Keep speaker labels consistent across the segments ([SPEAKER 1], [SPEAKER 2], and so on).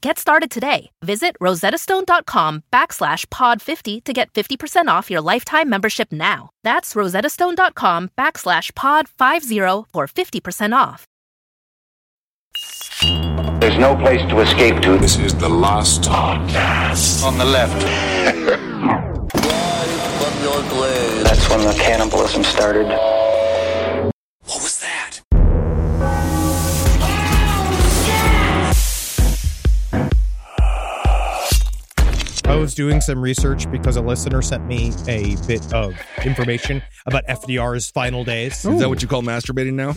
[SPEAKER 1] Get started today. Visit rosettastone.com backslash pod 50 to get 50% off your lifetime membership now. That's rosettastone.com backslash pod 50 for 50% off.
[SPEAKER 2] There's no place to escape to.
[SPEAKER 3] This is the last
[SPEAKER 4] on the left.
[SPEAKER 2] That's when the cannibalism started.
[SPEAKER 3] What was that?
[SPEAKER 5] I was doing some research because a listener sent me a bit of information about FDR's final days.
[SPEAKER 6] Is that what you call masturbating now?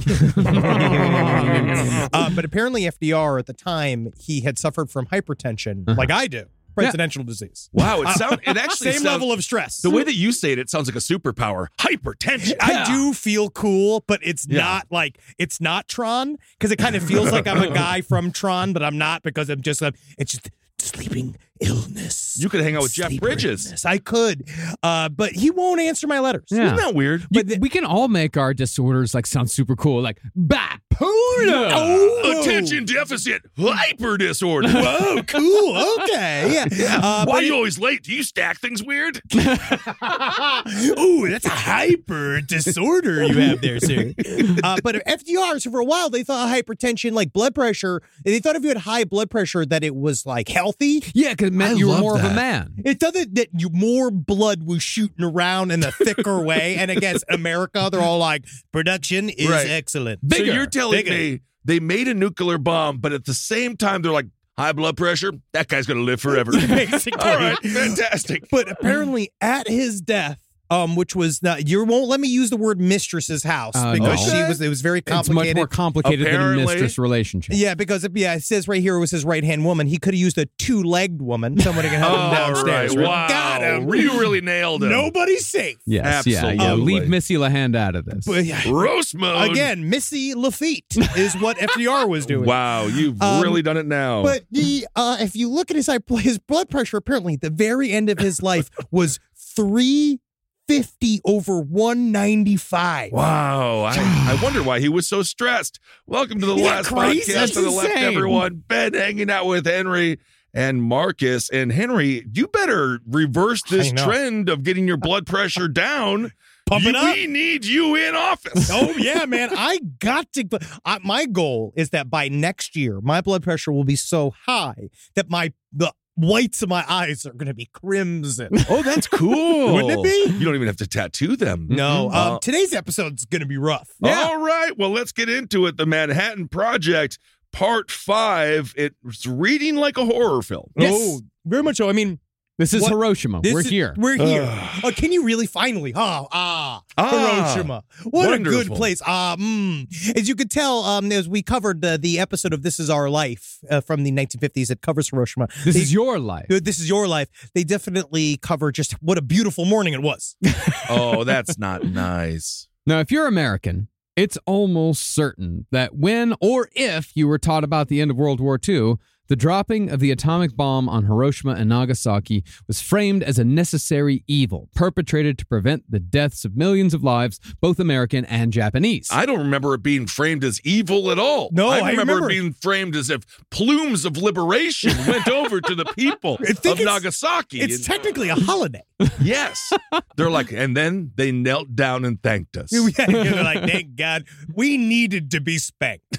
[SPEAKER 6] Oh.
[SPEAKER 5] Uh, but apparently, FDR at the time he had suffered from
[SPEAKER 6] Uh-huh.
[SPEAKER 5] hypertension, like I do, presidential disease.
[SPEAKER 6] wow, it sound it actually
[SPEAKER 5] Same
[SPEAKER 6] sounds-
[SPEAKER 5] level of stress.
[SPEAKER 6] the way that you say it. It sounds like a superpower. Hypertension.
[SPEAKER 5] I do feel cool, but it's
[SPEAKER 6] Yeah.
[SPEAKER 5] not like it's not Tron because it kind of feels like I'm a guy from Tron, but I'm not because I'm just a. It's just sleeping illness.
[SPEAKER 6] You could hang out with Jeff
[SPEAKER 5] Sleep
[SPEAKER 6] Bridges.
[SPEAKER 5] illness. I could, uh, but he won't answer my letters.
[SPEAKER 7] Yeah.
[SPEAKER 6] Isn't that weird?
[SPEAKER 7] You- we can all make our disorders like sound super cool, like bipolar.
[SPEAKER 6] Oh, attention deficit hyper disorder. Whoa,
[SPEAKER 5] Cool. Okay. Yeah. Uh,
[SPEAKER 6] Why
[SPEAKER 5] but
[SPEAKER 6] are you always late? Do you stack things weird?
[SPEAKER 5] Ooh, that's a hyper disorder you have there, sir. Uh, but FDR, so for a while, they thought hypertension, like blood pressure, they thought if you had high blood pressure that it was like healthy.
[SPEAKER 7] Yeah, because
[SPEAKER 6] I
[SPEAKER 7] meant you were
[SPEAKER 6] love
[SPEAKER 7] more of
[SPEAKER 6] that.
[SPEAKER 7] a man.
[SPEAKER 5] It doesn't that you more blood was shooting around in a thicker way, and against America, they're all like, production is
[SPEAKER 6] Right.
[SPEAKER 5] excellent.
[SPEAKER 6] So you're telling
[SPEAKER 5] Bigger.
[SPEAKER 6] me they made a nuclear bomb, but at the same time they're like high blood pressure. That guy's gonna live forever.
[SPEAKER 5] Basically.
[SPEAKER 6] All right, fantastic.
[SPEAKER 5] But apparently, at his death, um, which was not you won't let me use the word mistress's house
[SPEAKER 7] Uh,
[SPEAKER 5] because
[SPEAKER 7] no.
[SPEAKER 5] she was it was very
[SPEAKER 7] It's much
[SPEAKER 5] complicated.
[SPEAKER 7] more complicated
[SPEAKER 6] Apparently-
[SPEAKER 7] than a mistress relationship.
[SPEAKER 5] Yeah, because yeah, it says right here it was his right hand woman. He could have used a two legged woman. Somebody can help him
[SPEAKER 6] All right,
[SPEAKER 5] downstairs. right?
[SPEAKER 6] wow,
[SPEAKER 5] Got him.
[SPEAKER 6] you really nailed him.
[SPEAKER 5] Nobody's safe.
[SPEAKER 7] Yes, yeah, yeah.
[SPEAKER 6] Absolutely.
[SPEAKER 7] Leave Missy LaHand out of this.
[SPEAKER 5] But yeah,
[SPEAKER 6] roast mode
[SPEAKER 5] again, Missy Lafitte is what FDR was doing.
[SPEAKER 6] Wow, you've
[SPEAKER 5] Um,
[SPEAKER 6] really done it now.
[SPEAKER 5] But the uh, if you look at his high- his blood pressure, apparently at the very end of his life was three fifty over one ninety five.
[SPEAKER 6] Wow, I, I wonder why he was so stressed. Welcome to the
[SPEAKER 5] Isn't that
[SPEAKER 6] last
[SPEAKER 5] crazy?
[SPEAKER 6] podcast
[SPEAKER 5] That's
[SPEAKER 6] on the left,
[SPEAKER 5] insane.
[SPEAKER 6] everyone. Ben hanging out with Henry and Marcus. And Henry, you better reverse this
[SPEAKER 5] I know.
[SPEAKER 6] trend of getting your blood pressure down.
[SPEAKER 5] Pump it
[SPEAKER 6] You-
[SPEAKER 5] up.
[SPEAKER 6] We need you in office.
[SPEAKER 5] Oh yeah, man! I got to. I, my goal is that by next year, my blood pressure will be so high that my the whites of my eyes are going to be crimson.
[SPEAKER 6] Oh, that's cool.
[SPEAKER 5] Wouldn't it be?
[SPEAKER 6] You don't even have to tattoo them.
[SPEAKER 5] No, um,
[SPEAKER 6] Uh,
[SPEAKER 5] today's episode's going to be rough.
[SPEAKER 6] All right. Well, let's get into it. The Manhattan Project, part five. It's reading like a horror film.
[SPEAKER 5] Yes, oh, very much so. I mean,
[SPEAKER 7] this is
[SPEAKER 5] What-
[SPEAKER 7] Hiroshima.
[SPEAKER 5] this
[SPEAKER 7] we're
[SPEAKER 5] is-
[SPEAKER 7] here.
[SPEAKER 5] We're here.
[SPEAKER 6] Ugh.
[SPEAKER 5] Oh, can you really finally? Oh, ah,
[SPEAKER 6] Ah,
[SPEAKER 5] Hiroshima. What a good
[SPEAKER 6] wonderful.
[SPEAKER 5] place. Ah, mm. As you could tell, um, as we covered uh, the episode of "This Is Our Life" uh, from the 1950s that covers Hiroshima.
[SPEAKER 7] this
[SPEAKER 5] they-
[SPEAKER 7] is your life.
[SPEAKER 5] Dude, This is your life. They definitely cover just what a beautiful morning it was.
[SPEAKER 6] Oh, that's not nice.
[SPEAKER 7] Now, if you're American, it's almost certain that when or if you were taught about the end of World War II, the dropping of the atomic bomb on Hiroshima and Nagasaki was framed as a necessary evil perpetrated to prevent the deaths of millions of lives, both American and Japanese.
[SPEAKER 6] I don't remember it being framed as evil at all.
[SPEAKER 5] No, I
[SPEAKER 6] I remember,
[SPEAKER 5] remember.
[SPEAKER 6] it being framed as if plumes of liberation went over to the people
[SPEAKER 5] I think
[SPEAKER 6] of
[SPEAKER 5] it's-
[SPEAKER 6] Nagasaki.
[SPEAKER 5] It's
[SPEAKER 6] And-
[SPEAKER 5] technically a holiday.
[SPEAKER 6] yes. They're like, and then they knelt down and thanked us.
[SPEAKER 5] You're like, thank God, we needed to be spanked.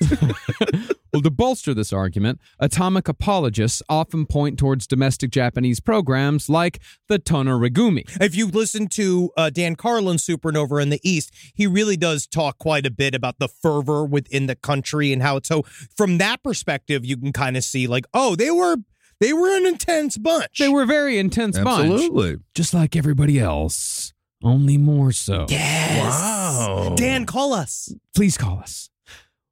[SPEAKER 7] Well, to bolster this argument, atomic apologists often point towards domestic Japanese programs like the Tonorigumi.
[SPEAKER 5] If you listen to uh, Dan Carlin, Supernova in the East, he really does talk quite a bit about the fervor within the country and how it's so. From that perspective, you can kind of see like, oh, they were they were an intense bunch.
[SPEAKER 7] They were a very intense bunch,
[SPEAKER 6] Absolutely.
[SPEAKER 7] just like everybody else, only more so.
[SPEAKER 5] Yes.
[SPEAKER 6] Wow.
[SPEAKER 5] Dan, call us.
[SPEAKER 7] Please call us.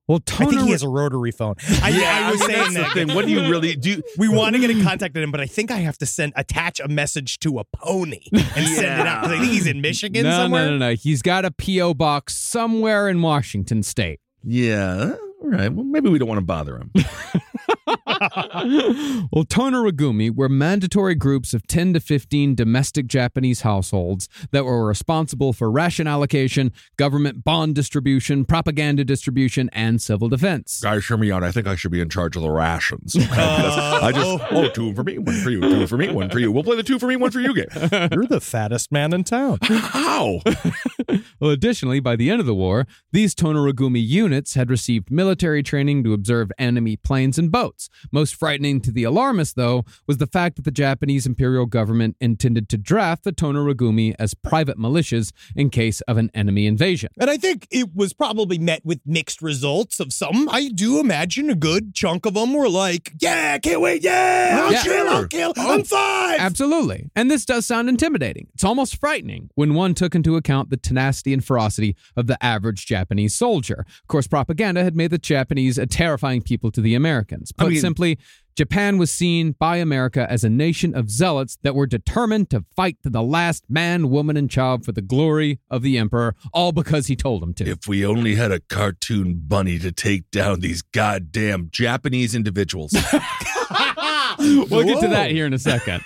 [SPEAKER 7] Well,
[SPEAKER 5] Oh. I think he
[SPEAKER 7] Tonor
[SPEAKER 5] has a rotary phone. I, I was saying
[SPEAKER 6] the
[SPEAKER 5] that.
[SPEAKER 6] thing. What do you really do?
[SPEAKER 5] We want to get in contact with him, but I think I have to send attach a message to a pony and send it out. 'cause I think he's in Michigan
[SPEAKER 7] no,
[SPEAKER 5] somewhere.
[SPEAKER 7] No, no, no. He's got a P.O. box somewhere in Washington state.
[SPEAKER 6] Yeah. All right. Well, maybe we don't want to bother him.
[SPEAKER 7] well, Tonorigumi were mandatory groups of 10 to 15 domestic Japanese households that were responsible for ration allocation, government bond distribution, propaganda distribution, and civil defense.
[SPEAKER 6] Guys, hear me out. I think I should be in charge of the rations. I just oh, two for me, one for you, two for me, one for you. We'll play the two for me, one for you game.
[SPEAKER 5] You're the fattest man in town.
[SPEAKER 6] How?
[SPEAKER 7] Well, additionally, by the end of the war, these Tonorigumi units had received military training to observe enemy planes and boats. Most frightening to the alarmists, though, was the fact that the Japanese imperial government intended to draft the Tonorigumi as private militias in case of an enemy invasion.
[SPEAKER 5] And I think it was probably met with mixed results of some. I do imagine a good chunk of them were like, yeah, can't wait, yeah, I'll
[SPEAKER 7] Yeah.
[SPEAKER 5] kill, I'll kill,
[SPEAKER 6] Oh,
[SPEAKER 5] I'm five.
[SPEAKER 7] Absolutely. And this does sound intimidating. It's almost frightening when one took into account the tenacity and ferocity of the average Japanese soldier. Of course, propaganda had made the Japanese a terrifying people to the Americans. Put
[SPEAKER 6] mean-
[SPEAKER 7] simply, Japan was seen by America as a nation of zealots that were determined to fight to the last man, woman, and child for the glory of the emperor, all because he told them to.
[SPEAKER 6] If we only had a cartoon bunny to take down these goddamn Japanese individuals.
[SPEAKER 7] we'll get to
[SPEAKER 6] Whoa.
[SPEAKER 7] that here in a second.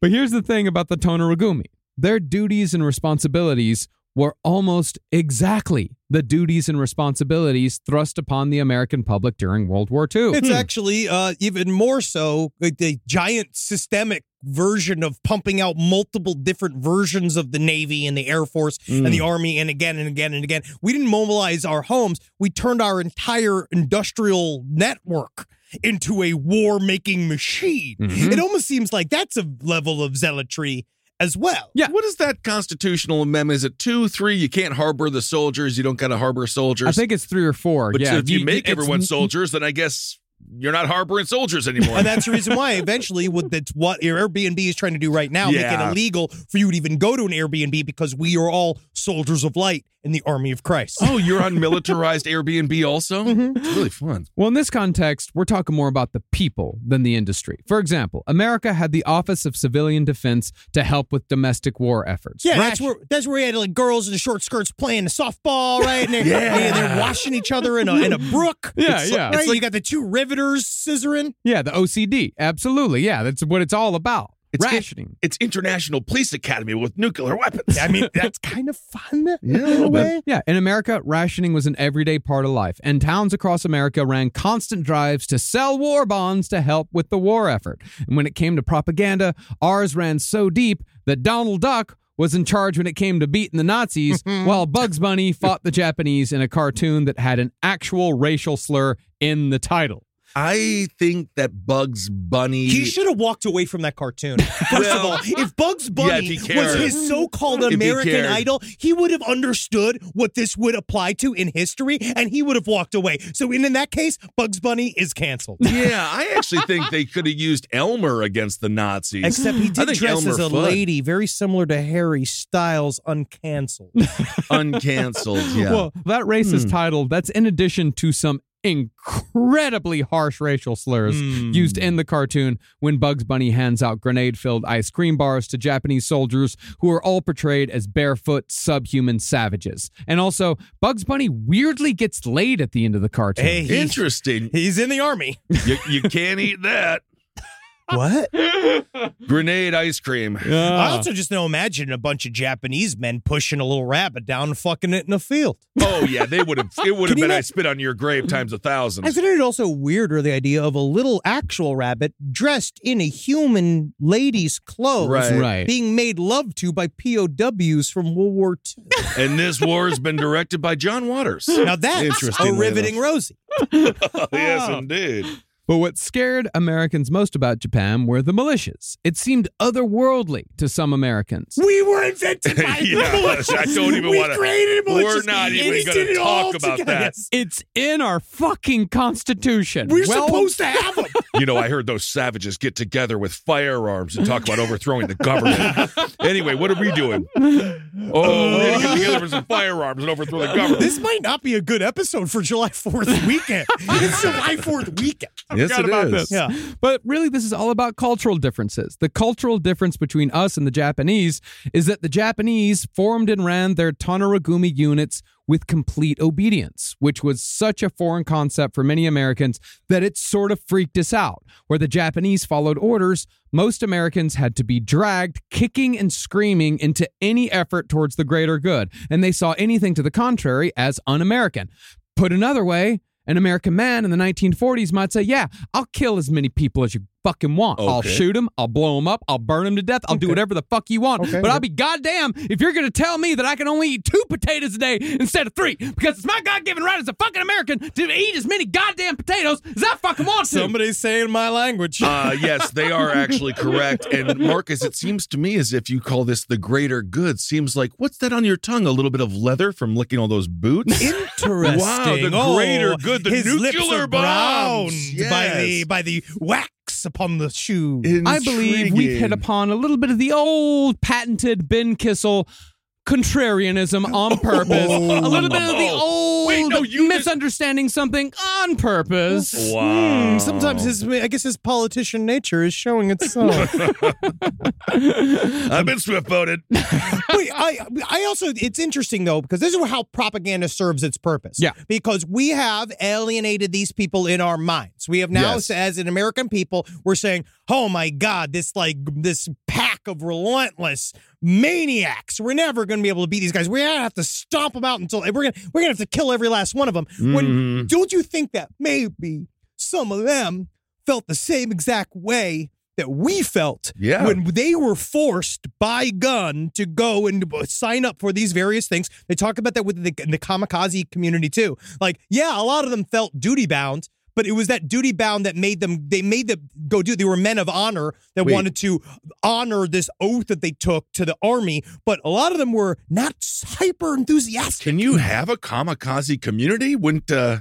[SPEAKER 7] but here's the thing about the Tonorigumi their duties and responsibilities were almost exactly the duties and responsibilities thrust upon the American public during World War II.
[SPEAKER 6] Hmm.
[SPEAKER 5] It's actually uh, even more so like, the giant systemic version of pumping out multiple different versions of the Navy and the Air Force
[SPEAKER 6] Hmm.
[SPEAKER 5] and the Army, and again and again and again. We didn't mobilize our homes, we turned our entire industrial network into a war making machine.
[SPEAKER 7] Mhm.
[SPEAKER 5] It almost seems like that's a level of zealotry as well.
[SPEAKER 7] Yeah.
[SPEAKER 6] What is that constitutional amendment? Is it two, three? You can't harbor the soldiers. You don't gotta harbor soldiers.
[SPEAKER 7] I think it's three or four.
[SPEAKER 6] but
[SPEAKER 7] yeah,
[SPEAKER 6] if you, make
[SPEAKER 7] it's-
[SPEAKER 6] everyone soldiers, then I guess you're not harboring soldiers anymore.
[SPEAKER 5] And that's the reason why eventually what that's what your Airbnb is trying to do right now, make
[SPEAKER 6] Yeah.
[SPEAKER 5] it illegal for you to even go to an Airbnb because we are all soldiers of light in the army of Christ.
[SPEAKER 6] oh, you're on militarized Airbnb also?
[SPEAKER 5] Mm-hmm.
[SPEAKER 6] It's really fun.
[SPEAKER 7] Well, in this context, we're talking more about the people than the industry. For example, America had the Office of Civilian Defense to help with domestic war efforts.
[SPEAKER 5] Yeah,
[SPEAKER 7] Ration-
[SPEAKER 5] that's where that's where we had like girls in short skirts playing softball, right? And they're, and they're washing each other in a in a brook.
[SPEAKER 7] Yeah,
[SPEAKER 5] It's
[SPEAKER 7] yeah.
[SPEAKER 5] Like, right?
[SPEAKER 7] It's like-
[SPEAKER 5] you got the two riveters scissoring.
[SPEAKER 7] Yeah, the OCD. Absolutely. Yeah, that's what it's all about.
[SPEAKER 6] It's it-
[SPEAKER 7] rationing.
[SPEAKER 6] It's International Police Academy with nuclear weapons.
[SPEAKER 5] I mean, that's kind of fun in a
[SPEAKER 6] but-
[SPEAKER 5] way.
[SPEAKER 7] Yeah, in America, rationing was an everyday part of life, and towns across America ran constant drives to sell war bonds to help with the war effort. And when it came to propaganda, ours ran so deep that Donald Duck was in charge when it came to beating the Nazis, while Bugs Bunny fought the Japanese in a cartoon that had an actual racial slur in the title.
[SPEAKER 6] I think that Bugs Bunny.
[SPEAKER 5] He should have walked away from that cartoon. First of
[SPEAKER 6] Well-
[SPEAKER 5] all, if Bugs
[SPEAKER 6] Yeah, if
[SPEAKER 5] Bunny
[SPEAKER 6] he
[SPEAKER 5] was
[SPEAKER 6] cared.
[SPEAKER 5] his so-called
[SPEAKER 6] If he
[SPEAKER 5] American
[SPEAKER 6] cared.
[SPEAKER 5] Idol, he would have understood what this would apply to in history, and he would have walked away. So, in, in that case, Bugs Bunny is canceled.
[SPEAKER 6] yeah, I actually think they could have used Elmer against the Nazis.
[SPEAKER 5] Except he
[SPEAKER 6] I
[SPEAKER 5] did
[SPEAKER 6] think
[SPEAKER 5] dress
[SPEAKER 6] Elmer
[SPEAKER 5] as a
[SPEAKER 6] Fudd.
[SPEAKER 5] lady, very similar to Harry Styles, uncanceled.
[SPEAKER 6] Uncanceled. Yeah.
[SPEAKER 7] Well, that racist
[SPEAKER 5] Hmm.
[SPEAKER 7] title, that's in addition to some incredibly harsh racial slurs
[SPEAKER 5] Hmm.
[SPEAKER 7] used in the cartoon when Bugs Bunny hands out grenade filled ice cream bars to Japanese soldiers who are all portrayed as barefoot, subhuman savages. And also, Bugs Bunny weirdly gets laid at the end of the cartoon.
[SPEAKER 5] Hey, he's,
[SPEAKER 6] Interesting.
[SPEAKER 5] he's in the army.
[SPEAKER 6] you, you can't eat that.
[SPEAKER 5] What?
[SPEAKER 6] Grenade ice cream.
[SPEAKER 5] I also just don't imagine a bunch of Japanese men pushing a little rabbit down and fucking it in a field.
[SPEAKER 6] Oh yeah, they would have. It would
[SPEAKER 5] Can
[SPEAKER 6] have
[SPEAKER 5] you
[SPEAKER 6] been. I
[SPEAKER 5] not-
[SPEAKER 6] spit on your grave times a thousand.
[SPEAKER 5] I consider it also weirder the idea of a little actual rabbit dressed in a human lady's clothes
[SPEAKER 6] Right.
[SPEAKER 7] Right.
[SPEAKER 5] being made love to by POWs from World War II.
[SPEAKER 6] and this war has been directed by John Waters.
[SPEAKER 5] Now that's a
[SPEAKER 6] Interestingly
[SPEAKER 5] riveting
[SPEAKER 6] enough.
[SPEAKER 5] Rosie.
[SPEAKER 6] yes, indeed.
[SPEAKER 7] But what scared Americans most about Japan were the militias. It seemed otherworldly to some Americans.
[SPEAKER 5] We were invented by
[SPEAKER 6] Yeah,
[SPEAKER 5] militias.
[SPEAKER 6] I don't even
[SPEAKER 5] we
[SPEAKER 6] wanna-
[SPEAKER 5] created militias.
[SPEAKER 6] we're not
[SPEAKER 5] and
[SPEAKER 6] even
[SPEAKER 5] we
[SPEAKER 6] gonna
[SPEAKER 5] did it
[SPEAKER 6] talk
[SPEAKER 5] all
[SPEAKER 6] about
[SPEAKER 5] together.
[SPEAKER 6] that.
[SPEAKER 5] Yes.
[SPEAKER 7] It's in our fucking constitution.
[SPEAKER 5] We're
[SPEAKER 7] Well,
[SPEAKER 5] supposed to have them.
[SPEAKER 6] You know, I heard those savages get together with firearms and talk about overthrowing the government. anyway, what are we doing? Oh, we're gonna get together with some firearms and overthrow the government.
[SPEAKER 5] This might not be a good episode for July 4th weekend. it's July 4th weekend.
[SPEAKER 6] yes,
[SPEAKER 7] forgot
[SPEAKER 6] it
[SPEAKER 7] about
[SPEAKER 6] is.
[SPEAKER 7] this.
[SPEAKER 5] Yeah.
[SPEAKER 7] But really, this is all about cultural differences. The cultural difference between us and the Japanese is that the Japanese formed and ran their Tanaragumi units with complete obedience, which was such a foreign concept for many Americans that it sort of freaked us out. Where the Japanese followed orders, most Americans had to be dragged, kicking and screaming, into any effort towards the greater good, and they saw anything to the contrary as un American. Put another way, an American man in the 1940s might say, Yeah, I'll kill as many people as you fucking want. I'll
[SPEAKER 6] Okay.
[SPEAKER 7] shoot them. I'll blow them up. I'll burn them to death. I'll do whatever the fuck you want.
[SPEAKER 5] Okay.
[SPEAKER 7] But I'll be goddamn if you're going to tell me that I can only eat two potatoes a day instead of three because it's my God given right as a fucking American to eat as many goddamn potatoes as I fucking want to.
[SPEAKER 5] Somebody's saying my language.
[SPEAKER 6] Uh, yes, they are actually correct. And Marcus, it seems to me as if you call this the greater good. Seems like what's that on your tongue? A little bit of leather from licking all those boots.
[SPEAKER 5] Interesting. Oh,
[SPEAKER 6] Wow, the greater good, the
[SPEAKER 5] his lips
[SPEAKER 6] nuclear
[SPEAKER 5] are browned
[SPEAKER 6] bombs.
[SPEAKER 5] by the
[SPEAKER 6] Yes.
[SPEAKER 5] by the wax upon the shoe.
[SPEAKER 7] I believe we've hit
[SPEAKER 6] Intriguing.
[SPEAKER 7] upon a little bit of the old patented Ben Kissel contrarianism on purpose. a little bit of the old
[SPEAKER 6] Oh. Wait, no, you just-
[SPEAKER 7] misunderstanding something on purpose.
[SPEAKER 6] Wow.
[SPEAKER 5] Hmm, sometimes his I guess his politician nature is showing itself.
[SPEAKER 6] I've been swift boated.
[SPEAKER 5] Wait, I I also it's interesting though because this is how propaganda serves its purpose.
[SPEAKER 7] Yeah.
[SPEAKER 5] because we have alienated these people in our minds. We have now,
[SPEAKER 6] Yes.
[SPEAKER 5] as an American people, we're saying, "Oh my God, this like this pack of relentless maniacs. We're never going to be able to beat these guys. We're gonna have to stomp them out until we're gonna we're gonna have to kill every last one of them." When don't you think that maybe some of them felt the same exact way? That we felt
[SPEAKER 6] Yeah.
[SPEAKER 5] when they were forced by gun to go and b- sign up for these various things. They talk about that with the, in the kamikaze community too. Like, yeah, a lot of them felt duty bound, but it was that duty bound that made them. They made them go do. They were men of honor that
[SPEAKER 6] Wait.
[SPEAKER 5] wanted to honor this oath that they took to the army. But a lot of them were not hyper enthusiastic.
[SPEAKER 6] Can you have a kamikaze community? Wouldn't uh,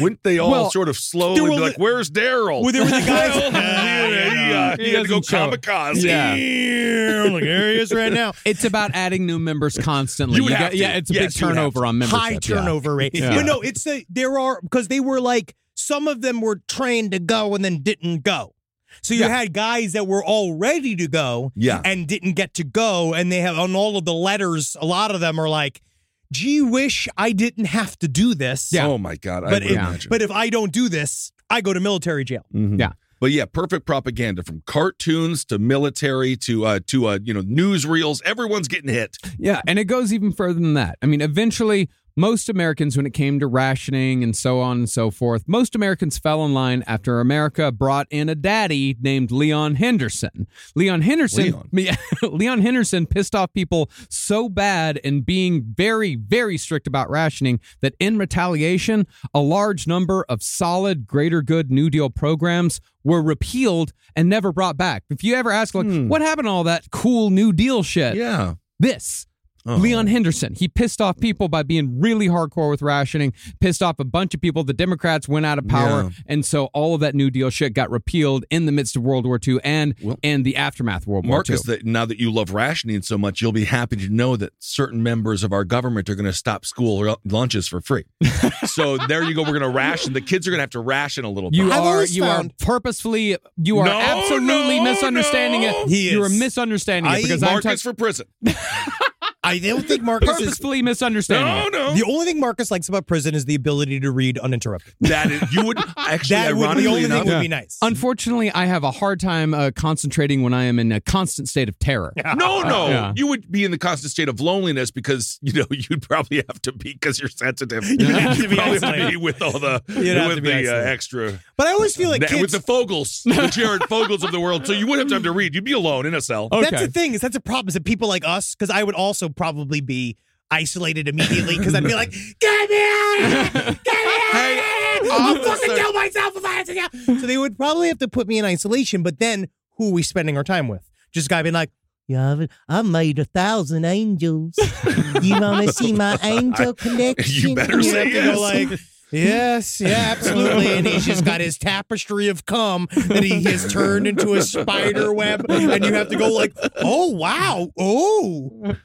[SPEAKER 6] wouldn't they all
[SPEAKER 7] Well,
[SPEAKER 6] sort of slowly
[SPEAKER 5] there
[SPEAKER 6] be
[SPEAKER 5] were
[SPEAKER 6] like,
[SPEAKER 5] li-
[SPEAKER 6] "Where's Daryl?"
[SPEAKER 5] Well, there were the guys-
[SPEAKER 6] Well, yeah,
[SPEAKER 7] He
[SPEAKER 6] he, had to go
[SPEAKER 7] doesn't show it.
[SPEAKER 6] kamikaze.
[SPEAKER 7] Yeah.
[SPEAKER 5] Like, here he is right now.
[SPEAKER 7] It's about adding new members constantly.
[SPEAKER 6] You have to.
[SPEAKER 7] yeah, it's a
[SPEAKER 6] Yes,
[SPEAKER 7] big
[SPEAKER 6] you have
[SPEAKER 7] turnover
[SPEAKER 6] to.
[SPEAKER 7] on membership.
[SPEAKER 5] high
[SPEAKER 7] yeah.
[SPEAKER 5] turnover rate.
[SPEAKER 7] Yeah.
[SPEAKER 5] But no, it's a, there are because they were like some of them were trained to go and then didn't go. So you
[SPEAKER 7] Yeah.
[SPEAKER 5] had guys that were all ready to go
[SPEAKER 6] Yeah.
[SPEAKER 5] and didn't get to go, and they have on all of the letters. A lot of them are like, "Gee, wish I didn't have to do this."
[SPEAKER 6] Oh my god! I
[SPEAKER 5] but
[SPEAKER 6] would
[SPEAKER 5] if,
[SPEAKER 6] imagine.
[SPEAKER 5] but if I don't do this, I go to military jail.
[SPEAKER 7] Yeah.
[SPEAKER 6] But yeah, perfect propaganda from cartoons to military to uh to uh you know newsreels. Everyone's getting hit.
[SPEAKER 7] Yeah, and it goes even further than that. I mean, eventually, most Americans, when it came to rationing and so on and so forth, most Americans fell in line after America brought in a daddy named Leon Henderson. Leon Henderson,
[SPEAKER 6] Leon.
[SPEAKER 7] Yeah, Leon Henderson pissed off people so bad and being very, very strict about rationing that in retaliation, a large number of solid greater good New Deal programs were repealed and never brought back. If you ever ask, like, what happened to all that cool New Deal shit?
[SPEAKER 6] Hmm. Yeah.
[SPEAKER 7] This.
[SPEAKER 6] Oh.
[SPEAKER 7] Leon Henderson. He pissed off people by being really hardcore with rationing, pissed off a bunch of people. The Democrats went out of power.
[SPEAKER 6] Yeah.
[SPEAKER 7] And so all of that New Deal shit got repealed in the midst of World War II and
[SPEAKER 6] Well-
[SPEAKER 7] and the aftermath of World War
[SPEAKER 6] Marcus,
[SPEAKER 7] II.
[SPEAKER 6] that now that you love rationing so much, you'll be happy to know that certain members of our government are going to stop school r- lunches for free. so there you go. We're going to ration. The kids are going to have to ration a little bit.
[SPEAKER 7] You
[SPEAKER 5] I've
[SPEAKER 7] are
[SPEAKER 5] always
[SPEAKER 7] you are
[SPEAKER 5] found-
[SPEAKER 7] purposefully you are
[SPEAKER 6] No,
[SPEAKER 7] absolutely
[SPEAKER 6] no,
[SPEAKER 7] misunderstanding
[SPEAKER 6] no.
[SPEAKER 7] it.
[SPEAKER 5] He
[SPEAKER 7] you are
[SPEAKER 5] is.
[SPEAKER 7] misunderstanding
[SPEAKER 5] I-
[SPEAKER 7] it because I'm
[SPEAKER 6] Marcus
[SPEAKER 7] talking
[SPEAKER 6] for prison.
[SPEAKER 5] I don't think Marcus is.
[SPEAKER 7] purposefully misunderstanding. it.
[SPEAKER 6] no.
[SPEAKER 5] The only thing Marcus likes about prison is the ability to read uninterrupted.
[SPEAKER 6] That is, you would actually,
[SPEAKER 5] That would,
[SPEAKER 6] ironically
[SPEAKER 5] the only
[SPEAKER 6] enough,
[SPEAKER 5] thing would be nice.
[SPEAKER 7] Unfortunately, I have a hard time uh, concentrating when I am in a constant state of terror.
[SPEAKER 6] No, no.
[SPEAKER 7] Yeah.
[SPEAKER 6] You would be in the constant state of loneliness because you know you'd probably have to be because you're sensitive. You'd
[SPEAKER 5] have to be
[SPEAKER 6] probably have to
[SPEAKER 5] isolated.
[SPEAKER 6] be with all the
[SPEAKER 5] You'd have to
[SPEAKER 6] with
[SPEAKER 5] be
[SPEAKER 6] the uh,
[SPEAKER 5] isolated.
[SPEAKER 6] extra
[SPEAKER 5] but I always feel like
[SPEAKER 6] that-
[SPEAKER 5] kids,
[SPEAKER 6] with the Fogels, the Jared Fogels of the world. So you would have time to read. You'd be alone in a cell.
[SPEAKER 5] That's the thing is that's a problem is that people like us because I would also probably be isolated immediately because I'd be like, get me out, of here! get me out. of
[SPEAKER 6] Hey,
[SPEAKER 5] here!" it! I'll fucking kill myself if I have to go. So they would probably have to put me in isolation, but then who are we spending our time with? Just a guy being like, yeah, I've- I've made a thousand angels. You want to see my angel connection?
[SPEAKER 6] You better
[SPEAKER 5] And
[SPEAKER 6] say
[SPEAKER 5] have to
[SPEAKER 6] yes.
[SPEAKER 5] go like, yes, yeah, absolutely. And he's just got his tapestry of cum that he has turned into a spider web. And you have to go like, oh, wow. Oh.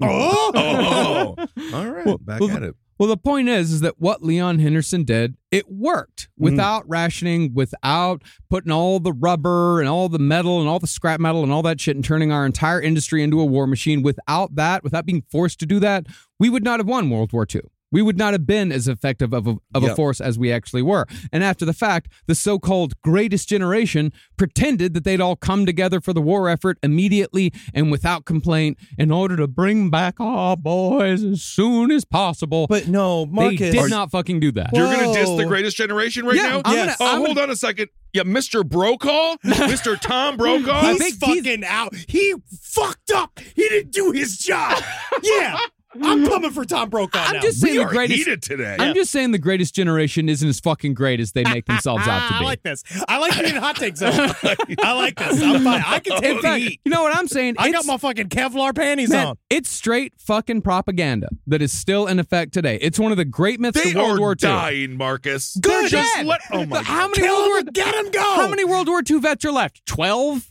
[SPEAKER 5] Oh.
[SPEAKER 6] Oh, all right.
[SPEAKER 7] Well,
[SPEAKER 6] back
[SPEAKER 7] well,
[SPEAKER 6] at it.
[SPEAKER 7] Well, the point is, is that what Leon Henderson did, it worked without rationing, without putting all the rubber and all the metal and all the scrap metal and all that shit and turning our entire industry into a war machine. Without that, without being forced to do that, we would not have won World War II. We would not have been as effective of a, of a
[SPEAKER 6] Yep.
[SPEAKER 7] force as we actually were. And after the fact, the so called greatest generation pretended that they'd all come together for the war effort immediately and without complaint in order to bring back our boys as soon as possible.
[SPEAKER 5] But no, Marcus.
[SPEAKER 7] They did not fucking do that.
[SPEAKER 6] You're gonna diss the
[SPEAKER 5] Whoa.
[SPEAKER 6] greatest generation right
[SPEAKER 7] Yeah,
[SPEAKER 6] now?
[SPEAKER 7] I'm
[SPEAKER 5] Yes.
[SPEAKER 7] gonna-
[SPEAKER 6] Oh,
[SPEAKER 7] I'm
[SPEAKER 6] hold on a second. Yeah, Mr. Brokaw, Mr. Tom Brokaw.
[SPEAKER 7] I
[SPEAKER 5] He's
[SPEAKER 7] think he's-
[SPEAKER 5] fucking out. He fucked up. He didn't do his job. yeah. I'm coming for Tom Brokaw
[SPEAKER 7] I'm
[SPEAKER 5] now.
[SPEAKER 7] just saying
[SPEAKER 6] we
[SPEAKER 7] the
[SPEAKER 6] are
[SPEAKER 7] greatest.
[SPEAKER 6] heated today.
[SPEAKER 7] I'm just saying the greatest generation isn't as fucking great as they make themselves out to
[SPEAKER 5] I
[SPEAKER 7] be.
[SPEAKER 5] like this. I like being hot take zone. I like this. I'm fine. I can take
[SPEAKER 7] In
[SPEAKER 5] the
[SPEAKER 7] fact,
[SPEAKER 5] heat.
[SPEAKER 7] you know what I'm saying?
[SPEAKER 5] oh, I got
[SPEAKER 7] It's-
[SPEAKER 5] my fucking Kevlar panties
[SPEAKER 7] man,
[SPEAKER 5] on.
[SPEAKER 7] It's straight fucking propaganda that is still in effect today. It's one of the great myths
[SPEAKER 6] they
[SPEAKER 7] of World
[SPEAKER 6] are
[SPEAKER 7] War II.
[SPEAKER 6] dying, Marcus.
[SPEAKER 7] Good.
[SPEAKER 6] They're Just
[SPEAKER 7] Dead.
[SPEAKER 6] let, oh my
[SPEAKER 7] But how many
[SPEAKER 5] Kill
[SPEAKER 7] World War
[SPEAKER 5] him, get him, go.
[SPEAKER 7] How many World War II vets are left? Twelve.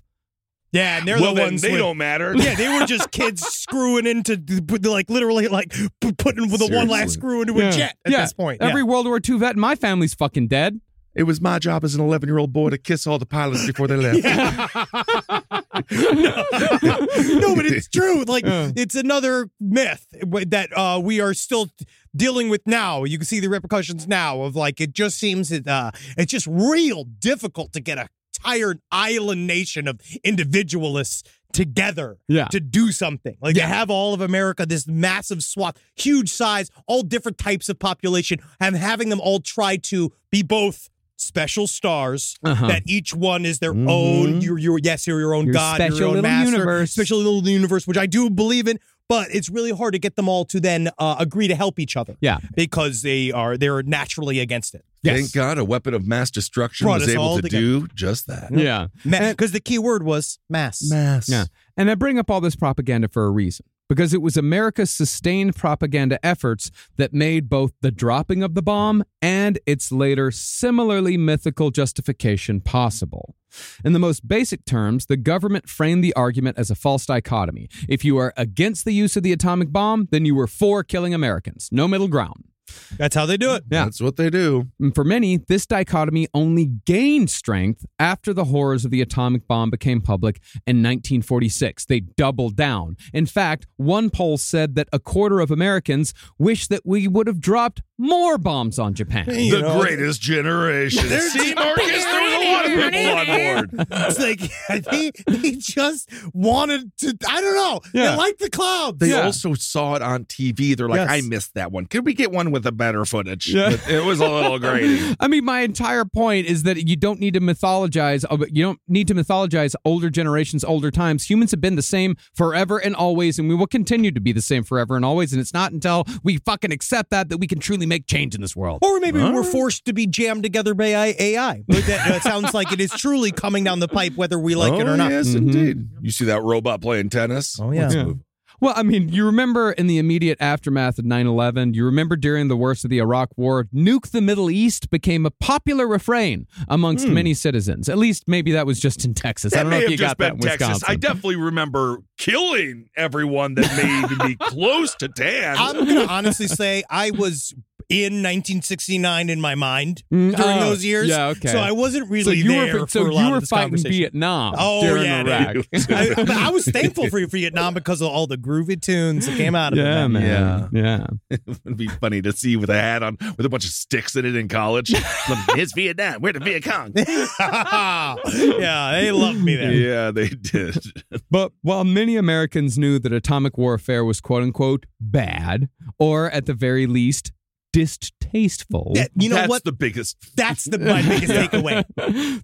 [SPEAKER 5] Yeah, and they're
[SPEAKER 6] well,
[SPEAKER 5] the
[SPEAKER 6] then
[SPEAKER 5] ones.
[SPEAKER 6] they
[SPEAKER 5] with-
[SPEAKER 6] don't matter.
[SPEAKER 5] Yeah, they were just kids screwing into like literally like p- putting the one last
[SPEAKER 6] Seriously.
[SPEAKER 5] screw into a jet at
[SPEAKER 7] Yeah.
[SPEAKER 5] this point.
[SPEAKER 7] Every World War II vet in my family's fucking dead.
[SPEAKER 6] It was my job as an 11 year old boy to kiss all the pilots before they left.
[SPEAKER 5] no, but it's true. Like
[SPEAKER 7] Yeah.
[SPEAKER 5] it's another myth that uh, we are still dealing with now. You can see the repercussions now of like it just seems that uh, it's just real difficult to get a tired island nation of individualists together
[SPEAKER 7] Yeah.
[SPEAKER 5] to do something. Like to have all of America, this massive swath, huge size, all different types of population, and having them all try to be both special stars
[SPEAKER 7] Uh-huh. Mm-hmm.
[SPEAKER 5] that each one is their
[SPEAKER 6] Mhm.
[SPEAKER 5] own. You're, you're yes, you're your own
[SPEAKER 7] Your
[SPEAKER 5] God,
[SPEAKER 7] special
[SPEAKER 5] your own
[SPEAKER 7] little
[SPEAKER 5] master,
[SPEAKER 7] universe.
[SPEAKER 5] special little universe, which I do believe in. But it's really hard to get them all to then uh, agree to help each other.
[SPEAKER 7] Yeah.
[SPEAKER 5] because they are they're naturally against it.
[SPEAKER 6] Thank God a weapon of mass destruction
[SPEAKER 5] Brought
[SPEAKER 6] was
[SPEAKER 5] us all
[SPEAKER 6] able to
[SPEAKER 5] together.
[SPEAKER 6] do just that.
[SPEAKER 7] Yeah.
[SPEAKER 5] because the key word was mass.
[SPEAKER 6] Mass.
[SPEAKER 7] Yeah. And I bring up all this propaganda for a reason because it was America's sustained propaganda efforts that made both the dropping of the bomb and its later similarly mythical justification possible. In the most basic terms, the government framed the argument as a false dichotomy. If you are against the use of the atomic bomb, then you were for killing Americans. No middle ground.
[SPEAKER 5] That's how they do it.
[SPEAKER 7] Yeah.
[SPEAKER 6] That's what they do.
[SPEAKER 7] And Mm, for many, this dichotomy only gained strength after the horrors of the atomic bomb became public in 1946. They doubled down. In fact, one poll said that a quarter of Americans wish that we would have dropped more bombs on Japan.
[SPEAKER 5] You
[SPEAKER 6] the
[SPEAKER 5] know,
[SPEAKER 6] greatest generation. See, Marcus, there was a lot of people on board.
[SPEAKER 5] It's like they, they just wanted to. I don't know.
[SPEAKER 7] Yeah.
[SPEAKER 5] They like the clouds.
[SPEAKER 6] They
[SPEAKER 7] Yeah.
[SPEAKER 6] also saw it on TV. They're like,
[SPEAKER 5] Yes.
[SPEAKER 6] I missed that one. Could we get one with a better footage? But It was a little grating.
[SPEAKER 7] I mean, my entire point is that you don't need to mythologize. uh, You don't need to mythologize older generations, older times. Humans have been the same forever and always, and we will continue to be the same forever and always. And it's not until we fucking accept that that we can truly make change in this world.
[SPEAKER 5] Or maybe we're forced to be jammed together by AI. AI. But That, that sounds like it is truly coming down the pipe, whether we like it or not.
[SPEAKER 6] Oh, yes,
[SPEAKER 7] Mhm.
[SPEAKER 6] indeed. You see that robot playing tennis?
[SPEAKER 5] Oh, yeah.
[SPEAKER 6] Let's
[SPEAKER 5] Yeah.
[SPEAKER 6] move.
[SPEAKER 7] Well, I mean, you remember in the immediate aftermath of 9 11, you remember during the worst of the Iraq War, nuke the Middle East became a popular refrain amongst
[SPEAKER 5] Hmm.
[SPEAKER 7] many citizens. At least maybe that was just in Texas.
[SPEAKER 6] That
[SPEAKER 7] I don't
[SPEAKER 6] may
[SPEAKER 7] know if
[SPEAKER 6] have
[SPEAKER 7] you
[SPEAKER 6] just
[SPEAKER 7] got that in
[SPEAKER 6] been Texas.
[SPEAKER 7] Wisconsin.
[SPEAKER 6] I definitely remember killing everyone that may even be close to Dan.
[SPEAKER 5] I'm going to honestly say I was in 1969 in my
[SPEAKER 6] Hmm.
[SPEAKER 5] mind
[SPEAKER 7] Mm,
[SPEAKER 5] during
[SPEAKER 7] oh,
[SPEAKER 5] those years.
[SPEAKER 7] yeah, okay.
[SPEAKER 5] So I wasn't really
[SPEAKER 7] so you
[SPEAKER 5] there
[SPEAKER 7] were, so
[SPEAKER 5] for a lot
[SPEAKER 7] you
[SPEAKER 5] of
[SPEAKER 7] were
[SPEAKER 5] this
[SPEAKER 7] fighting
[SPEAKER 5] conversation.
[SPEAKER 7] Vietnam
[SPEAKER 5] Oh,
[SPEAKER 7] during
[SPEAKER 5] yeah,
[SPEAKER 7] Iraq.
[SPEAKER 5] dude. I, but I was thankful for Vietnam because of all the groovy tunes that came out of
[SPEAKER 7] Yeah,
[SPEAKER 5] it. man.
[SPEAKER 7] man. Yeah.
[SPEAKER 6] It'd be funny to see with a hat on with a bunch of sticks in it in college. it's Vietnam. We're the Viet Cong.
[SPEAKER 5] yeah, they loved me there.
[SPEAKER 6] yeah, they did.
[SPEAKER 7] But while many Americans knew that atomic warfare was quote unquote bad, or at the very least, distasteful.
[SPEAKER 5] Yeah, you know
[SPEAKER 6] That's
[SPEAKER 5] what?
[SPEAKER 6] the biggest.
[SPEAKER 5] That's the my biggest takeaway.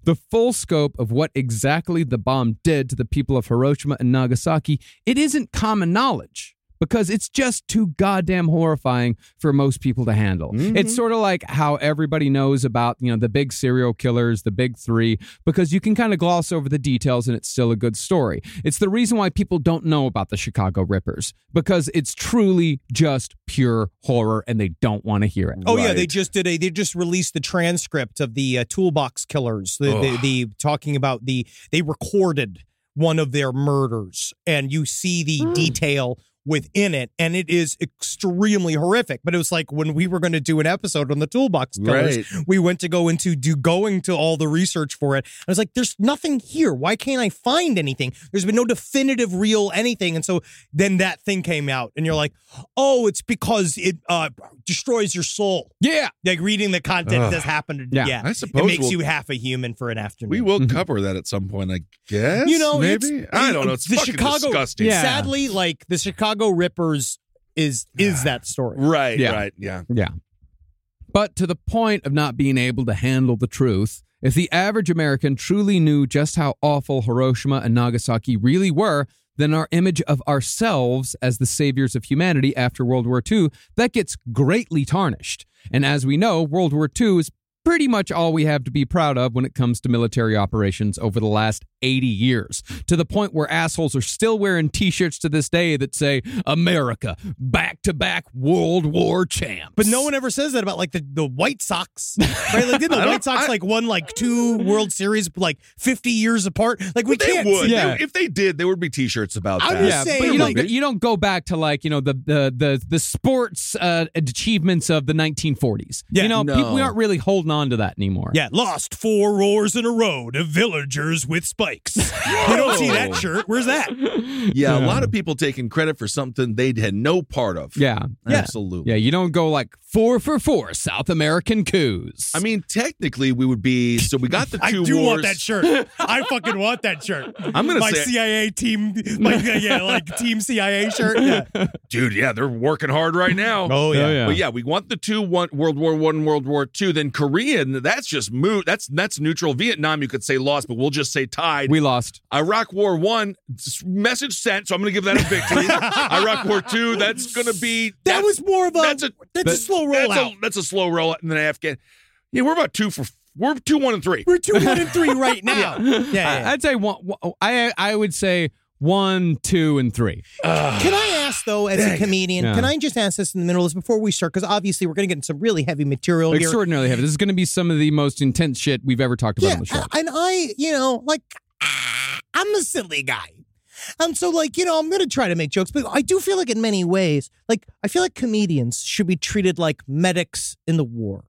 [SPEAKER 7] the full scope of what exactly the bomb did to the people of Hiroshima and Nagasaki, it isn't common knowledge. because it's just too goddamn horrifying for most people to handle. It's sort of like how everybody knows about, you know, the big serial killers, the big 3 because you can kind of gloss over the details and it's still a good story. It's the reason why people don't know about the Chicago Rippers because it's truly just pure horror and they don't want to hear it.
[SPEAKER 5] Oh yeah, they just did a. They just released the transcript of the uh, Toolbox Killers. The, the the talking about the they recorded one of their murders, and you see the
[SPEAKER 7] Mm.
[SPEAKER 5] detail within it, and it is extremely horrific. But it was like when we were going to do an episode on the Toolbox Killers, we went to go into do going to all the research for it. I was like, there's nothing here. Why can't I find anything? There's been no definitive real anything. And so then that thing came out, and you're like, oh, it's because it uh, destroys your soul.
[SPEAKER 7] Yeah.
[SPEAKER 5] Like reading the content that's happened.
[SPEAKER 7] Yeah,
[SPEAKER 5] Yeah,
[SPEAKER 6] I
[SPEAKER 5] it
[SPEAKER 6] suppose
[SPEAKER 5] makes
[SPEAKER 6] we'll-
[SPEAKER 5] you half a human for an afternoon.
[SPEAKER 6] We will cover that at some point, I guess.
[SPEAKER 5] You know, it's-
[SPEAKER 6] maybe I don't know. It's
[SPEAKER 5] the
[SPEAKER 6] fucking
[SPEAKER 5] Chicago.
[SPEAKER 6] disgusting.
[SPEAKER 7] Yeah.
[SPEAKER 5] Sadly, like the Chicago Rippers is is that story.
[SPEAKER 6] Right.
[SPEAKER 7] Yeah.
[SPEAKER 6] Right. Yeah.
[SPEAKER 7] Yeah. But to the point of not being able to handle the truth, if the average American truly knew just how awful Hiroshima and Nagasaki really were, then our image of ourselves as the saviors of humanity after World War II, that gets greatly tarnished. And as we know, World War II is pretty much all we have to be proud of when it comes to military operations over the last 80 years, to the point where assholes are still wearing t shirts to this day that say, America, back to back World War champs.
[SPEAKER 5] But no one ever says that about like the, the White Sox. Right? Like did the White Sox like won like two World Series like fifty years apart? Like we
[SPEAKER 6] They
[SPEAKER 5] can't
[SPEAKER 6] would.
[SPEAKER 5] see-
[SPEAKER 7] Yeah.
[SPEAKER 6] They- if they did, there would be T-shirts about
[SPEAKER 5] I'm
[SPEAKER 6] that.
[SPEAKER 5] just
[SPEAKER 7] yeah,
[SPEAKER 5] saying,
[SPEAKER 7] but you don't
[SPEAKER 5] like-
[SPEAKER 7] you don't go back to like you know the the the the sports uh, achievements of the 1940s.
[SPEAKER 5] Yeah,
[SPEAKER 7] you know,
[SPEAKER 6] no.
[SPEAKER 7] people we aren't really holding on to that anymore.
[SPEAKER 5] Yeah, lost four roars in a row to villagers with spikes. you don't see
[SPEAKER 6] Oh.
[SPEAKER 5] that shirt. Where's that?
[SPEAKER 6] Yeah, a lot of people taking credit for something they had no part of.
[SPEAKER 7] yeah,
[SPEAKER 6] absolutely.
[SPEAKER 7] yeah. You don't go like four for four South American coups.
[SPEAKER 6] I mean, technically, we would be. So we got the two
[SPEAKER 5] I do
[SPEAKER 6] wars.
[SPEAKER 5] want that shirt. I fucking want that shirt.
[SPEAKER 6] I'm gonna
[SPEAKER 5] my
[SPEAKER 6] say-
[SPEAKER 5] CIA team, my yeah, like team CIA shirt. Yeah.
[SPEAKER 6] dude. Yeah, they're working hard right now.
[SPEAKER 5] Oh yeah.
[SPEAKER 6] But yeah, we want the two one World War One, and World War Two. Then Korean, that's just moot. That's that's neutral. Vietnam, you could say lost, but we'll just say tied.
[SPEAKER 7] we lost.
[SPEAKER 6] Iraq War One s- message sent, so I'm going to give that a victory. Iraq War Two, that's going to be
[SPEAKER 5] That was more of a
[SPEAKER 6] that's
[SPEAKER 5] that's
[SPEAKER 6] a-
[SPEAKER 5] a,
[SPEAKER 6] that's-
[SPEAKER 5] slow
[SPEAKER 6] that's
[SPEAKER 5] rollout.
[SPEAKER 6] a, that's a slow rollout. And then Afghan, yeah, we're about two for we're two one and three.
[SPEAKER 5] We're two one and three right now. yeah.
[SPEAKER 7] I, would say one. one- I I would say one, two, and three.
[SPEAKER 5] Can I ask though, as a comedian,
[SPEAKER 7] Yeah.
[SPEAKER 5] can I just ask this in the middle of this before we start? Because obviously we're going to get into some really heavy material here.
[SPEAKER 7] Extraordinarily heavy. This is going to be some of the most intense shit we've ever talked about
[SPEAKER 5] yeah,
[SPEAKER 7] on the show.
[SPEAKER 5] and I, you know, like ah, I'm a silly guy. And so, like, you know, I'm going to try to make jokes, but I do feel like in many ways, like, I feel like comedians should be treated like medics in the war.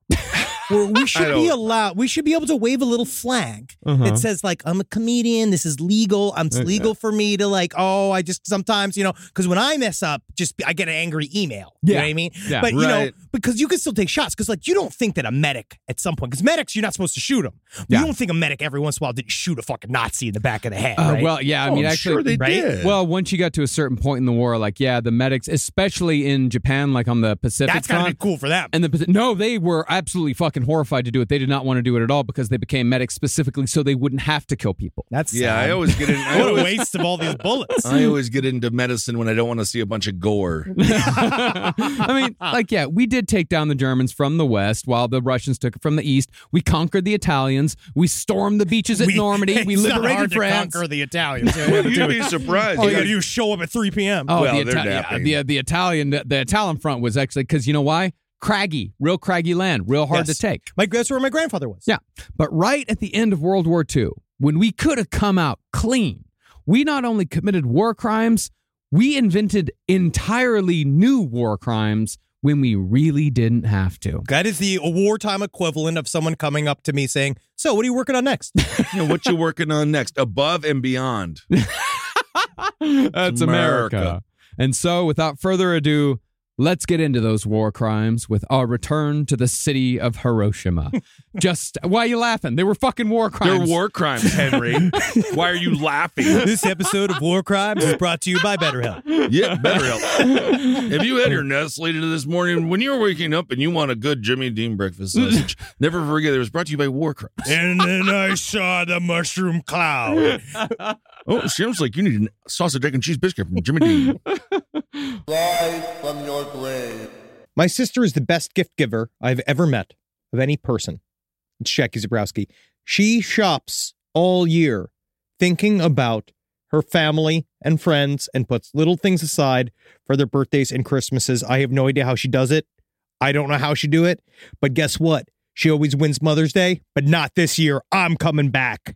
[SPEAKER 5] Where we should be
[SPEAKER 6] don't-
[SPEAKER 5] allowed, we should be able to wave a little flag
[SPEAKER 7] Uh-huh.
[SPEAKER 5] that says, like, I'm a comedian. This is legal. Um, it's legal for me to, like, oh, I just sometimes, you know, because when I mess up, just I get an angry email. You know
[SPEAKER 7] Yeah.
[SPEAKER 5] what I mean?
[SPEAKER 7] Yeah,
[SPEAKER 5] but, you know,
[SPEAKER 6] right.
[SPEAKER 5] because you can still take shots. Because, like, you don't think that a medic at some point, because medics, you're not supposed to shoot them.
[SPEAKER 7] Yeah.
[SPEAKER 5] You don't think a medic every once in a while didn't shoot a fucking Nazi in the back of the head,
[SPEAKER 7] Uh,
[SPEAKER 5] right?
[SPEAKER 7] well, yeah. I
[SPEAKER 6] Oh,
[SPEAKER 7] mean,
[SPEAKER 6] I'm
[SPEAKER 7] actually,
[SPEAKER 6] sure they
[SPEAKER 5] right?
[SPEAKER 6] did.
[SPEAKER 7] Well, once you got to a certain point in the war, like yeah, the medics, especially in Japan, like on the Pacific
[SPEAKER 5] that's gotta
[SPEAKER 7] front,
[SPEAKER 5] be cool for them.
[SPEAKER 7] and the Paci- no, they were absolutely fucking horrified to do it. They did not want to do it at all because they became medics specifically so they wouldn't have to kill people.
[SPEAKER 5] that's
[SPEAKER 6] yeah,
[SPEAKER 5] sad.
[SPEAKER 6] I always get in. I
[SPEAKER 5] what a
[SPEAKER 6] always,
[SPEAKER 5] waste of all these bullets.
[SPEAKER 6] I always get into medicine when I don't want to see a bunch of gore.
[SPEAKER 7] I mean, like yeah, we did take down the Germans from the west, while the Russians took it from the east. We conquered the Italians. We stormed the beaches at
[SPEAKER 5] We-
[SPEAKER 7] Normandy. We
[SPEAKER 5] it's not
[SPEAKER 7] liberated
[SPEAKER 5] hard
[SPEAKER 7] France.
[SPEAKER 5] To conquer the Italians.
[SPEAKER 6] You'd be surprised.
[SPEAKER 5] Oh,
[SPEAKER 6] You
[SPEAKER 5] yeah,
[SPEAKER 6] gotta-
[SPEAKER 5] you show up at 3 p.m.
[SPEAKER 7] Oh,
[SPEAKER 6] Well,
[SPEAKER 7] the,
[SPEAKER 6] they're
[SPEAKER 7] Italian, yeah,
[SPEAKER 6] napping.
[SPEAKER 7] the the Italian the Italian front was actually because you know why craggy, real craggy land, real hard
[SPEAKER 5] Yes.
[SPEAKER 7] to take.
[SPEAKER 5] my, that's where my grandfather was.
[SPEAKER 7] Yeah. But right at the end of World War II, when we could have come out clean, we not only committed war crimes, we invented entirely new war crimes when we really didn't have to.
[SPEAKER 5] That is the wartime equivalent of someone coming up to me saying, So, what are you working on next?
[SPEAKER 6] you know, what you working on next? Above and beyond.
[SPEAKER 7] That's
[SPEAKER 6] America.
[SPEAKER 7] And so, without further ado, let's get into those war crimes with our return to the city of Hiroshima. Just why are you laughing? They were fucking war crimes.
[SPEAKER 6] They're war crimes, Henry. Why are you laughing?
[SPEAKER 5] this episode of War Crimes is brought to you by BetterHelp.
[SPEAKER 6] Yeah, better help. if you had your nuts later this morning, when you're waking up and you want a good Jimmy Dean breakfast sausage, never forget it was brought to you by War Crimes.
[SPEAKER 5] And then I saw the mushroom cloud.
[SPEAKER 6] Oh, it sounds like you need a sausage, egg, and cheese biscuit from Jimmy Dean.
[SPEAKER 5] My sister is the best gift giver I've ever met of any person. It's Jackie Zabrowski. She shops all year thinking about her family and friends and puts little things aside for their birthdays and Christmases. I have no idea how she does it. I don't know how she do it, but guess what? She always wins Mother's Day, but not this year. I'm coming back.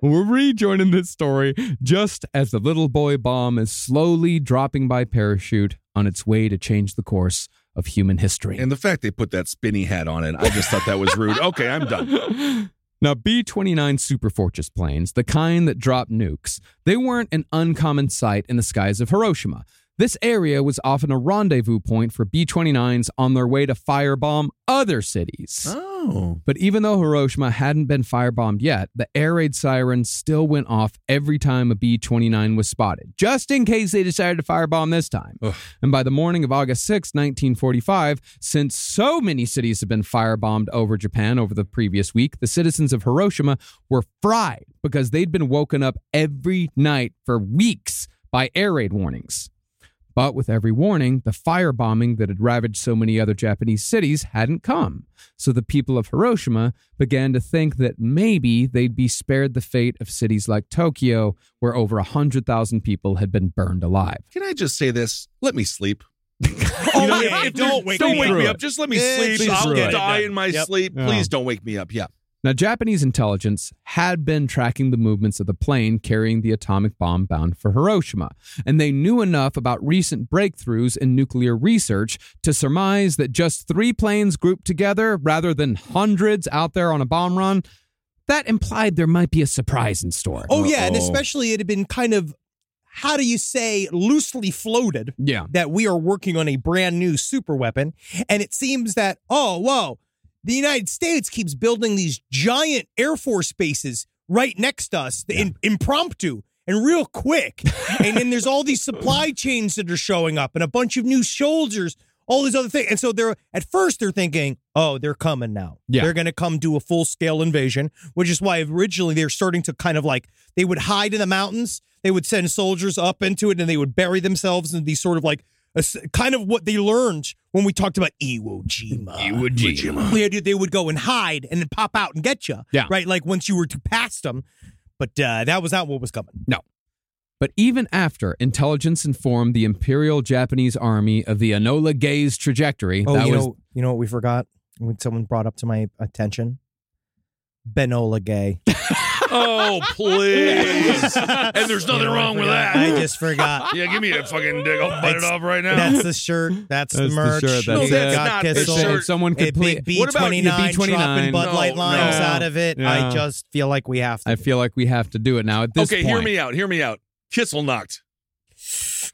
[SPEAKER 7] We're rejoining this story just as the little boy bomb is slowly dropping by parachute on its way to change the course of human history.
[SPEAKER 6] And the fact they put that spinny hat on it, I just thought that was rude. Okay, I'm done.
[SPEAKER 7] Now, B 29 Superfortress planes, the kind that drop nukes, they weren't an uncommon sight in the skies of Hiroshima. This area was often a rendezvous point for B 29s on their way to firebomb other cities.
[SPEAKER 6] Oh.
[SPEAKER 7] But even though Hiroshima hadn't been firebombed yet, the air raid siren still went off every time a B 29 was spotted, just in case they decided to firebomb this time. And by the morning of August 6, 1945, since so many cities had been firebombed over Japan over the previous week, the citizens of Hiroshima were fried because they'd been woken up every night for weeks by air raid warnings. But with every warning, the firebombing that had ravaged so many other Japanese cities hadn't come. So the people of Hiroshima began to think that maybe they'd be spared the fate of cities like Tokyo, where over 100,000 people had been burned alive.
[SPEAKER 6] Can I just say this? Let me sleep.
[SPEAKER 5] Oh,
[SPEAKER 6] know,
[SPEAKER 5] yeah,
[SPEAKER 6] if
[SPEAKER 5] don't
[SPEAKER 6] there's-
[SPEAKER 5] wake
[SPEAKER 6] don't
[SPEAKER 5] me
[SPEAKER 6] wake
[SPEAKER 5] up.
[SPEAKER 6] me up. Just let me
[SPEAKER 5] Yeah,
[SPEAKER 6] sleep.
[SPEAKER 5] please
[SPEAKER 6] I'll
[SPEAKER 5] do it.
[SPEAKER 6] die in my
[SPEAKER 5] Yep.
[SPEAKER 6] sleep.
[SPEAKER 7] Yeah.
[SPEAKER 6] Please don't wake me up. Yeah.
[SPEAKER 7] Now, Japanese intelligence had been tracking the movements of the plane carrying the atomic bomb bound for Hiroshima, and they knew enough about recent breakthroughs in nuclear research to surmise that just three planes grouped together rather than hundreds out there on a bomb run. That implied there might be a surprise in store.
[SPEAKER 5] Oh, yeah. And
[SPEAKER 6] Uh-oh.
[SPEAKER 5] especially it had been kind of, how do you say, loosely floated
[SPEAKER 7] Yeah.
[SPEAKER 5] that we are working on a brand new super weapon. And it seems that, oh, whoa, the United States keeps building these giant Air Force bases right next to us, in, impromptu and real quick. and then there's all these supply chains that are showing up and a bunch of new soldiers. All these other things. And so they're at first they're thinking, oh, they're coming now.
[SPEAKER 7] Yeah.
[SPEAKER 5] They're gonna come do a full scale invasion, which is why originally they're starting to kind of like they would hide in the mountains, they would send soldiers up into it, and they would bury themselves in these sort of like It's kind of what they learned when we talked about Iwo Jima. Iwo Jima. Yeah, dude, they would go and hide and then pop out and get you.
[SPEAKER 7] Yeah.
[SPEAKER 5] Right? Like once you were too past them. But uh, that was not what was coming.
[SPEAKER 7] But even after intelligence informed the Imperial Japanese Army of the Enola Gay's trajectory,
[SPEAKER 5] Oh,
[SPEAKER 7] that
[SPEAKER 5] you,
[SPEAKER 7] was
[SPEAKER 5] know, you know what we forgot? When someone brought up to my attention? Benola Gay.
[SPEAKER 6] Oh, please. and there's nothing wrong with that.
[SPEAKER 5] I just forgot.
[SPEAKER 6] yeah, give me a fucking dick. I'll bite it
[SPEAKER 5] It's-
[SPEAKER 6] off right now.
[SPEAKER 5] That's the shirt. That's,
[SPEAKER 7] That's
[SPEAKER 5] the
[SPEAKER 7] the
[SPEAKER 5] merch.
[SPEAKER 7] shirt, that's
[SPEAKER 6] No, that's it. not the
[SPEAKER 5] Kissel.
[SPEAKER 6] shirt.
[SPEAKER 7] if someone could
[SPEAKER 5] It
[SPEAKER 7] play,
[SPEAKER 5] big B
[SPEAKER 6] What about
[SPEAKER 5] twenty
[SPEAKER 6] you,
[SPEAKER 5] nine
[SPEAKER 7] B29?
[SPEAKER 5] dropping Bud
[SPEAKER 6] No,
[SPEAKER 5] Light
[SPEAKER 6] no.
[SPEAKER 5] lines out of it.
[SPEAKER 7] Yeah.
[SPEAKER 5] I just feel like we have to.
[SPEAKER 7] I feel like we have to do it now. At this
[SPEAKER 6] okay,
[SPEAKER 7] point,
[SPEAKER 6] hear me out. Hear me out. Kissel knocked.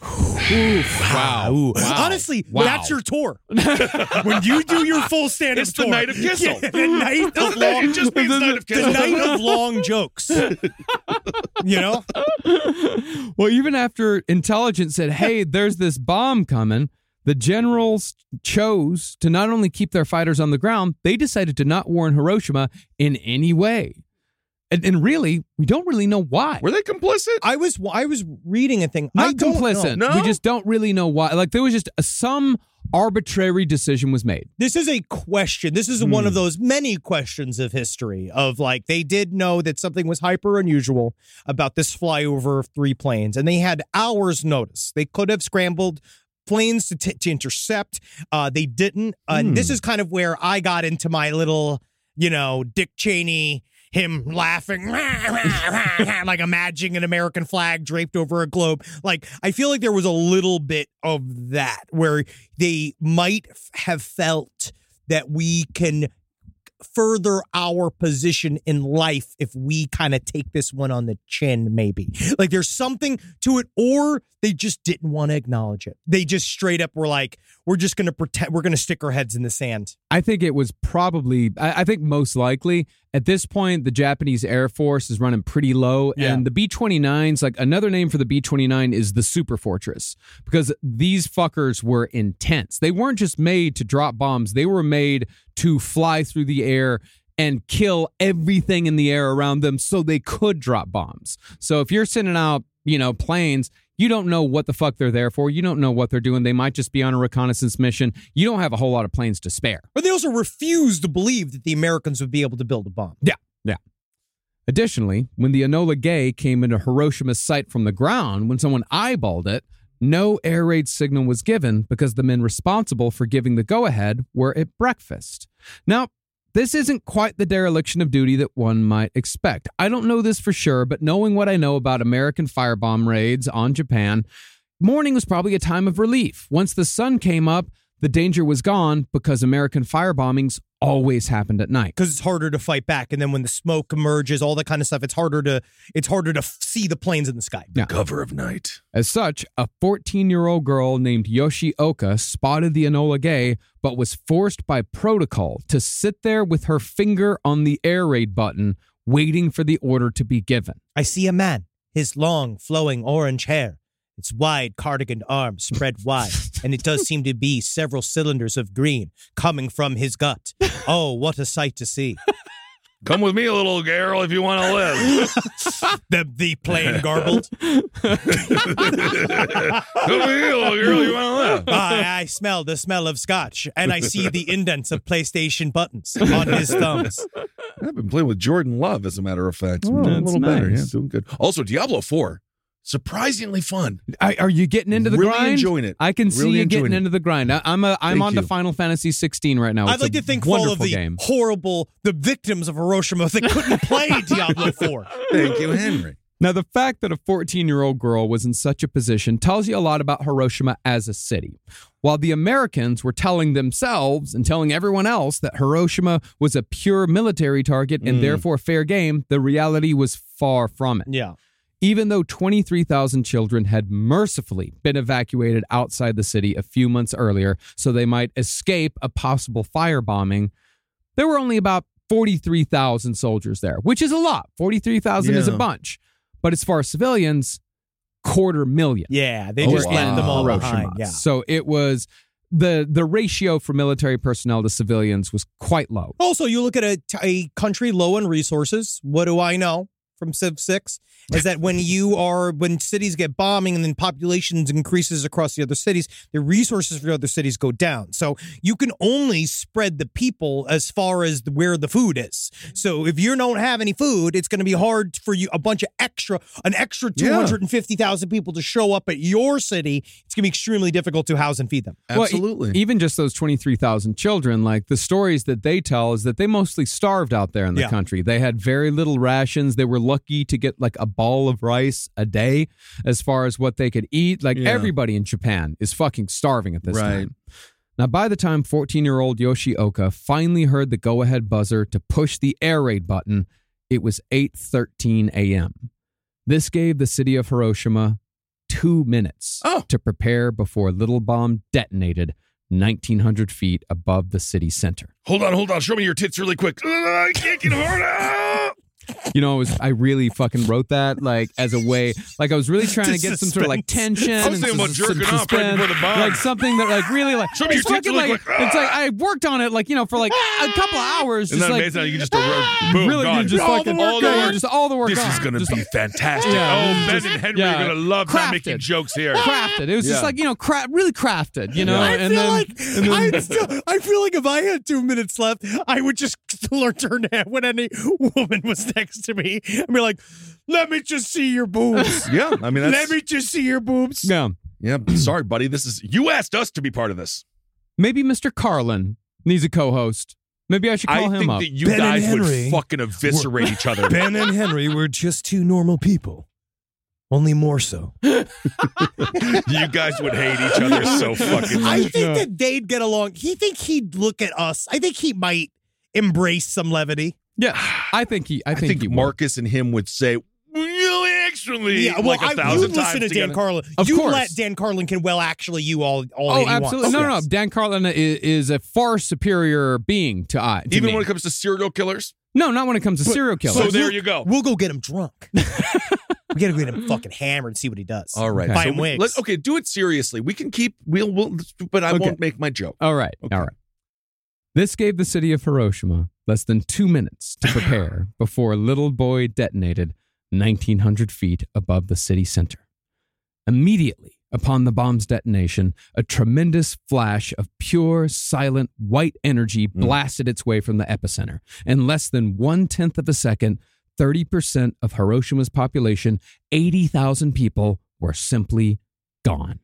[SPEAKER 7] Wow.
[SPEAKER 5] Ah, Ooh.
[SPEAKER 7] Wow.
[SPEAKER 5] Honestly,
[SPEAKER 7] Wow.
[SPEAKER 5] that's your tour. when you do your full stand-up
[SPEAKER 6] It's the
[SPEAKER 5] tour,
[SPEAKER 6] night of Kissel.
[SPEAKER 5] Yeah, the night of
[SPEAKER 6] Doesn't that-
[SPEAKER 5] long,
[SPEAKER 6] it just means
[SPEAKER 5] the,
[SPEAKER 6] night of
[SPEAKER 5] the
[SPEAKER 6] Kissel.
[SPEAKER 5] night of long jokes. you know,
[SPEAKER 7] well, even after intelligence said, hey, there's this bomb coming, the generals chose to not only keep their fighters on the ground, they decided to not warn Hiroshima in any way. And, and really, we don't really know why.
[SPEAKER 6] Were they complicit?
[SPEAKER 5] I was I was reading a thing. I
[SPEAKER 7] not
[SPEAKER 5] don't know.
[SPEAKER 7] complicit.
[SPEAKER 6] know.
[SPEAKER 7] We
[SPEAKER 6] No?
[SPEAKER 7] just don't really know why. Like, there was just a, some arbitrary decision was made.
[SPEAKER 5] This is a question. This is one of those many questions of history of like they did know that something was hyper unusual about this flyover of three planes, and they had hours' notice. They could have scrambled planes to, t- to intercept. Uh, they didn't. And this is kind of where I got into my little, you know, Dick Cheney. Him laughing, like imagining an American flag draped over a globe. Like, I feel like there was a little bit of that where they might f- have felt that we can further our position in life if we kind of take this one on the chin maybe like there's something to it or they just didn't want to acknowledge it they just straight up were like we're just gonna pretend we're gonna stick our heads in the sand
[SPEAKER 7] I think it was probably, I, I think most likely at this point, the Japanese Air Force is running pretty low.
[SPEAKER 5] Yeah.
[SPEAKER 7] And the B 29s, like another name for the B 29 is the Super Fortress because these fuckers were intense. They weren't just made to drop bombs, they were made to fly through the air and kill everything in the air around them so they could drop bombs. So if you're sending out, you know, planes, you don't know what the fuck they're there for. You don't know what they're doing. They might just be on a reconnaissance mission. You don't have a whole lot of planes to spare.
[SPEAKER 5] but they also refused to believe that the americans would be able to build a bomb
[SPEAKER 7] Additionally, when the Enola Gay came into Hiroshima's sight from the ground, when someone eyeballed it, no air raid signal was given because the men responsible for giving the go ahead were at breakfast. Now, this isn't quite the dereliction of duty that one might expect. I don't know this for sure, but knowing what I know about American firebomb raids on Japan, morning was probably a time of relief. Once the sun came up, the danger was gone because American firebombings always happened at night.
[SPEAKER 5] because it's harder to fight back and then when the smoke emerges all that kind of stuff it's harder to it's harder to f- see the planes in the sky
[SPEAKER 6] Cover of night.
[SPEAKER 7] As such, a 14 year old girl named Yoshi Oka spotted the Enola Gay, but was forced by protocol to sit there with her finger on the air raid button, waiting for the order to be given.
[SPEAKER 5] I see a man, his long, flowing orange hair, its wide cardigan arms spread wide, and it does seem to be several cylinders of green coming from his gut. Oh, what a sight to see.
[SPEAKER 6] Come with me, little girl, if you want to live.
[SPEAKER 5] The, the plain garbled.
[SPEAKER 6] Come with me, little girl, you want to live.
[SPEAKER 5] I, I smell the smell of scotch, and I see the indents of PlayStation buttons on his thumbs.
[SPEAKER 6] I've been playing with Jordan Love, as a matter of fact.
[SPEAKER 7] Oh,
[SPEAKER 6] a
[SPEAKER 7] that's
[SPEAKER 6] little better.
[SPEAKER 7] nice.
[SPEAKER 6] Yeah, doing good. Also, Diablo 4. Surprisingly fun.
[SPEAKER 7] I, are you getting into the
[SPEAKER 6] Really
[SPEAKER 7] grind?
[SPEAKER 6] enjoying it.
[SPEAKER 7] I can see
[SPEAKER 6] Really
[SPEAKER 7] you
[SPEAKER 6] enjoying
[SPEAKER 7] getting
[SPEAKER 6] it.
[SPEAKER 7] into the grind. I, I'm a, I'm
[SPEAKER 6] Thank
[SPEAKER 7] on to
[SPEAKER 6] you.
[SPEAKER 7] Final Fantasy 16 right now.
[SPEAKER 5] I'd
[SPEAKER 7] Oh, It's
[SPEAKER 5] like
[SPEAKER 7] a
[SPEAKER 5] to thank for all
[SPEAKER 7] wonderful
[SPEAKER 5] of the
[SPEAKER 7] game.
[SPEAKER 5] horrible, the victims of Hiroshima that couldn't play Diablo 4.
[SPEAKER 6] Thank you, Henry.
[SPEAKER 7] Now, the fact that a 14 year old girl was in such a position tells you a lot about Hiroshima as a city. While the Americans were telling themselves and telling everyone else that Hiroshima was a pure military target and therefore fair game, the reality was far from it.
[SPEAKER 5] Yeah.
[SPEAKER 7] Even though 23,000 children had mercifully been evacuated outside the city a few months earlier so they might escape a possible firebombing, there were only about 43,000 soldiers there, which is a lot. 43,000 is a
[SPEAKER 6] Yeah.
[SPEAKER 7] bunch. But as far as civilians, quarter million.
[SPEAKER 5] Yeah, they
[SPEAKER 6] Oh,
[SPEAKER 5] just
[SPEAKER 6] wow.
[SPEAKER 5] left them all
[SPEAKER 6] Hiroshima.
[SPEAKER 5] behind. Yeah.
[SPEAKER 7] So it was the the ratio for military personnel to civilians was quite low.
[SPEAKER 5] Also, you look at a, a country low in resources. What do I know? from Civ Six is that when you are when cities get bombing and then populations increases across the other cities, the resources for other cities go down. So you can only spread the people as far as the, where the food is. So if you don't have any food, it's going to be hard for you a bunch of extra an extra two
[SPEAKER 6] Yeah.
[SPEAKER 5] hundred and fifty thousand people to show up at your city. It's going to be extremely difficult to house and feed them.
[SPEAKER 7] Well, e-
[SPEAKER 6] Absolutely.
[SPEAKER 7] even just those 23,000 children, like the stories that they tell is that they mostly starved out there in the
[SPEAKER 5] Yeah.
[SPEAKER 7] country. They had very little rations. They were lucky to get like a ball of rice a day as far as what they could eat. Like
[SPEAKER 6] Yeah.
[SPEAKER 7] everybody in Japan is fucking starving at this
[SPEAKER 6] Right.
[SPEAKER 7] time. Now, by the time 14 year old Yoshioka finally heard the go ahead buzzer to push the air raid button, it was 8.13 a.m. This gave the city of Hiroshima two minutes
[SPEAKER 6] Oh.
[SPEAKER 7] to prepare before Little Bomb detonated 1,900 feet above the city center.
[SPEAKER 6] hold on, hold on. Show me your tits really quick. Ugh, I can't get hard. Ah!
[SPEAKER 7] You know, it was, I really fucking wrote that like as a way, like I was really trying to
[SPEAKER 5] To
[SPEAKER 7] get some sort of like
[SPEAKER 5] suspense.
[SPEAKER 7] tension.
[SPEAKER 6] I was
[SPEAKER 7] and
[SPEAKER 6] thinking about
[SPEAKER 7] sus- some
[SPEAKER 6] jerking off right
[SPEAKER 7] suspense,
[SPEAKER 6] before the bomb.
[SPEAKER 7] Like something that like really like,
[SPEAKER 6] Show me
[SPEAKER 7] it's
[SPEAKER 6] your tits
[SPEAKER 7] fucking
[SPEAKER 6] really
[SPEAKER 7] like,
[SPEAKER 6] quick.
[SPEAKER 7] it's like I worked on it like, you know, for like a couple of hours.
[SPEAKER 6] Isn't
[SPEAKER 7] just
[SPEAKER 6] that
[SPEAKER 7] like,
[SPEAKER 6] amazing? how You can just ah! boom,
[SPEAKER 7] really
[SPEAKER 6] gone.
[SPEAKER 7] did just
[SPEAKER 6] all
[SPEAKER 7] fucking
[SPEAKER 6] the work,
[SPEAKER 7] gone.
[SPEAKER 6] gone.
[SPEAKER 7] Just all the work
[SPEAKER 6] This
[SPEAKER 7] gone.
[SPEAKER 6] is gonna
[SPEAKER 7] Just-
[SPEAKER 6] be fantastic.
[SPEAKER 7] Yeah.
[SPEAKER 6] oh, Ben and Henry
[SPEAKER 7] yeah.
[SPEAKER 6] are gonna love not making
[SPEAKER 7] Crafted.
[SPEAKER 6] jokes here.
[SPEAKER 7] crafted. It was just
[SPEAKER 6] Yeah.
[SPEAKER 7] like you know, cra- really crafted. You know,
[SPEAKER 6] Yeah. I
[SPEAKER 7] and then, and then-
[SPEAKER 5] I'd still, I feel like if I had two minutes left, I would just learn turn to when any woman was next to me and be like, "Let me just see your boobs.
[SPEAKER 6] Yeah, I mean,
[SPEAKER 5] Let
[SPEAKER 6] that's,
[SPEAKER 5] me just see your boobs."
[SPEAKER 7] yeah,
[SPEAKER 6] yeah. Sorry, buddy. This is you asked us to be part of this.
[SPEAKER 7] maybe Mr. Carlin needs a co-host. Maybe I should
[SPEAKER 6] I
[SPEAKER 7] call
[SPEAKER 6] think
[SPEAKER 7] him up.
[SPEAKER 6] that you
[SPEAKER 5] Ben and
[SPEAKER 6] guys would
[SPEAKER 5] Henry
[SPEAKER 6] fucking eviscerate each other.
[SPEAKER 5] Ben and Henry were just two normal people, only more so.
[SPEAKER 6] you guys would hate each other so fucking
[SPEAKER 5] I
[SPEAKER 6] much.
[SPEAKER 5] think that they'd get along. He think he'd look at us. I think he might embrace some levity.
[SPEAKER 7] yeah, I think he. I
[SPEAKER 6] I
[SPEAKER 7] think,
[SPEAKER 6] think
[SPEAKER 7] he would.
[SPEAKER 6] Marcus and him would say, "Really, actually, like a
[SPEAKER 5] I, you
[SPEAKER 6] thousand
[SPEAKER 5] listen
[SPEAKER 6] times."
[SPEAKER 5] to Dan
[SPEAKER 6] together.
[SPEAKER 5] Carlin.
[SPEAKER 7] Of
[SPEAKER 5] you
[SPEAKER 7] course.
[SPEAKER 5] let Dan Carlin can well actually you all all
[SPEAKER 7] Oh,
[SPEAKER 5] he wants.
[SPEAKER 7] absolutely! No, no, no.
[SPEAKER 5] Yes.
[SPEAKER 7] Dan Carlin i- is, a far superior being to I. to
[SPEAKER 6] Even
[SPEAKER 7] me.
[SPEAKER 6] when it comes to serial killers,
[SPEAKER 7] no, not when it comes to serial killers.
[SPEAKER 6] so there you go.
[SPEAKER 5] We'll go get him drunk. we gotta go get him fucking hammered and see what he does.
[SPEAKER 6] All right.
[SPEAKER 5] Buy
[SPEAKER 6] So
[SPEAKER 5] him
[SPEAKER 6] we-
[SPEAKER 5] wigs.
[SPEAKER 6] Let, okay, do it seriously. We can keep. We'll. we'll but I
[SPEAKER 7] Okay.
[SPEAKER 6] won't make my joke.
[SPEAKER 7] All right.
[SPEAKER 6] Okay.
[SPEAKER 7] All right. This gave the city of Hiroshima less than two minutes to prepare before Little Boy detonated 1,900 feet above the city center. Immediately upon the bomb's detonation, a tremendous flash of pure, silent, white energy blasted its way from the epicenter. In less than one tenth of a second, 30% of Hiroshima's population, 80,000 people, were simply gone.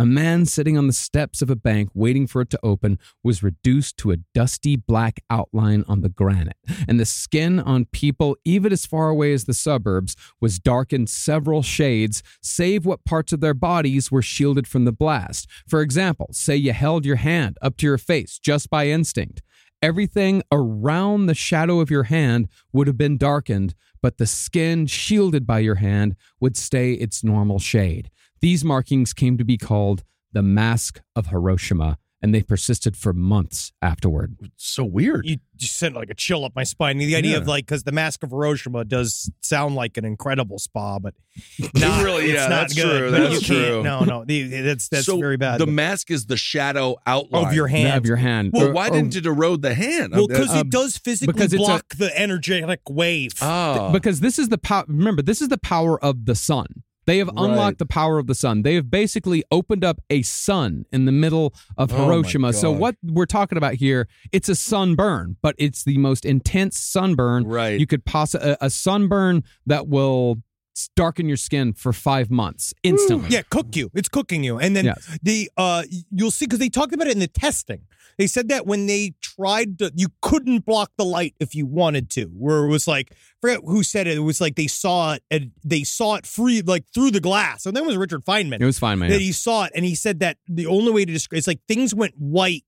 [SPEAKER 7] A man sitting on the steps of a bank waiting for it to open was reduced to a dusty black outline on the granite, and the skin on people, even as far away as the suburbs, was darkened several shades, save what parts of their bodies were shielded from the blast. For example, say you held your hand up to your face just by instinct. Everything around the shadow of your hand would have been darkened, but the skin shielded by your hand would stay its normal shade. These markings came to be called the Mask of Hiroshima, and they persisted for months afterward.
[SPEAKER 6] So weird.
[SPEAKER 5] You just sent like a chill up my spine. The idea of
[SPEAKER 6] Yeah.
[SPEAKER 5] like because the Mask of Hiroshima does sound like an incredible spa, but
[SPEAKER 6] It
[SPEAKER 5] not,
[SPEAKER 6] really-
[SPEAKER 5] it's
[SPEAKER 6] yeah,
[SPEAKER 5] not
[SPEAKER 6] that's
[SPEAKER 5] good. No,
[SPEAKER 6] true. That's
[SPEAKER 5] you can't.
[SPEAKER 6] true.
[SPEAKER 5] No, no, the- that's that's
[SPEAKER 6] So
[SPEAKER 5] very bad.
[SPEAKER 6] The mask is the shadow outline
[SPEAKER 5] of your hand.
[SPEAKER 7] Of your hand.
[SPEAKER 6] Well,
[SPEAKER 7] Or-
[SPEAKER 6] why
[SPEAKER 7] or-
[SPEAKER 6] didn't it erode the um, hand?
[SPEAKER 5] Well, because
[SPEAKER 7] Uh,
[SPEAKER 5] it does physically
[SPEAKER 7] because it's a-
[SPEAKER 5] block the energetic wave.
[SPEAKER 6] oh,
[SPEAKER 7] because this is the power. Remember, this is the power of the sun. They have
[SPEAKER 6] Right.
[SPEAKER 7] unlocked the power of the sun. They have basically opened up a sun in the middle of
[SPEAKER 6] Oh my
[SPEAKER 7] Hiroshima. so
[SPEAKER 6] God.
[SPEAKER 7] what we're talking about here, it's a sunburn, but it's the most intense sunburn
[SPEAKER 6] Right.
[SPEAKER 7] you could possibly a, a sunburn that will darken your skin for five months instantly.
[SPEAKER 5] Yeah, cook you. It's cooking you. And then
[SPEAKER 7] Yes.
[SPEAKER 5] the uh you'll see because they talked about it in the testing. They said that when they tried to you couldn't block the light if you wanted to, where it was like I forget who said it. It was like they saw it and they saw it free like through the glass. And that was Richard Feynman.
[SPEAKER 7] It was fine, man.
[SPEAKER 5] that he saw it and he said that the only way to describe it's like things went white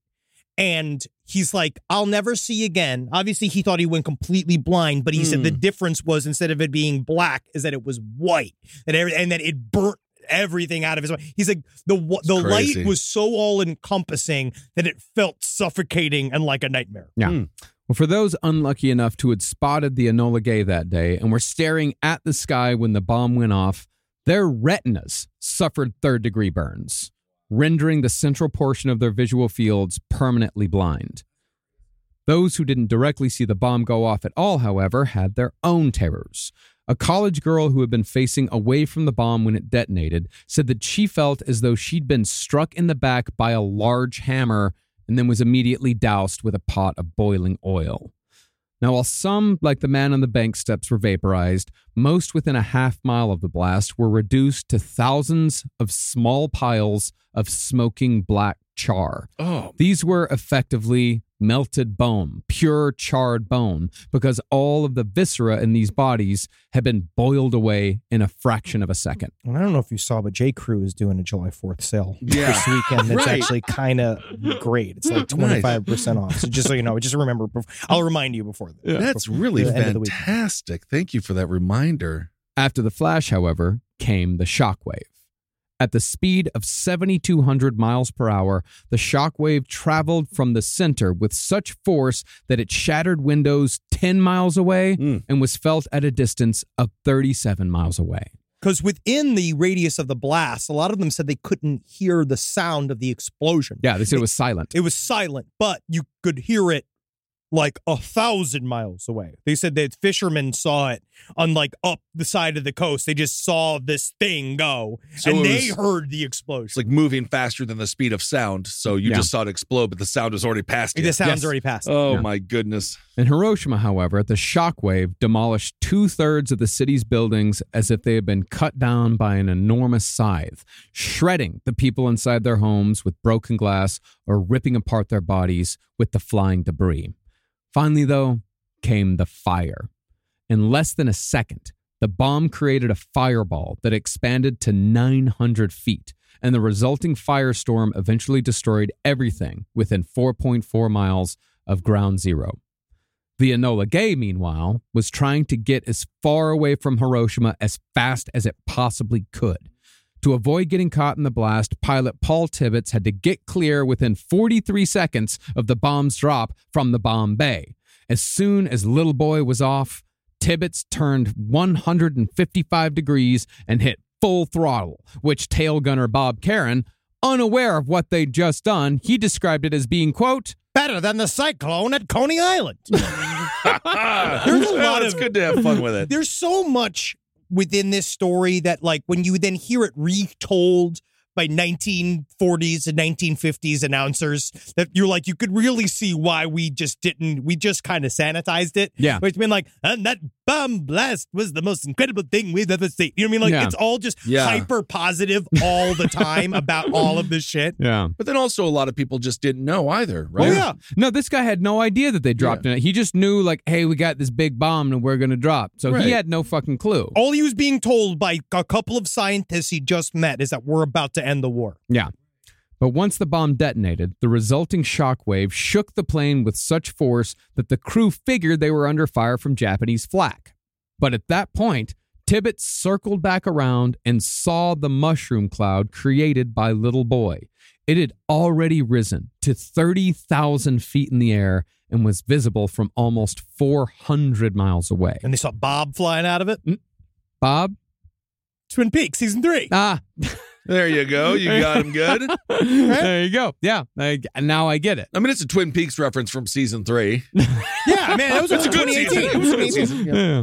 [SPEAKER 5] and he's like i'll never see again obviously he thought he went completely blind but he said the difference was instead of it being black is that it was white and, every, and that it burnt everything out of his mind he's like the wa- the
[SPEAKER 6] crazy.
[SPEAKER 5] light was so all encompassing that it felt suffocating and like a nightmare
[SPEAKER 7] Yeah.
[SPEAKER 6] Hmm.
[SPEAKER 7] Well, for those unlucky enough to had spotted the Enola Gay that day and were staring at the sky when the bomb went off, their retinas suffered third degree burns, rendering the central portion of their visual fields permanently blind. Those who didn't directly see the bomb go off at all, however, had their own terrors. A college girl who had been facing away from the bomb when it detonated said that she felt as though she'd been struck in the back by a large hammer and then was immediately doused with a pot of boiling oil. Now, while some, like the man on the bank steps, were vaporized, most within a half mile of the blast were reduced to thousands of small piles of smoking black char.
[SPEAKER 6] Oh,
[SPEAKER 7] These were effectively melted bone, pure charred bone, because all of the viscera in these bodies had been boiled away in a fraction of a second.
[SPEAKER 5] And I don't know if you saw, but J. Crew is doing a July 4th sale
[SPEAKER 6] Yeah.
[SPEAKER 5] this weekend. That's
[SPEAKER 6] Right.
[SPEAKER 5] actually kind of great. It's like
[SPEAKER 6] Nice.
[SPEAKER 5] 25% off. So just so you know, just remember, bef- I'll remind you before. The,
[SPEAKER 6] that's
[SPEAKER 5] before
[SPEAKER 6] really
[SPEAKER 5] the end of the week.
[SPEAKER 6] fantastic. Thank you for that reminder.
[SPEAKER 7] After the flash, however, came the shockwave. At the speed of 7,200 miles per hour, the shockwave traveled from the center with such force that it shattered windows 10 miles away
[SPEAKER 6] Mm.
[SPEAKER 7] and was felt at a distance of 37 miles away.
[SPEAKER 5] Because within the radius of the blast, a lot of them said they couldn't hear the sound of the explosion.
[SPEAKER 7] Yeah, they said it was silent.
[SPEAKER 5] It was silent, but you could hear it like a thousand miles away. They said that fishermen saw it on like up the side of the coast. They just saw this thing go
[SPEAKER 6] So
[SPEAKER 5] and
[SPEAKER 6] it
[SPEAKER 5] they
[SPEAKER 6] was-
[SPEAKER 5] heard the explosion.
[SPEAKER 6] It's like moving faster than the speed of sound. So you
[SPEAKER 7] Yeah.
[SPEAKER 6] just saw it explode, but the sound was already past you.
[SPEAKER 5] the sound's
[SPEAKER 7] Yes.
[SPEAKER 5] already passed.
[SPEAKER 6] Oh
[SPEAKER 7] Yeah.
[SPEAKER 6] my goodness.
[SPEAKER 7] In Hiroshima, however, the shockwave demolished two thirds of the city's buildings as if they had been cut down by an enormous scythe, shredding the people inside their homes with broken glass or ripping apart their bodies with the flying debris. Finally, though, came the fire. In less than a second, the bomb created a fireball that expanded to 900 feet, and the resulting firestorm eventually destroyed everything within 4.4 miles of ground zero. The Enola Gay, meanwhile, was trying to get as far away from Hiroshima as fast as it possibly could. To avoid getting caught in the blast, pilot Paul Tibbets had to get clear within 43 seconds of the bomb's drop from the bomb bay. As soon as Little Boy was off, Tibbets turned 155 degrees and hit full throttle, which tail gunner Bob Karen, unaware of what they'd just done, he described it as being, quote,
[SPEAKER 5] Better than the cyclone at Coney Island.
[SPEAKER 6] There's
[SPEAKER 5] a lot
[SPEAKER 6] It's
[SPEAKER 5] of-
[SPEAKER 6] good to have fun with it.
[SPEAKER 5] There's so much within this story that, like, when you then hear it retold by 1940s and 1950s announcers, that you're like, you could really see why we just didn't, we just kind of sanitized it.
[SPEAKER 7] Yeah.
[SPEAKER 5] But it's been like, and that bomb blast was the most incredible thing we've ever seen. You know what I mean? Like,
[SPEAKER 7] Yeah.
[SPEAKER 5] it's all just
[SPEAKER 6] Yeah.
[SPEAKER 5] hyper positive all the time about all of this shit.
[SPEAKER 7] Yeah.
[SPEAKER 6] But then also a lot of people just didn't know either, right?
[SPEAKER 5] Oh, yeah.
[SPEAKER 7] No, this guy had no idea that they dropped it. He just knew, like, hey, we got this big bomb and we're going to drop. So
[SPEAKER 6] Right.
[SPEAKER 7] he had no fucking clue.
[SPEAKER 5] All he was being told by a couple of scientists he just met is that we're about to end the war.
[SPEAKER 7] Yeah. But once the bomb detonated, the resulting shockwave shook the plane with such force that the crew figured they were under fire from Japanese flak. But at that point, Tibbet circled back around and saw the mushroom cloud created by Little Boy. It had already risen to 30,000 feet in the air and was visible from almost 400 miles away.
[SPEAKER 5] And they saw Bob flying out of it.
[SPEAKER 7] Bob?
[SPEAKER 5] Twin Peaks season three.
[SPEAKER 7] Ah,
[SPEAKER 6] There you go. You got him good.
[SPEAKER 7] there you go. Yeah, I, now I get it.
[SPEAKER 6] I mean, it's a Twin Peaks reference from season three.
[SPEAKER 5] yeah, man, that was
[SPEAKER 6] It's a good season. It was a good season.
[SPEAKER 7] Yeah.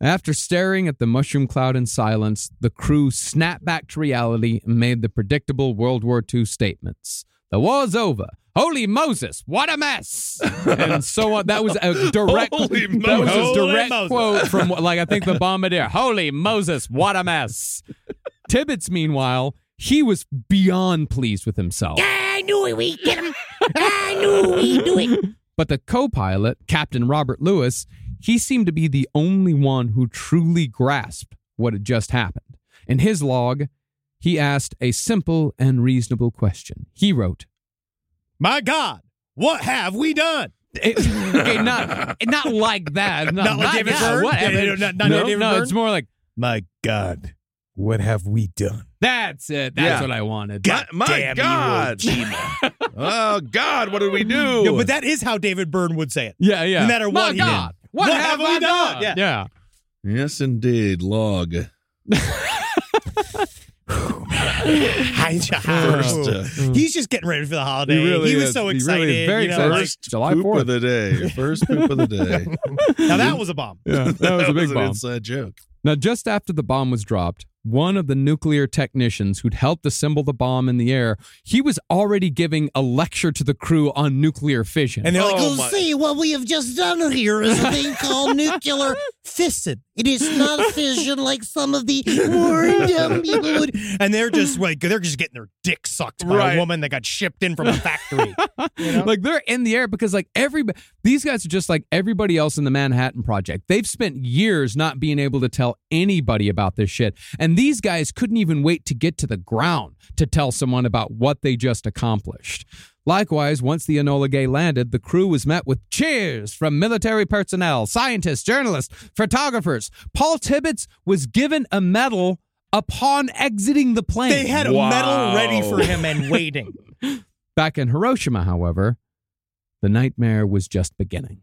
[SPEAKER 7] After staring at the mushroom cloud in silence, the crew snapped back to reality and made the predictable World War II statements. The war's over. Holy Moses, what a mess! And so on. That was a direct.
[SPEAKER 6] Holy
[SPEAKER 7] that was a
[SPEAKER 6] Moses.
[SPEAKER 7] direct
[SPEAKER 5] Holy Moses.
[SPEAKER 7] quote from like I think the bombardier. Holy Moses, what a mess! Tibbets, meanwhile, he was beyond pleased with himself.
[SPEAKER 8] I knew it. We get him. I knew we do it.
[SPEAKER 7] But the co pilot, Captain Robert Lewis, he seemed to be the only one who truly grasped what had just happened. In his log, he asked a simple and reasonable question. He wrote,
[SPEAKER 5] My God, what have we done?
[SPEAKER 7] it- "Eh, okay, not not like that. Not,
[SPEAKER 5] Not like David Byrne?
[SPEAKER 7] whatever.
[SPEAKER 5] Yeah, yeah, not- not
[SPEAKER 7] no,
[SPEAKER 5] David
[SPEAKER 7] no,
[SPEAKER 5] Byrne?
[SPEAKER 7] it's more like
[SPEAKER 5] My God, what have we done?
[SPEAKER 7] that's it. That's
[SPEAKER 6] Yeah.
[SPEAKER 7] what I wanted.
[SPEAKER 6] My, my
[SPEAKER 5] Damn you,
[SPEAKER 6] God. oh, God. What did we do?
[SPEAKER 5] Yeah, but that is how David Byrne would say it.
[SPEAKER 7] yeah, yeah.
[SPEAKER 5] No matter
[SPEAKER 7] My
[SPEAKER 5] what he
[SPEAKER 7] God,
[SPEAKER 5] did.
[SPEAKER 7] what, have, we done?
[SPEAKER 5] Yeah.
[SPEAKER 7] yeah.
[SPEAKER 6] yes, indeed. Log.
[SPEAKER 5] Hi,
[SPEAKER 6] First, uh,
[SPEAKER 5] He's just getting ready for the holiday. He,
[SPEAKER 7] really
[SPEAKER 5] was
[SPEAKER 7] is.
[SPEAKER 5] so
[SPEAKER 7] He really is
[SPEAKER 5] excited.
[SPEAKER 7] very
[SPEAKER 5] you know,
[SPEAKER 7] excited. July
[SPEAKER 6] poop
[SPEAKER 7] 4th.
[SPEAKER 6] of the day. First poop of the day.
[SPEAKER 5] like- now that was a bomb.
[SPEAKER 7] Yeah, that was a big
[SPEAKER 6] an
[SPEAKER 7] bomb.
[SPEAKER 6] inside joke.
[SPEAKER 7] Now, just after the bomb was dropped, one of the nuclear technicians who'd helped assemble the bomb in the air, he was already giving a lecture to the crew on nuclear fission.
[SPEAKER 5] And they're like,
[SPEAKER 6] Oh,
[SPEAKER 5] "You
[SPEAKER 6] my-
[SPEAKER 5] see, what we have just done here is a thing called nuclear fission. It is not fission like some of the more dumb people would." And they're just like, they're just getting their dick sucked by
[SPEAKER 6] Right.
[SPEAKER 5] a woman that got shipped in from a factory.
[SPEAKER 7] like they're in the air because like everybody these guys are just like everybody else in the Manhattan Project. They've spent years not being able to tell anybody about this shit. And these guys couldn't even wait to get to the ground to tell someone about what they just accomplished. Likewise, once the Enola Gay landed, the crew was met with cheers from military personnel, scientists, journalists, photographers. Paul Tibbets was given a medal upon exiting the plane.
[SPEAKER 5] They had a medal
[SPEAKER 6] Wow.
[SPEAKER 5] ready for him and waiting.
[SPEAKER 7] Back in Hiroshima, however, the nightmare was just beginning.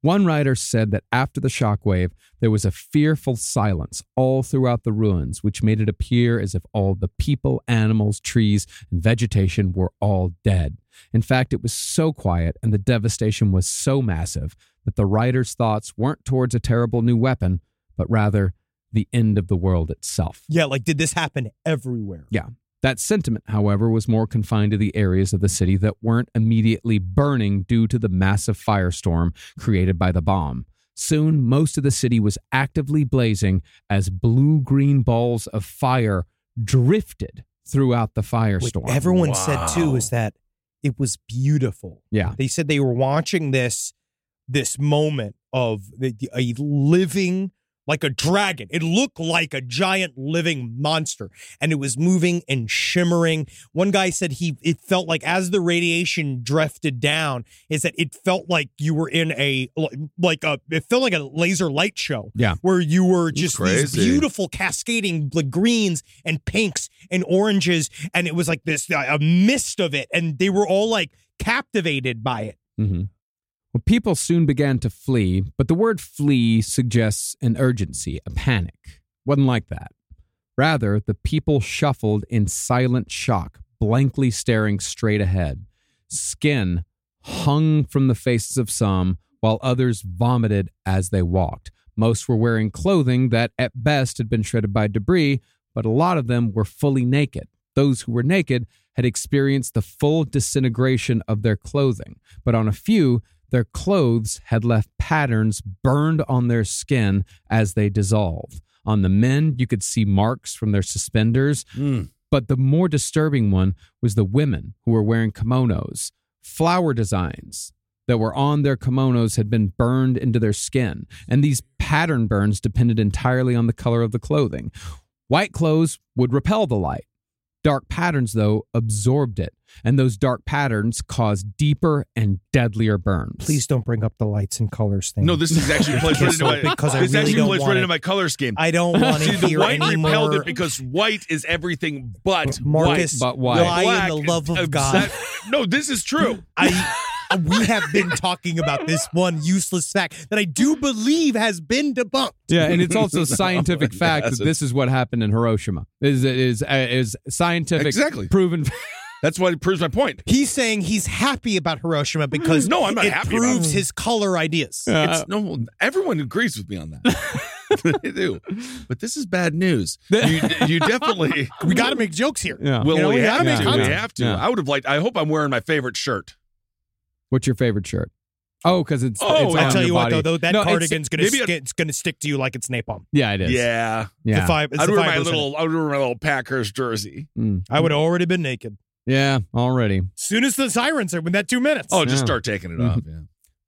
[SPEAKER 7] One writer said that after the shockwave, there was a fearful silence all throughout the ruins, which made it appear as if all the people, animals, trees, and vegetation were all dead. In fact, it was so quiet and the devastation was so massive that the writer's thoughts weren't towards a terrible new weapon, but rather the end of the world itself.
[SPEAKER 5] yeah, like did this happen everywhere?
[SPEAKER 7] Yeah. That sentiment, however, was more confined to the areas of the city that weren't immediately burning due to the massive firestorm created by the bomb. Soon, most of the city was actively blazing as blue green balls of fire drifted throughout the
[SPEAKER 5] What
[SPEAKER 7] firestorm.
[SPEAKER 5] everyone said too is that it was beautiful.
[SPEAKER 7] yeah.
[SPEAKER 5] They said they were watching this this moment of the, the- a living like a dragon. It looked like a giant living monster and it was moving and shimmering. One guy said he it felt like as the radiation drifted down is that it felt like you were in a like a it felt like a laser light show.
[SPEAKER 7] Yeah.
[SPEAKER 5] Where you were just these
[SPEAKER 6] crazy.
[SPEAKER 5] beautiful cascading like greens and pinks and oranges and it was like this uh, a mist of it and they were all like captivated by it.
[SPEAKER 7] hmm Well, people soon began to flee, but the word flee suggests an urgency, a panic. Wasn't like that. Rather, the people shuffled in silent shock, blankly staring straight ahead. Skin hung from the faces of some, while others vomited as they walked. Most were wearing clothing that, at best, had been shredded by debris, but a lot of them were fully naked. Those who were naked had experienced the full disintegration of their clothing, but on a few, their clothes had left patterns burned on their skin as they dissolved. On the men, you could see marks from their suspenders,
[SPEAKER 6] Hmm.
[SPEAKER 7] but the more disturbing one was the women who were wearing kimonos. Flower designs that were on their kimonos had been burned into their skin, and these pattern burns depended entirely on the color of the clothing. White clothes would repel the light. Dark patterns, though, absorbed it, and those dark patterns caused deeper and deadlier burns.
[SPEAKER 5] Please don't bring up the lights and colors thing.
[SPEAKER 6] No, this is actually plays right into my
[SPEAKER 5] Because I
[SPEAKER 6] this
[SPEAKER 5] really
[SPEAKER 6] actually
[SPEAKER 5] don't
[SPEAKER 6] plays
[SPEAKER 5] want
[SPEAKER 6] right
[SPEAKER 5] it.
[SPEAKER 6] into my color scheme.
[SPEAKER 5] I don't want to
[SPEAKER 6] See, the
[SPEAKER 5] hear
[SPEAKER 6] white
[SPEAKER 5] any
[SPEAKER 6] repelled
[SPEAKER 5] more.
[SPEAKER 6] it because white is everything but
[SPEAKER 5] Marcus,
[SPEAKER 6] white.
[SPEAKER 7] But why?
[SPEAKER 5] lie in the
[SPEAKER 6] Black
[SPEAKER 5] love
[SPEAKER 6] is
[SPEAKER 5] of God.
[SPEAKER 6] upset- No, this is true.
[SPEAKER 5] I, uh, we have been talking about this one useless fact that I do believe has been debunked.
[SPEAKER 7] Yeah, and it's also a scientific
[SPEAKER 6] it
[SPEAKER 7] fact that
[SPEAKER 6] hasn't.
[SPEAKER 7] this is what happened in Hiroshima. Is is is scientific
[SPEAKER 6] Exactly.
[SPEAKER 7] proven?
[SPEAKER 6] That's why it proves my point.
[SPEAKER 5] He's saying he's happy about Hiroshima because
[SPEAKER 6] No, I'm not
[SPEAKER 5] it
[SPEAKER 6] happy about
[SPEAKER 5] proves
[SPEAKER 6] it.
[SPEAKER 5] his color ideas.
[SPEAKER 7] Uh,
[SPEAKER 6] It's no everyone agrees with me on that. they do. But this is bad news. You, you definitely
[SPEAKER 5] We got to make jokes here.
[SPEAKER 7] Yeah.
[SPEAKER 6] Well,
[SPEAKER 5] You know,
[SPEAKER 6] we,
[SPEAKER 5] we
[SPEAKER 6] have
[SPEAKER 5] gotta make
[SPEAKER 6] to. We
[SPEAKER 7] content.
[SPEAKER 6] have to.
[SPEAKER 7] Yeah.
[SPEAKER 6] I would have liked. I hope I'm wearing my favorite shirt.
[SPEAKER 7] What's your favorite shirt? Oh, because it's.
[SPEAKER 6] Oh,
[SPEAKER 7] it's
[SPEAKER 6] yeah.
[SPEAKER 7] on
[SPEAKER 5] I tell
[SPEAKER 7] your
[SPEAKER 5] you what,
[SPEAKER 7] body.
[SPEAKER 5] though, though that
[SPEAKER 7] No, it's-
[SPEAKER 5] cardigan's gonna
[SPEAKER 6] maybe a-
[SPEAKER 5] sti- it's gonna stick to you like it's napalm.
[SPEAKER 7] Yeah, it is.
[SPEAKER 6] Yeah,
[SPEAKER 7] yeah,
[SPEAKER 5] The five, it's
[SPEAKER 6] I'd
[SPEAKER 5] the
[SPEAKER 6] wear my
[SPEAKER 5] fibers in it.
[SPEAKER 6] little. I would wear my little Packers jersey.
[SPEAKER 7] Mm.
[SPEAKER 5] I would have already been naked.
[SPEAKER 7] yeah. Already.
[SPEAKER 5] Soon as the sirens are, when that two minutes.
[SPEAKER 6] Oh, just
[SPEAKER 7] Yeah.
[SPEAKER 6] start taking it
[SPEAKER 7] Mhm.
[SPEAKER 6] off.
[SPEAKER 5] Mm-hmm.
[SPEAKER 6] Yeah.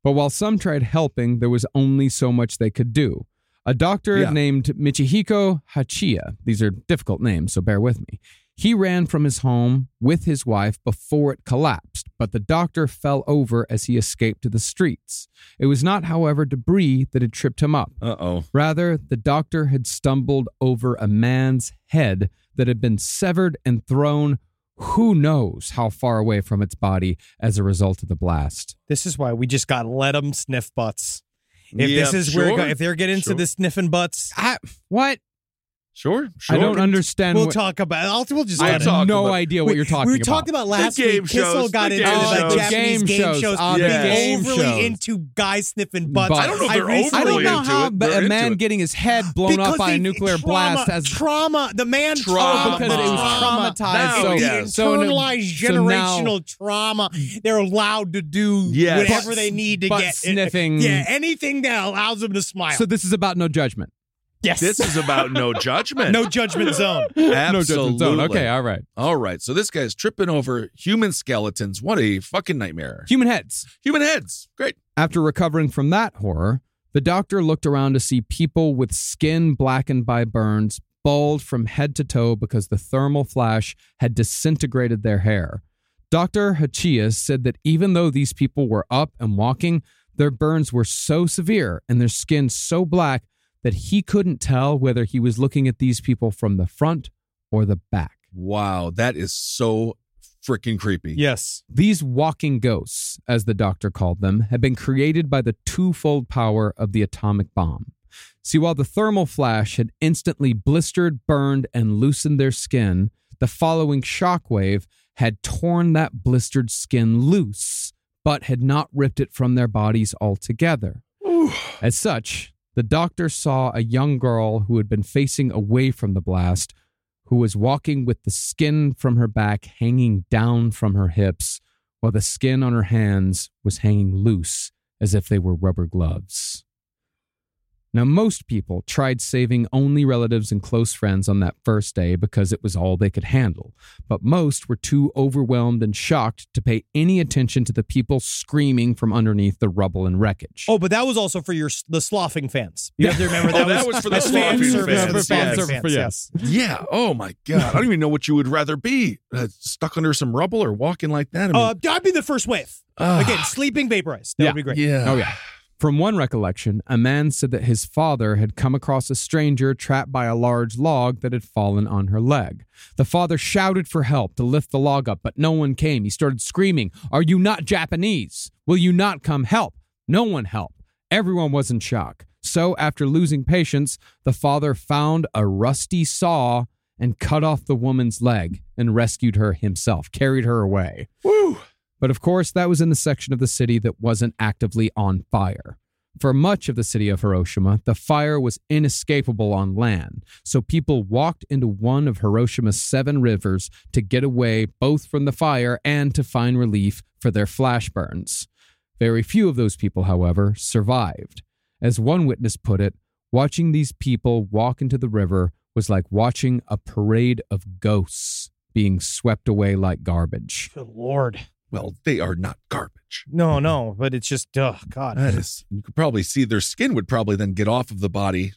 [SPEAKER 7] But while some tried helping, there was only so much they could do. A doctor
[SPEAKER 6] Yeah.
[SPEAKER 7] named Michihiko Hachiya, these are difficult names, so bear with me. He ran from his home with his wife before it collapsed, but the doctor fell over as he escaped to the streets. It was not, however, debris that had tripped him up.
[SPEAKER 6] Uh oh.
[SPEAKER 7] Rather, the doctor had stumbled over a man's head that had been severed and thrown who knows how far away from its body as a result of the blast.
[SPEAKER 5] This is why we just got to let them sniff butts. If
[SPEAKER 6] Yeah,
[SPEAKER 5] this is
[SPEAKER 6] sure.
[SPEAKER 5] where, if they're getting
[SPEAKER 6] Sure.
[SPEAKER 5] into the sniffing butts,
[SPEAKER 7] I, what?
[SPEAKER 6] Sure, sure.
[SPEAKER 7] I don't understand.
[SPEAKER 5] We'll
[SPEAKER 7] what,
[SPEAKER 5] talk about. I'll, we'll just.
[SPEAKER 6] I
[SPEAKER 7] I
[SPEAKER 5] let
[SPEAKER 7] have
[SPEAKER 5] it.
[SPEAKER 6] talk
[SPEAKER 7] no
[SPEAKER 6] about-
[SPEAKER 7] idea what
[SPEAKER 5] We-
[SPEAKER 7] you're talking
[SPEAKER 5] We were
[SPEAKER 7] about.
[SPEAKER 5] talking about last
[SPEAKER 6] The game
[SPEAKER 5] week.
[SPEAKER 6] shows,
[SPEAKER 5] Kissel
[SPEAKER 6] the
[SPEAKER 5] got
[SPEAKER 6] game
[SPEAKER 5] into
[SPEAKER 6] shows.
[SPEAKER 5] like
[SPEAKER 6] Oh, the
[SPEAKER 5] Japanese
[SPEAKER 7] game shows. Ah, the
[SPEAKER 5] being
[SPEAKER 7] game
[SPEAKER 5] overly
[SPEAKER 7] shows.
[SPEAKER 5] into guy sniffing butts.
[SPEAKER 7] Butts. I don't
[SPEAKER 6] know if they're
[SPEAKER 5] recently-
[SPEAKER 7] I don't
[SPEAKER 6] overly
[SPEAKER 7] know
[SPEAKER 6] into
[SPEAKER 7] how
[SPEAKER 6] it.
[SPEAKER 7] but
[SPEAKER 6] They're
[SPEAKER 7] a
[SPEAKER 6] into
[SPEAKER 7] man
[SPEAKER 6] it.
[SPEAKER 7] getting his head blown
[SPEAKER 5] Because
[SPEAKER 7] off by a
[SPEAKER 5] the
[SPEAKER 7] nuclear
[SPEAKER 5] trauma-
[SPEAKER 7] blast has
[SPEAKER 5] trauma. The man
[SPEAKER 6] Trauma.
[SPEAKER 7] Oh,
[SPEAKER 5] trauma.
[SPEAKER 7] because it was
[SPEAKER 6] Trauma. Now,
[SPEAKER 7] traumatized. So,
[SPEAKER 6] yes.
[SPEAKER 7] so in a-
[SPEAKER 5] internalized
[SPEAKER 7] so now-
[SPEAKER 5] generational trauma. They're allowed to do
[SPEAKER 6] Yes.
[SPEAKER 5] whatever
[SPEAKER 6] Butt-
[SPEAKER 5] they need to
[SPEAKER 7] butt
[SPEAKER 5] get
[SPEAKER 7] sniffing.
[SPEAKER 5] Yeah, anything that allows them to smile.
[SPEAKER 7] so this is about no judgment.
[SPEAKER 5] yes,
[SPEAKER 6] This is about no judgment.
[SPEAKER 5] no judgment zone.
[SPEAKER 6] absolutely.
[SPEAKER 7] No judgment zone. Okay, all right.
[SPEAKER 6] All right. So this guy's tripping over human skeletons. What a fucking nightmare.
[SPEAKER 7] Human heads.
[SPEAKER 6] Human heads. Great.
[SPEAKER 7] After recovering from that horror, the doctor looked around to see people with skin blackened by burns, bald from head to toe because the thermal flash had disintegrated their hair. Dr. Hachias said that even though these people were up and walking, their burns were so severe and their skin so black that he couldn't tell whether he was looking at these people from the front or the back.
[SPEAKER 6] Wow, that is so freaking creepy.
[SPEAKER 5] Yes.
[SPEAKER 7] These walking ghosts, as the doctor called them, had been created by the twofold power of the atomic bomb. See, while the thermal flash had instantly blistered, burned, and loosened their skin, the following shockwave had torn that blistered skin loose, but had not ripped it from their bodies altogether. As such, the doctor saw a young girl who had been facing away from the blast, who was walking with the skin from her back hanging down from her hips, while the skin on her hands was hanging loose as if they were rubber gloves. Now, most people tried saving only relatives and close friends on that first day because it was all they could handle, but most were too overwhelmed and shocked to pay any attention to the people screaming from underneath the rubble and wreckage.
[SPEAKER 5] Oh, but that was also for your the sloughing fans. You have to remember
[SPEAKER 6] Oh,
[SPEAKER 5] that,
[SPEAKER 6] that was for the
[SPEAKER 5] that's fan
[SPEAKER 6] sloughing
[SPEAKER 5] service
[SPEAKER 6] fans,
[SPEAKER 5] for the fan
[SPEAKER 6] yes.
[SPEAKER 5] service,
[SPEAKER 7] Yes.
[SPEAKER 5] Yes.
[SPEAKER 6] Yeah. Oh my god. I don't even know what you would rather be uh, stuck under some rubble or walking like that. I
[SPEAKER 7] Oh,
[SPEAKER 6] mean,
[SPEAKER 5] Uh, I'd be the first wave.
[SPEAKER 6] ah,
[SPEAKER 5] Again, sleeping vaporized. That
[SPEAKER 7] Yeah.
[SPEAKER 5] would be great.
[SPEAKER 6] Yeah.
[SPEAKER 7] Oh, yeah. From one recollection, a man said that his father had come across a stranger trapped by a large log that had fallen on her leg. The father shouted for help to lift the log up, but no one came. He started screaming, Are you not Japanese? Will you not come help? No one helped. Everyone was in shock. So, after losing patience, the father found a rusty saw and cut off the woman's leg and rescued her himself, carried her away. But of course, that was in the section of the city that wasn't actively on fire. For much of the city of Hiroshima, the fire was inescapable on land, so people walked into one of Hiroshima's seven rivers to get away both from the fire and to find relief for their flash burns. Very few of those people, however, survived. As one witness put it, watching these people walk into the river was like watching a parade of ghosts being swept away like garbage.
[SPEAKER 5] Good lord.
[SPEAKER 6] Well, they are not garbage.
[SPEAKER 5] No, no, but it's just, oh god.
[SPEAKER 6] That is. You could probably see their skin would probably then get off of the body.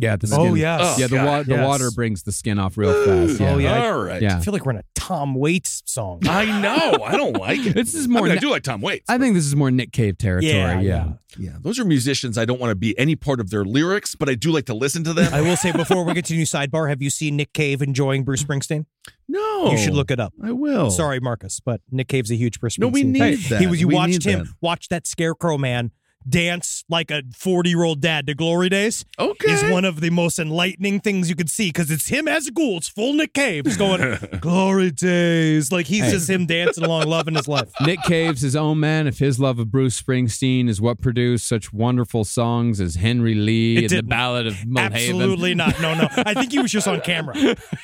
[SPEAKER 7] Yeah, the
[SPEAKER 5] Oh,
[SPEAKER 7] skin.
[SPEAKER 5] yes.
[SPEAKER 7] yeah. The,
[SPEAKER 6] Oh,
[SPEAKER 7] wa-
[SPEAKER 5] God,
[SPEAKER 7] the
[SPEAKER 5] yes.
[SPEAKER 7] water brings the skin off real fast. Yeah.
[SPEAKER 5] Oh, yeah.
[SPEAKER 6] All right.
[SPEAKER 7] Yeah.
[SPEAKER 5] I feel like we're in a Tom Waits song.
[SPEAKER 6] I know. I don't like it.
[SPEAKER 7] This is more
[SPEAKER 6] I, mean, I
[SPEAKER 7] na-
[SPEAKER 6] do like Tom Waits.
[SPEAKER 7] I think this is more Nick Cave territory.
[SPEAKER 5] Yeah,
[SPEAKER 7] Yeah,
[SPEAKER 5] yeah.
[SPEAKER 6] yeah. Those are musicians. I don't want to be any part of their lyrics, but I do like to listen to them.
[SPEAKER 5] I will say before we get to new sidebar, have you seen Nick Cave enjoying Bruce Springsteen?
[SPEAKER 6] no.
[SPEAKER 5] You should look it up.
[SPEAKER 6] I will.
[SPEAKER 5] Sorry, Marcus, but Nick Cave's a huge Bruce Springsteen.
[SPEAKER 6] Oh. No, we
[SPEAKER 5] fan.
[SPEAKER 6] need that.
[SPEAKER 5] He was. You
[SPEAKER 6] We
[SPEAKER 5] watched
[SPEAKER 6] need
[SPEAKER 5] him
[SPEAKER 6] that.
[SPEAKER 5] watch that Scarecrow man dance like a forty-year-old dad to Glory Days.
[SPEAKER 6] Okay.
[SPEAKER 5] Is one of the most enlightening things you could see because it's him as a ghoul. It's full Nick Cave. He's going Glory Days. Like he's
[SPEAKER 7] Hey.
[SPEAKER 5] just him dancing along, loving his life.
[SPEAKER 7] Nick Cave's his own man. If his love of Bruce Springsteen is what produced such wonderful songs as Henry Lee
[SPEAKER 5] It
[SPEAKER 7] and the
[SPEAKER 5] didn't.
[SPEAKER 7] Ballad of Mulhaven,
[SPEAKER 5] Absolutely not. No, no. I think he was just on camera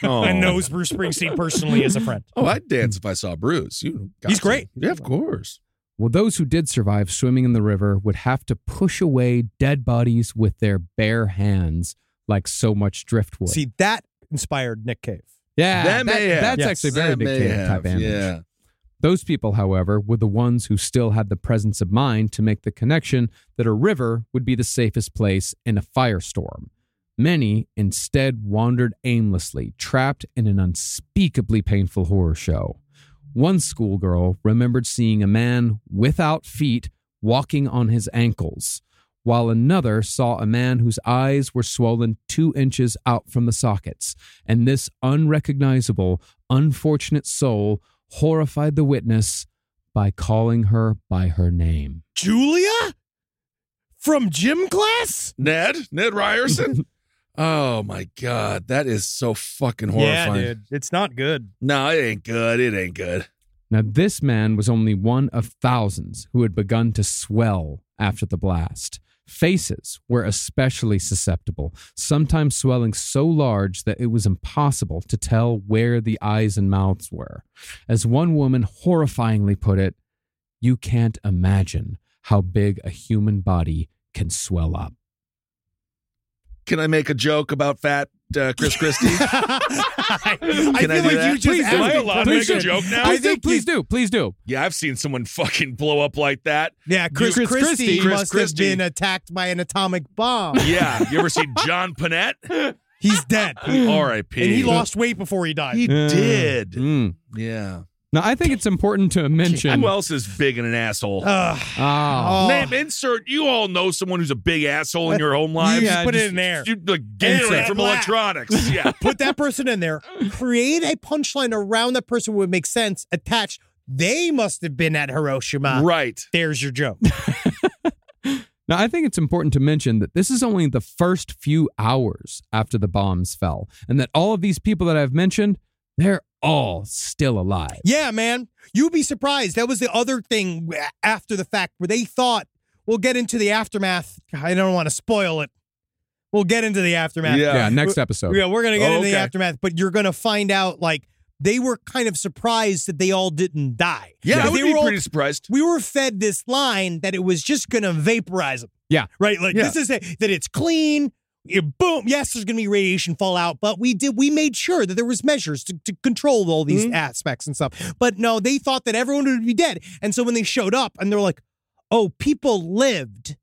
[SPEAKER 5] and knows Bruce Springsteen personally as a friend.
[SPEAKER 6] Oh, I'd dance if I saw Bruce. You
[SPEAKER 5] He's
[SPEAKER 6] gossip.
[SPEAKER 5] great.
[SPEAKER 6] Yeah, of course.
[SPEAKER 7] Well, those who did survive swimming in the river would have to push away dead bodies with their bare hands, like so much driftwood.
[SPEAKER 5] See, that inspired Nick Cave.
[SPEAKER 7] yeah,
[SPEAKER 6] That may have.
[SPEAKER 7] that's
[SPEAKER 5] Yes,
[SPEAKER 7] actually very
[SPEAKER 6] That
[SPEAKER 7] Nick
[SPEAKER 6] may
[SPEAKER 7] Cave
[SPEAKER 6] have,
[SPEAKER 7] type image.
[SPEAKER 6] Yeah.
[SPEAKER 7] Those people, however, were the ones who still had the presence of mind to make the connection that a river would be the safest place in a firestorm. Many instead wandered aimlessly, trapped in an unspeakably painful horror show. One schoolgirl remembered seeing a man without feet walking on his ankles, while another saw a man whose eyes were swollen two inches out from the sockets. And this unrecognizable, unfortunate soul horrified the witness by calling her by her name.
[SPEAKER 5] Julia? From gym class?
[SPEAKER 6] Ned? Ned Ryerson? Oh my god, that is so fucking horrifying.
[SPEAKER 5] Yeah, dude. It's not good.
[SPEAKER 6] No, it ain't good. It ain't good.
[SPEAKER 7] Now, this man was only one of thousands who had begun to swell after the blast. Faces were especially susceptible, sometimes swelling so large that it was impossible to tell where the eyes and mouths were. As one woman horrifyingly put it, you can't imagine how big a human body can swell up.
[SPEAKER 6] Can I make a joke about fat uh, Chris Christie?
[SPEAKER 5] I, I
[SPEAKER 6] Can
[SPEAKER 5] feel
[SPEAKER 6] I do
[SPEAKER 5] like
[SPEAKER 6] that?
[SPEAKER 5] you just
[SPEAKER 6] Please do.
[SPEAKER 5] asked
[SPEAKER 6] Am I
[SPEAKER 5] me-
[SPEAKER 6] allowed to
[SPEAKER 5] please
[SPEAKER 6] make a
[SPEAKER 5] do.
[SPEAKER 6] joke now?
[SPEAKER 5] I
[SPEAKER 7] Please do,
[SPEAKER 5] think
[SPEAKER 7] please
[SPEAKER 5] you-
[SPEAKER 7] do, please do.
[SPEAKER 6] yeah, I've seen someone fucking blow up like that.
[SPEAKER 5] Yeah, Chris,
[SPEAKER 7] Chris
[SPEAKER 5] Christie,
[SPEAKER 7] Christie.
[SPEAKER 6] Chris
[SPEAKER 5] must
[SPEAKER 6] Christie.
[SPEAKER 5] have been attacked by an atomic bomb.
[SPEAKER 6] Yeah, you ever seen John Panette?
[SPEAKER 5] He's dead.
[SPEAKER 6] R.I.P.
[SPEAKER 5] And he lost weight before he died.
[SPEAKER 6] He did.
[SPEAKER 7] Mm.
[SPEAKER 6] Yeah.
[SPEAKER 7] Now, I think it's important to mention.
[SPEAKER 6] Who else is big and an asshole?
[SPEAKER 5] Ugh.
[SPEAKER 7] Ah,
[SPEAKER 5] Oh.
[SPEAKER 6] Name, insert. You all know someone who's a big asshole in your home life.
[SPEAKER 5] you just
[SPEAKER 7] Yeah,
[SPEAKER 5] put
[SPEAKER 7] just-
[SPEAKER 5] it in there.
[SPEAKER 6] You like Gatorade
[SPEAKER 5] Insert.
[SPEAKER 6] from electronics. Yeah.
[SPEAKER 5] put that person in there. Create a punchline around that person would make sense. Attached. They must have been at Hiroshima.
[SPEAKER 6] right.
[SPEAKER 5] There's your joke.
[SPEAKER 7] Now, I think it's important to mention that this is only the first few hours after the bombs fell, and that all of these people that I've mentioned, they're all still alive.
[SPEAKER 5] Yeah, man. You'd be surprised. That was the other thing after the fact where they thought, we'll get into the aftermath. I don't want to spoil it. We'll get into the aftermath.
[SPEAKER 6] Yeah.
[SPEAKER 7] Yeah, next episode.
[SPEAKER 5] Yeah, we're going to get
[SPEAKER 6] Oh,
[SPEAKER 5] into
[SPEAKER 6] okay.
[SPEAKER 5] the aftermath, but you're going to find out like they were kind of surprised that they all didn't die.
[SPEAKER 6] Yeah, I
[SPEAKER 5] Because
[SPEAKER 6] would
[SPEAKER 5] they
[SPEAKER 6] be
[SPEAKER 5] were all
[SPEAKER 6] pretty surprised.
[SPEAKER 5] we were fed this line that it was just going to vaporize them.
[SPEAKER 7] Yeah.
[SPEAKER 5] Right. Like
[SPEAKER 6] Yeah.
[SPEAKER 5] this is it, that it's clean. it- boom. Yes, there's going to be radiation fallout, but we did we made sure that there was measures to, to control all these
[SPEAKER 6] Mm-hmm.
[SPEAKER 5] aspects and stuff. But no, they thought that everyone would be dead, and so when they showed up and they're like, "Oh, people lived."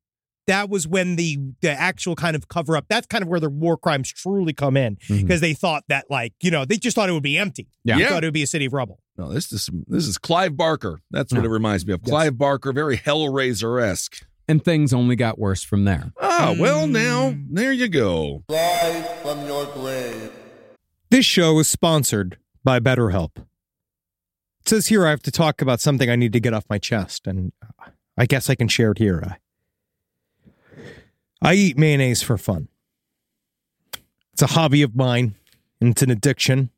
[SPEAKER 5] That was when the the actual kind of cover up. That's kind of where the war crimes truly come in
[SPEAKER 6] Hmm.
[SPEAKER 7] Mhm.
[SPEAKER 5] because they thought that like you know they just thought it would be empty.
[SPEAKER 7] Yeah.
[SPEAKER 5] They
[SPEAKER 6] Yeah.
[SPEAKER 5] thought it would be a city of rubble.
[SPEAKER 6] No, this is this is Clive Barker. That's what
[SPEAKER 7] No.
[SPEAKER 6] it reminds me of.
[SPEAKER 7] Yes.
[SPEAKER 6] Clive Barker, very Hellraiser esque.
[SPEAKER 7] And things only got worse from there.
[SPEAKER 6] Ah, well, now there you go.
[SPEAKER 5] This show is sponsored by BetterHelp. It says here I have to talk about something I need to get off my chest, and uh, I guess I can share it here. I, I eat mayonnaise for fun. It's a hobby of mine, and it's an addiction.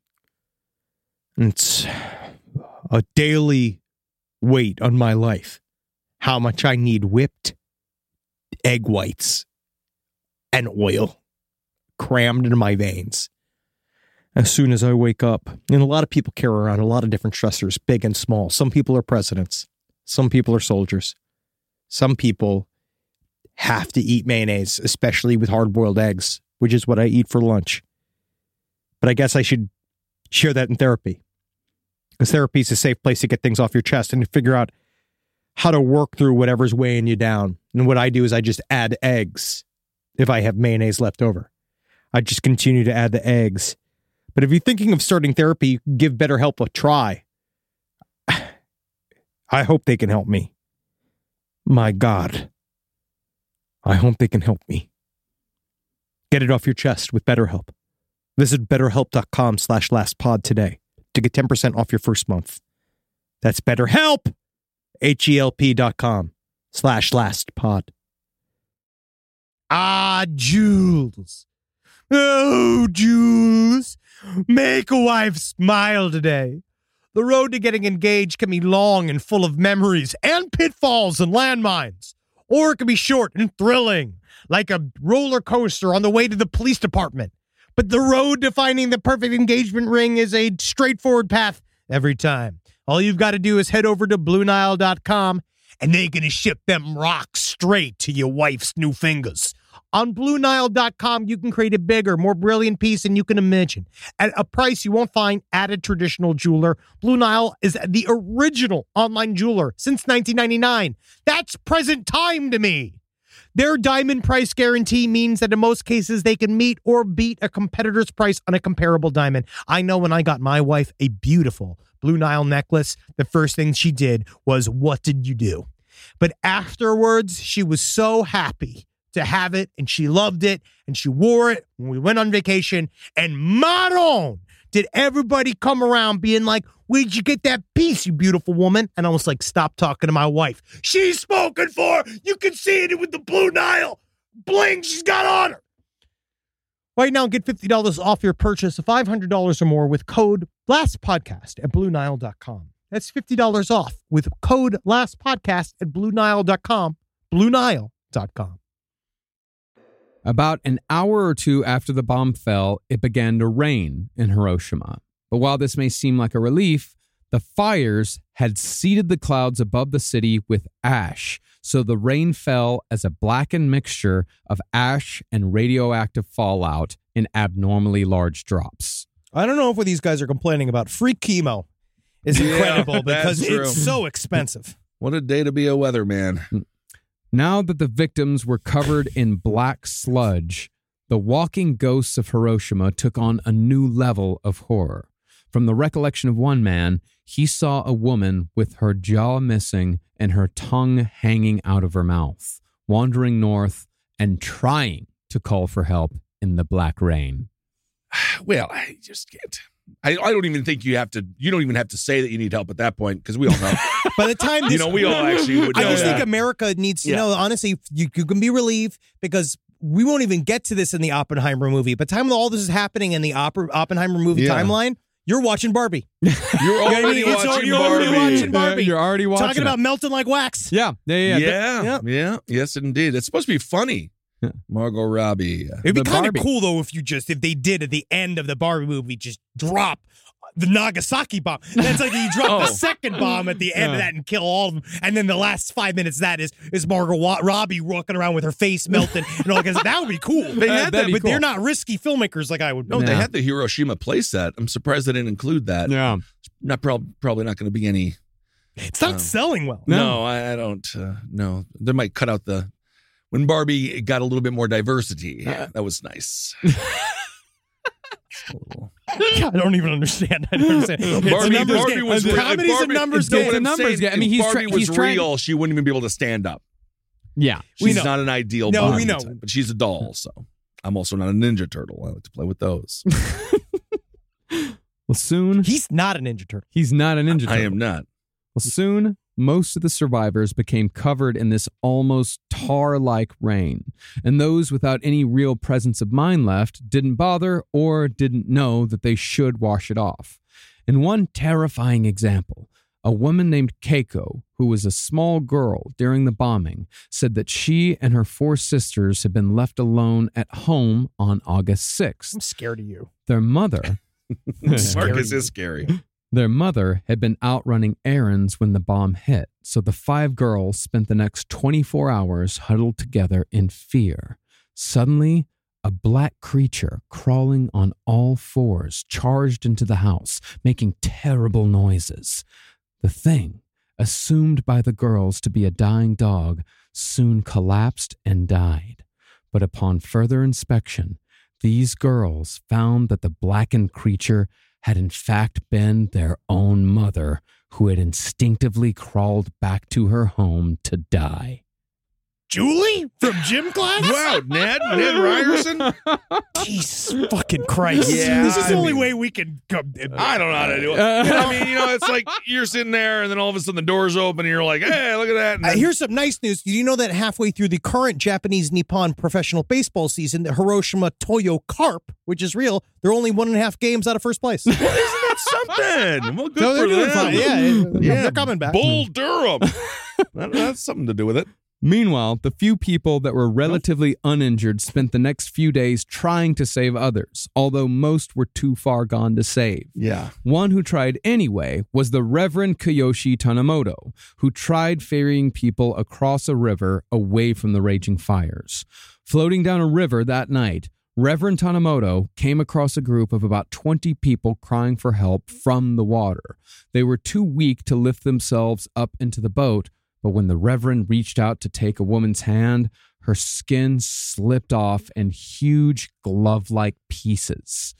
[SPEAKER 5] And it's a daily weight on my life. How much I need whipped egg whites and oil crammed into my veins as soon as I wake up. And a lot of people carry around a lot of different stressors, big and small. Some people are presidents, some people are soldiers, some people have to eat mayonnaise, especially with hard boiled eggs, which is what I eat for lunch. But I guess I should share that in therapy because therapy is a safe place to get things off your chest and to figure out how to work through whatever's weighing you down. And what I do is I just add eggs if I have mayonnaise left over. I just continue to add the eggs. But if you're thinking of starting therapy, give BetterHelp a try. I hope they can help me. My God. I hope they can help me. Get it off your chest with BetterHelp. Visit betterhelp.com slash lastpod today to get 10% off your first month. That's BetterHelp! H-E-L-P dot com slash lastpod. Ah, Jules. Oh, Jules, make a wife smile today. The road to getting engaged can be long and full of memories and pitfalls and landmines, or it can be short and thrilling, like a roller coaster on the way to the police department. But the road to finding the perfect engagement ring is a straightforward path every time. All you've got to do is head over to BlueNile.com and they're going to ship them rocks straight to your wife's new fingers. On BlueNile.com, you can create a bigger, more brilliant piece than you can imagine at a price you won't find at a traditional jeweler. Blue Nile is the original online jeweler since 1999. That's present time to me. Their diamond price guarantee means that in most cases they can meet or beat a competitor's price on a comparable diamond. I know when I got my wife a beautiful Blue Nile necklace, the first thing she did was, What did you do? But afterwards, she was so happy to have it and she loved it and she wore it when we went on vacation. And Maron, did everybody come around being like, Where'd you get that piece, you beautiful woman? And I was like, Stop talking to my wife. She's spoken for. You can see it with the Blue Nile bling she's got on her. Right now, get $50 off your purchase of $500 or more with code LASTPODCAST at BlueNile.com. That's $50 off with code LASTPODCAST at BlueNile.com. BlueNile.com.
[SPEAKER 7] About an hour or two after the bomb fell, it began to rain in Hiroshima. But while this may seem like a relief, the fires had seeded the clouds above the city with ash, so the rain fell as a blackened mixture of ash and radioactive fallout in abnormally large drops.
[SPEAKER 5] I don't know if what these guys are complaining about. Free chemo is
[SPEAKER 6] Yeah,
[SPEAKER 5] incredible because
[SPEAKER 6] that's true.
[SPEAKER 5] it's so expensive.
[SPEAKER 6] What a day to be a weatherman.
[SPEAKER 7] Now that the victims were covered in black sludge, the walking ghosts of Hiroshima took on a new level of horror. From the recollection of one man, he saw a woman with her jaw missing and her tongue hanging out of her mouth, wandering north and trying to call for help in the black rain.
[SPEAKER 6] Well, I just can't. I, I don't even think you have to. You don't even have to say that you need help at that point because we all know.
[SPEAKER 5] By the time
[SPEAKER 6] you
[SPEAKER 5] this
[SPEAKER 6] know, we all actually would. Know
[SPEAKER 5] I just
[SPEAKER 6] that.
[SPEAKER 5] think America needs to
[SPEAKER 6] Yeah.
[SPEAKER 5] know. Honestly, you, you can be relieved because we won't even get to this in the Oppenheimer movie. By the time all this is happening in the Oppor- Oppenheimer movie
[SPEAKER 6] Yeah.
[SPEAKER 5] timeline, you're watching Barbie.
[SPEAKER 6] you're
[SPEAKER 5] I mean,
[SPEAKER 6] already
[SPEAKER 5] it's all-
[SPEAKER 6] watching
[SPEAKER 5] you're
[SPEAKER 6] Barbie.
[SPEAKER 5] already watching Barbie.
[SPEAKER 7] You're already watching
[SPEAKER 5] Talking
[SPEAKER 7] it.
[SPEAKER 5] about melting like wax.
[SPEAKER 7] yeah, yeah, yeah.
[SPEAKER 6] Yeah,
[SPEAKER 7] yeah.
[SPEAKER 6] yeah, yes, indeed. It's supposed to be funny.
[SPEAKER 7] Yeah.
[SPEAKER 6] Margot Robbie. uh,
[SPEAKER 5] It'd be
[SPEAKER 7] The
[SPEAKER 5] kind
[SPEAKER 7] Barbie.
[SPEAKER 5] of cool though if you just if they did at the end of the Barbie movie just drop the Nagasaki bomb. That's like you drop the
[SPEAKER 6] Oh.
[SPEAKER 5] second bomb at the end of
[SPEAKER 7] Yeah.
[SPEAKER 5] that and kill all of them, and then the last five minutes of that is is Margot Wa- Robbie walking around with her face melted and all because that would be cool. They
[SPEAKER 7] had that'd that, be
[SPEAKER 5] but they're
[SPEAKER 7] cool.
[SPEAKER 5] not risky filmmakers like I would. be.
[SPEAKER 6] No, they
[SPEAKER 7] Yeah.
[SPEAKER 6] had the Hiroshima playset. I'm surprised they didn't include that.
[SPEAKER 7] yeah.
[SPEAKER 6] Not prob- probably not going to be any.
[SPEAKER 5] It's not
[SPEAKER 6] Um,
[SPEAKER 5] selling well.
[SPEAKER 6] No,
[SPEAKER 7] No.
[SPEAKER 6] I, I don't. Uh, no, they might cut out the when Barbie got a little bit more diversity.
[SPEAKER 7] Uh.
[SPEAKER 6] that was nice. It's a little-
[SPEAKER 5] I don't even understand. I don't understand. It's a
[SPEAKER 6] Barbie,
[SPEAKER 5] numbers
[SPEAKER 6] Barbie
[SPEAKER 5] game.
[SPEAKER 6] was
[SPEAKER 5] comedy's
[SPEAKER 6] if Barbie,
[SPEAKER 5] a numbers
[SPEAKER 6] no,
[SPEAKER 7] game.
[SPEAKER 6] what
[SPEAKER 7] It's a
[SPEAKER 6] I'm
[SPEAKER 7] numbers
[SPEAKER 6] saying,
[SPEAKER 7] game. I mean,
[SPEAKER 6] if
[SPEAKER 7] he's try-
[SPEAKER 6] Barbie was
[SPEAKER 7] he's trying-
[SPEAKER 6] real. She wouldn't even be able to stand up.
[SPEAKER 7] Yeah.
[SPEAKER 5] We
[SPEAKER 6] She's
[SPEAKER 5] know.
[SPEAKER 6] not an ideal.
[SPEAKER 5] No,
[SPEAKER 6] Barbie
[SPEAKER 5] we know.
[SPEAKER 6] type, but she's a doll, so I'm also not a Ninja Turtle. I like to play with those.
[SPEAKER 7] Well, soon
[SPEAKER 5] He's not a Ninja Turtle.
[SPEAKER 7] he's not an ninja.
[SPEAKER 6] I
[SPEAKER 7] turtle.
[SPEAKER 6] am not.
[SPEAKER 7] Well, soon, most of the survivors became covered in this almost tar like rain, and those without any real presence of mind left didn't bother or didn't know that they should wash it off. In one terrifying example, a woman named Keiko, who was a small girl during the bombing, said that she and her four sisters had been left alone at home on August 6th.
[SPEAKER 5] I'm scared of you.
[SPEAKER 7] Their mother.
[SPEAKER 6] Marcus is scary.
[SPEAKER 7] Their mother had been out running errands when the bomb hit, so the five girls spent the next 24 hours huddled together in fear. Suddenly, a black creature crawling on all fours charged into the house, making terrible noises. The thing, assumed by the girls to be a dying dog, soon collapsed and died. But upon further inspection, these girls found that the blackened creature had in fact been their own mother who had instinctively crawled back to her home to die.
[SPEAKER 5] Julie from gym class?
[SPEAKER 6] wow, Ned, Ned Ryerson.
[SPEAKER 5] Jesus fucking Christ.
[SPEAKER 6] Yeah,
[SPEAKER 5] this is the
[SPEAKER 6] I
[SPEAKER 5] only
[SPEAKER 6] mean-
[SPEAKER 5] way we can come. Uh,
[SPEAKER 6] I don't know how to do it. I mean, you know, it's like you're sitting there, and then all of a sudden the doors open, and you're like, "Hey, look at that!" And
[SPEAKER 5] Uh,
[SPEAKER 6] then-
[SPEAKER 5] here's some nice news. Did you know that halfway through the current Japanese Nippon professional baseball season, the Hiroshima Toyo Carp, which is real, they're only one and a half games out of first place. so
[SPEAKER 6] Well, isn't that something? Well, good
[SPEAKER 5] they're
[SPEAKER 6] for
[SPEAKER 5] doing
[SPEAKER 6] them.
[SPEAKER 5] fine. Yeah,
[SPEAKER 6] Yeah.
[SPEAKER 5] they're coming back.
[SPEAKER 6] Bull Durham. That- that's something to do with it.
[SPEAKER 7] Meanwhile, the few people that were relatively uninjured spent the next few days trying to save others, although most were too far gone to save.
[SPEAKER 6] Yeah.
[SPEAKER 7] One who tried anyway was the Reverend Kiyoshi Tanimoto, who tried ferrying people across a river away from the raging fires. Floating down a river that night, Reverend Tanimoto came across a group of about 20 people crying for help from the water. They were too weak to lift themselves up into the boat, but when the Reverend reached out to take a woman's hand, her skin slipped off in huge glove like pieces.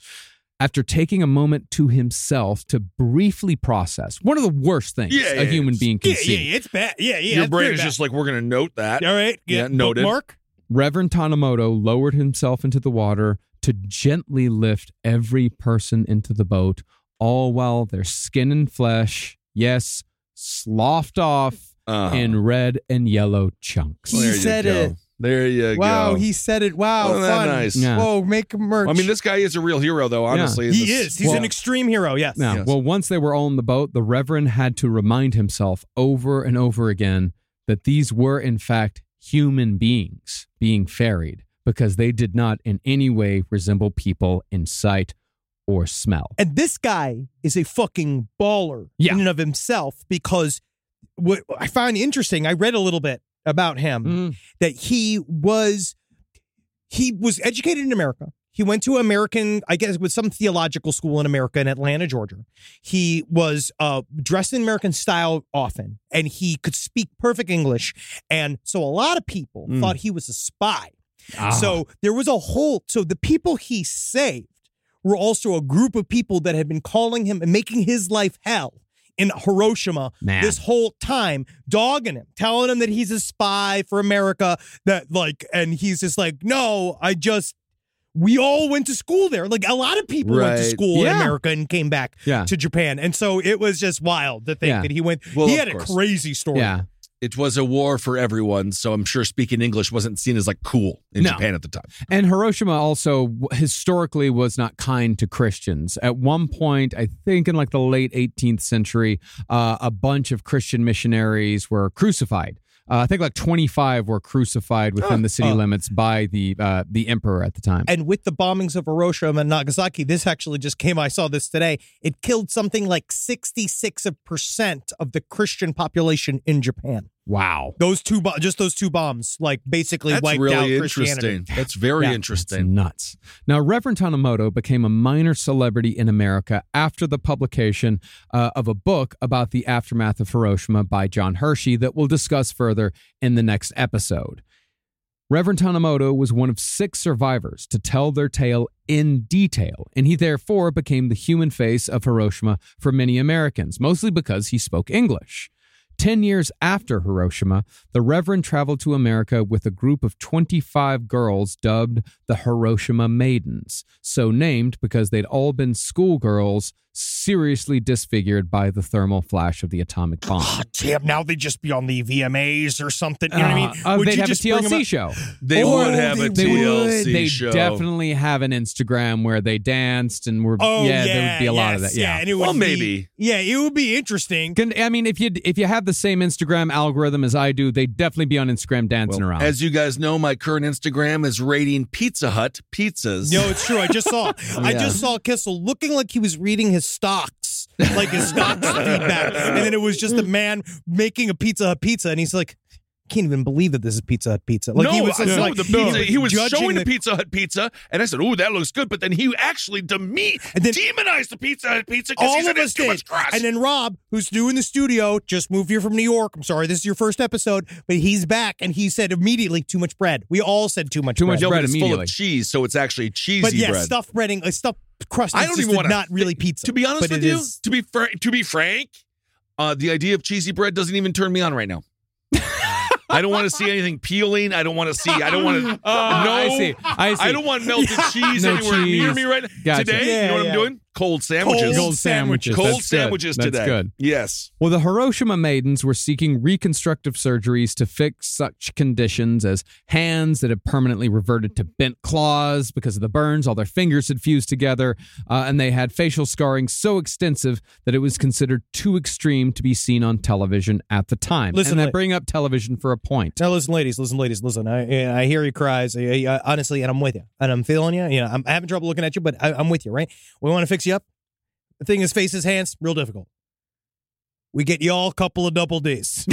[SPEAKER 7] After taking a moment to himself to briefly process one of the worst things
[SPEAKER 6] Yeah, yeah,
[SPEAKER 7] a human
[SPEAKER 6] yeah.
[SPEAKER 7] being can
[SPEAKER 5] Yeah,
[SPEAKER 7] see,
[SPEAKER 5] yeah, yeah, it's bad. Yeah, yeah.
[SPEAKER 6] Your
[SPEAKER 5] it's
[SPEAKER 6] brain
[SPEAKER 5] very
[SPEAKER 6] is
[SPEAKER 5] bad.
[SPEAKER 6] just like, we're going to note that.
[SPEAKER 5] All right.
[SPEAKER 6] Yeah, noted.
[SPEAKER 5] Mark.
[SPEAKER 7] Reverend Tanimoto lowered himself into the water to gently lift every person into the boat, all while their skin and flesh, yes, sloughed off
[SPEAKER 6] Uh-huh.
[SPEAKER 7] in red and yellow chunks.
[SPEAKER 6] Well, there
[SPEAKER 5] He
[SPEAKER 6] you
[SPEAKER 5] said
[SPEAKER 6] go.
[SPEAKER 5] it.
[SPEAKER 6] There you
[SPEAKER 5] Wow,
[SPEAKER 6] go.
[SPEAKER 5] he said it. Wow,
[SPEAKER 6] Wasn't that
[SPEAKER 5] fun.
[SPEAKER 6] nice?
[SPEAKER 7] Yeah.
[SPEAKER 5] Whoa, make merch.
[SPEAKER 6] I mean, this guy is a real hero, though. Honestly,
[SPEAKER 5] he
[SPEAKER 6] This-
[SPEAKER 5] is. He's
[SPEAKER 7] Well-
[SPEAKER 5] an extreme hero. Yes.
[SPEAKER 7] Now,
[SPEAKER 6] Yes.
[SPEAKER 7] well, once they were all on the boat, the Reverend had to remind himself over and over again that these were, in fact, human beings being ferried because they did not in any way resemble people in sight or smell.
[SPEAKER 5] And this guy is a fucking baller
[SPEAKER 7] Yeah.
[SPEAKER 5] in and of himself because what I find interesting, I read a little bit about him
[SPEAKER 7] Mm.
[SPEAKER 5] that he was he was educated in America. He went to American, I guess, with some theological school in America in Atlanta, Georgia. He was uh, dressed in American style often, and he could speak perfect English. And so a lot of people
[SPEAKER 6] Mm.
[SPEAKER 5] thought he was a spy.
[SPEAKER 7] Ah.
[SPEAKER 5] So there was a whole. So the people he saved were also a group of people that had been calling him and making his life hell in Hiroshima
[SPEAKER 7] Man.
[SPEAKER 5] this whole time, dogging him, telling him that he's a spy for America. That like, and he's just like, no, I just. We all went to school there. Like a lot of people went to
[SPEAKER 6] Right.
[SPEAKER 5] school in
[SPEAKER 7] Yeah.
[SPEAKER 5] America and came back
[SPEAKER 7] Yeah.
[SPEAKER 5] to Japan, and so it was just wild to think
[SPEAKER 7] Yeah.
[SPEAKER 5] that he went.
[SPEAKER 6] Well,
[SPEAKER 5] he
[SPEAKER 6] of
[SPEAKER 5] had a
[SPEAKER 6] course.
[SPEAKER 5] crazy story.
[SPEAKER 7] yeah.
[SPEAKER 6] It was a war for everyone, so I'm sure speaking English wasn't seen as like cool in
[SPEAKER 7] No.
[SPEAKER 6] Japan at the time.
[SPEAKER 7] And Hiroshima also w- historically was not kind to Christians. At one point, I think in like the late 18th century, uh, a bunch of Christian missionaries were crucified. Uh, I think like 25 were crucified within the city
[SPEAKER 5] Oh.
[SPEAKER 7] limits by the uh, the emperor at the time.
[SPEAKER 5] And with the bombings of Hiroshima and Nagasaki, this actually just came. I saw this today. It killed something like 66% of the Christian population in Japan.
[SPEAKER 7] wow.
[SPEAKER 5] Those two, bo- just those two bombs, like basically
[SPEAKER 6] That's
[SPEAKER 5] wiped out
[SPEAKER 6] really
[SPEAKER 5] Christianity.
[SPEAKER 6] interesting. That's very
[SPEAKER 5] Yeah.
[SPEAKER 7] That's
[SPEAKER 6] interesting.
[SPEAKER 7] nuts. Now, Reverend Tanimoto became a minor celebrity in America after the publication uh, of a book about the aftermath of Hiroshima by John Hershey that we'll discuss further in the next episode. Reverend Tanimoto was one of six survivors to tell their tale in detail, and he therefore became the human face of Hiroshima for many Americans, mostly because he spoke English. Ten years after Hiroshima, the Reverend traveled to America with a group of 25 girls dubbed the Hiroshima Maidens, so named because they'd all been schoolgirls seriously disfigured by the thermal flash of the atomic
[SPEAKER 6] Ah,
[SPEAKER 7] bomb.
[SPEAKER 5] God Ah, damn, now they'd just be on the VMAs or something. You know what I mean?
[SPEAKER 7] Uh, uh,
[SPEAKER 5] Would
[SPEAKER 7] they'd
[SPEAKER 5] you
[SPEAKER 7] have a
[SPEAKER 5] just bring 'em
[SPEAKER 7] TLC
[SPEAKER 5] up-
[SPEAKER 7] show.
[SPEAKER 6] They
[SPEAKER 5] Oh,
[SPEAKER 6] would have a
[SPEAKER 5] they
[SPEAKER 6] TLC
[SPEAKER 5] would.
[SPEAKER 7] They
[SPEAKER 6] show.
[SPEAKER 7] definitely have an Instagram where they danced and were.
[SPEAKER 5] Oh, yeah,
[SPEAKER 7] yeah, there would be a lot of
[SPEAKER 5] yes,
[SPEAKER 7] that. Yeah.
[SPEAKER 5] and it would
[SPEAKER 6] Well,
[SPEAKER 5] be-
[SPEAKER 6] maybe.
[SPEAKER 5] Yeah, it would be interesting.
[SPEAKER 7] Can- I mean, if you if you have the same Instagram algorithm as I do, they'd definitely be on Instagram dancing
[SPEAKER 6] Well,
[SPEAKER 7] around.
[SPEAKER 6] As you guys know, my current Instagram is rating Pizza Hut pizzas.
[SPEAKER 5] No, it's true. I just saw. I
[SPEAKER 7] Yeah.
[SPEAKER 5] just saw Kissel looking like he was reading his stocks, like his stocks feedback, and then it was just a man making a Pizza Hut pizza, and he's like, "Can't even believe that this is Pizza Hut pizza." Like
[SPEAKER 6] no,
[SPEAKER 5] he was
[SPEAKER 6] I-
[SPEAKER 5] just
[SPEAKER 6] no,
[SPEAKER 5] like
[SPEAKER 6] the pizza, he was
[SPEAKER 5] judging
[SPEAKER 6] showing the, Pizza Hut pizza, and I said, "Oh, that looks good," but then he actually deme-
[SPEAKER 5] And then-
[SPEAKER 6] demonized the Pizza Hut pizza because he
[SPEAKER 5] All
[SPEAKER 6] said
[SPEAKER 5] of us
[SPEAKER 6] it's too
[SPEAKER 5] did,
[SPEAKER 6] much crust.
[SPEAKER 5] and then Rob, who's new in the studio, just moved here from New York. I'm sorry, this is your first episode, but he's back, and he said immediately, "Too much bread." We all said too much
[SPEAKER 7] Too
[SPEAKER 5] bread.
[SPEAKER 7] much
[SPEAKER 6] Yeah,
[SPEAKER 7] bread
[SPEAKER 6] but it's full
[SPEAKER 7] immediately.
[SPEAKER 6] of cheese, so it's actually cheesy
[SPEAKER 5] But yeah,
[SPEAKER 6] bread.
[SPEAKER 5] stuffed breading, uh, stuffed crust.
[SPEAKER 6] I
[SPEAKER 5] is
[SPEAKER 6] don't
[SPEAKER 5] just
[SPEAKER 6] even want
[SPEAKER 5] not really pizza.
[SPEAKER 6] To be honest
[SPEAKER 5] but
[SPEAKER 6] with
[SPEAKER 5] it
[SPEAKER 6] you,
[SPEAKER 5] is-
[SPEAKER 6] to be frank, to be frank, uh, the idea of cheesy bread doesn't even turn me on right now. I don't want to see anything peeling. I don't want to see. I don't want to. no,
[SPEAKER 7] I see. I see.
[SPEAKER 6] don't want melted cheese
[SPEAKER 7] No
[SPEAKER 6] anywhere near
[SPEAKER 7] cheese.
[SPEAKER 6] me right now.
[SPEAKER 7] Gotcha.
[SPEAKER 6] Today,
[SPEAKER 5] Yeah,
[SPEAKER 6] you know what
[SPEAKER 5] yeah.
[SPEAKER 6] I'm doing? Cold sandwiches.
[SPEAKER 7] Cold sandwiches.
[SPEAKER 6] Cold
[SPEAKER 7] That's good.
[SPEAKER 6] sandwiches
[SPEAKER 7] That's
[SPEAKER 6] today.
[SPEAKER 7] good.
[SPEAKER 6] Yes.
[SPEAKER 7] Well, the Hiroshima maidens were seeking reconstructive surgeries to fix such conditions as hands that had permanently reverted to bent claws because of the burns, all their fingers had fused together, uh, and they had facial scarring so extensive that it was considered too extreme to be seen on television at the time.
[SPEAKER 5] Listen,
[SPEAKER 7] and I
[SPEAKER 5] like-
[SPEAKER 7] bring up television for a point.
[SPEAKER 5] Now listen, ladies, listen, ladies, listen. I I hear your cries, I, I, honestly, and I'm with you, and I'm feeling you. You know, I'm, I'm having trouble looking at you, but I, I'm with you, right? We want to fix you up. The thing is, faces, hands, real difficult. We get y'all a couple of double D's,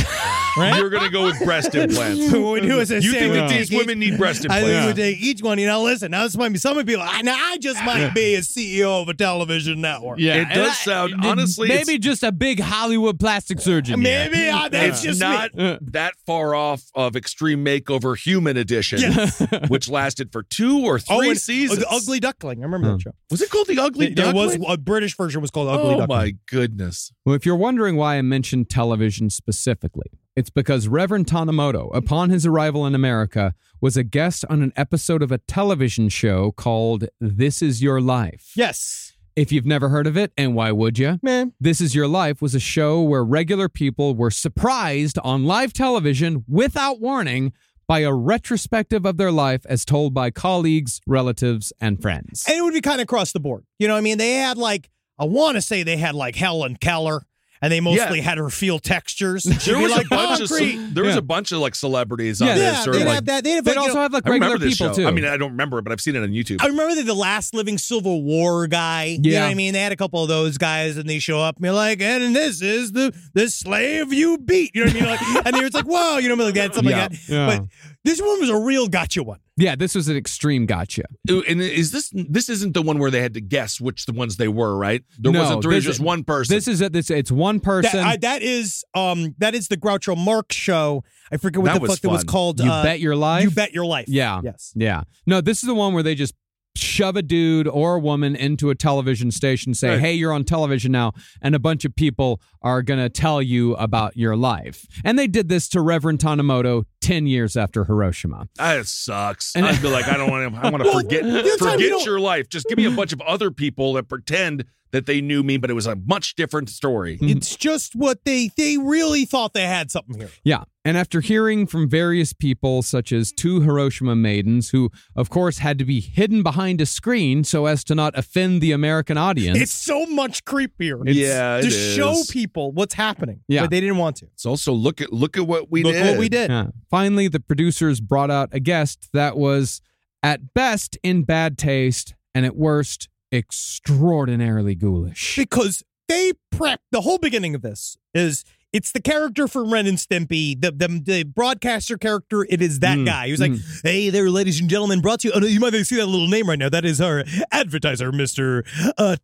[SPEAKER 5] right?
[SPEAKER 6] You're gonna go with breast implants.
[SPEAKER 5] what we do is I
[SPEAKER 6] You
[SPEAKER 5] say
[SPEAKER 6] think
[SPEAKER 5] we
[SPEAKER 6] that these
[SPEAKER 5] take
[SPEAKER 6] women
[SPEAKER 5] each-
[SPEAKER 6] need breast
[SPEAKER 5] I think we
[SPEAKER 6] implants?
[SPEAKER 5] take each one. You know, listen. Now this might be some people. I, now I just might be a CEO of a television network.
[SPEAKER 6] It does sound- honestly, it's-
[SPEAKER 7] Maybe just a big Hollywood plastic surgeon. Uh, here.
[SPEAKER 5] Maybe I, that's
[SPEAKER 6] It's
[SPEAKER 5] just me.
[SPEAKER 6] not that far off of Extreme Makeover Human Edition,
[SPEAKER 5] Yes.
[SPEAKER 6] which lasted for two or three
[SPEAKER 5] Oh, and-
[SPEAKER 6] seasons.
[SPEAKER 5] The Ugly Duckling. I remember that show.
[SPEAKER 6] Was it called the Ugly
[SPEAKER 5] There was
[SPEAKER 6] Duckling?
[SPEAKER 5] a British version was called Ugly
[SPEAKER 6] Oh
[SPEAKER 5] Duckling.
[SPEAKER 6] my goodness!
[SPEAKER 7] Well, if you're wondering why I mentioned television specifically, it's because Reverend Tanimoto, upon his arrival in America, was a guest on an episode of a television show called This Is Your Life.
[SPEAKER 5] Yes,
[SPEAKER 7] If you've never heard of it, and why would you?
[SPEAKER 5] man.
[SPEAKER 7] This Is Your Life was a show where regular people were surprised on live television without warning by a retrospective of their life as told by colleagues, relatives, and friends.
[SPEAKER 5] And it would be kind of across the board. You know what I mean? They had like, I want to say they had like Helen Keller and they mostly
[SPEAKER 6] Yeah.
[SPEAKER 5] had her feel textures.
[SPEAKER 6] There was
[SPEAKER 5] like
[SPEAKER 6] a bunch of
[SPEAKER 5] concrete.
[SPEAKER 6] ce- there was
[SPEAKER 7] Yeah.
[SPEAKER 6] a bunch of like celebrities
[SPEAKER 7] Yeah.
[SPEAKER 6] on
[SPEAKER 5] Yeah,
[SPEAKER 6] this or
[SPEAKER 5] they'd
[SPEAKER 6] like
[SPEAKER 5] have that. They'd have
[SPEAKER 7] They'd
[SPEAKER 5] like, you
[SPEAKER 7] also
[SPEAKER 5] know-
[SPEAKER 7] have like
[SPEAKER 6] I remember
[SPEAKER 7] regular
[SPEAKER 6] this
[SPEAKER 7] people
[SPEAKER 6] show.
[SPEAKER 7] too.
[SPEAKER 6] I mean, uh, I don't remember it, but I've seen it on YouTube.
[SPEAKER 5] I remember that the last living Civil War guy. You know
[SPEAKER 7] Yeah.
[SPEAKER 5] what I mean? They had a couple of those guys and they show up and they're like, and this is the the slave you beat. You know what I mean? Like, and they was like, whoa, you know what I mean? Like that, something like that.
[SPEAKER 7] Yeah.
[SPEAKER 5] But this one was a real gotcha one.
[SPEAKER 7] yeah, this was an extreme gotcha.
[SPEAKER 6] Ooh, and is this this isn't the one where they had to guess which the ones they were, right? There
[SPEAKER 7] No,
[SPEAKER 6] wasn't three,
[SPEAKER 7] this-
[SPEAKER 6] just one person.
[SPEAKER 7] This is a, this it's one
[SPEAKER 5] That,
[SPEAKER 7] person.
[SPEAKER 5] I, that is um that is the Groucho Marx show. I forget what
[SPEAKER 6] That
[SPEAKER 5] the
[SPEAKER 6] was
[SPEAKER 5] fuck that was
[SPEAKER 6] fun.
[SPEAKER 5] called.
[SPEAKER 7] you
[SPEAKER 5] uh,
[SPEAKER 7] bet your life.
[SPEAKER 5] You bet your life.
[SPEAKER 7] Yeah.
[SPEAKER 5] Yes.
[SPEAKER 7] Yeah. No, this is the one where they just shove a dude or a woman into a television station, say,
[SPEAKER 6] Right.
[SPEAKER 7] hey, you're on television now, and a bunch of people are going to tell you about your life. And they did this to Reverend Tanimoto 10 years after Hiroshima.
[SPEAKER 6] that sucks.
[SPEAKER 7] And-
[SPEAKER 6] I'd be like, I don't want to. I want to
[SPEAKER 5] Well,
[SPEAKER 6] forget
[SPEAKER 5] the other time you
[SPEAKER 6] forget
[SPEAKER 5] don't-
[SPEAKER 6] your life. Just give me a bunch of other people that pretend that they knew me, but it was a much different story.
[SPEAKER 5] It's just what they they really thought they had something here.
[SPEAKER 7] Yeah. And after hearing from various people, such as two Hiroshima maidens, who, of course, had to be hidden behind a screen so as to not offend the American audience.
[SPEAKER 5] It's so much creepier.
[SPEAKER 6] It's- Yeah, it
[SPEAKER 5] to
[SPEAKER 6] is.
[SPEAKER 5] show people what's happening.
[SPEAKER 7] Yeah.
[SPEAKER 5] but they didn't want to.
[SPEAKER 6] It's also look at look at what we
[SPEAKER 5] Look
[SPEAKER 6] did.
[SPEAKER 5] what we did.
[SPEAKER 7] Yeah. Finally, the producers brought out a guest that was, at best, in bad taste, and at worst, extraordinarily ghoulish.
[SPEAKER 5] because they prep the whole beginning of this is it's the character from Ren and Stimpy, the the, the broadcaster character. It is that
[SPEAKER 7] Mm,
[SPEAKER 5] guy. He was like, "Hey there, ladies and gentlemen, brought to you." Oh, no, you might see that little name right now. That is our advertiser, Mister uh,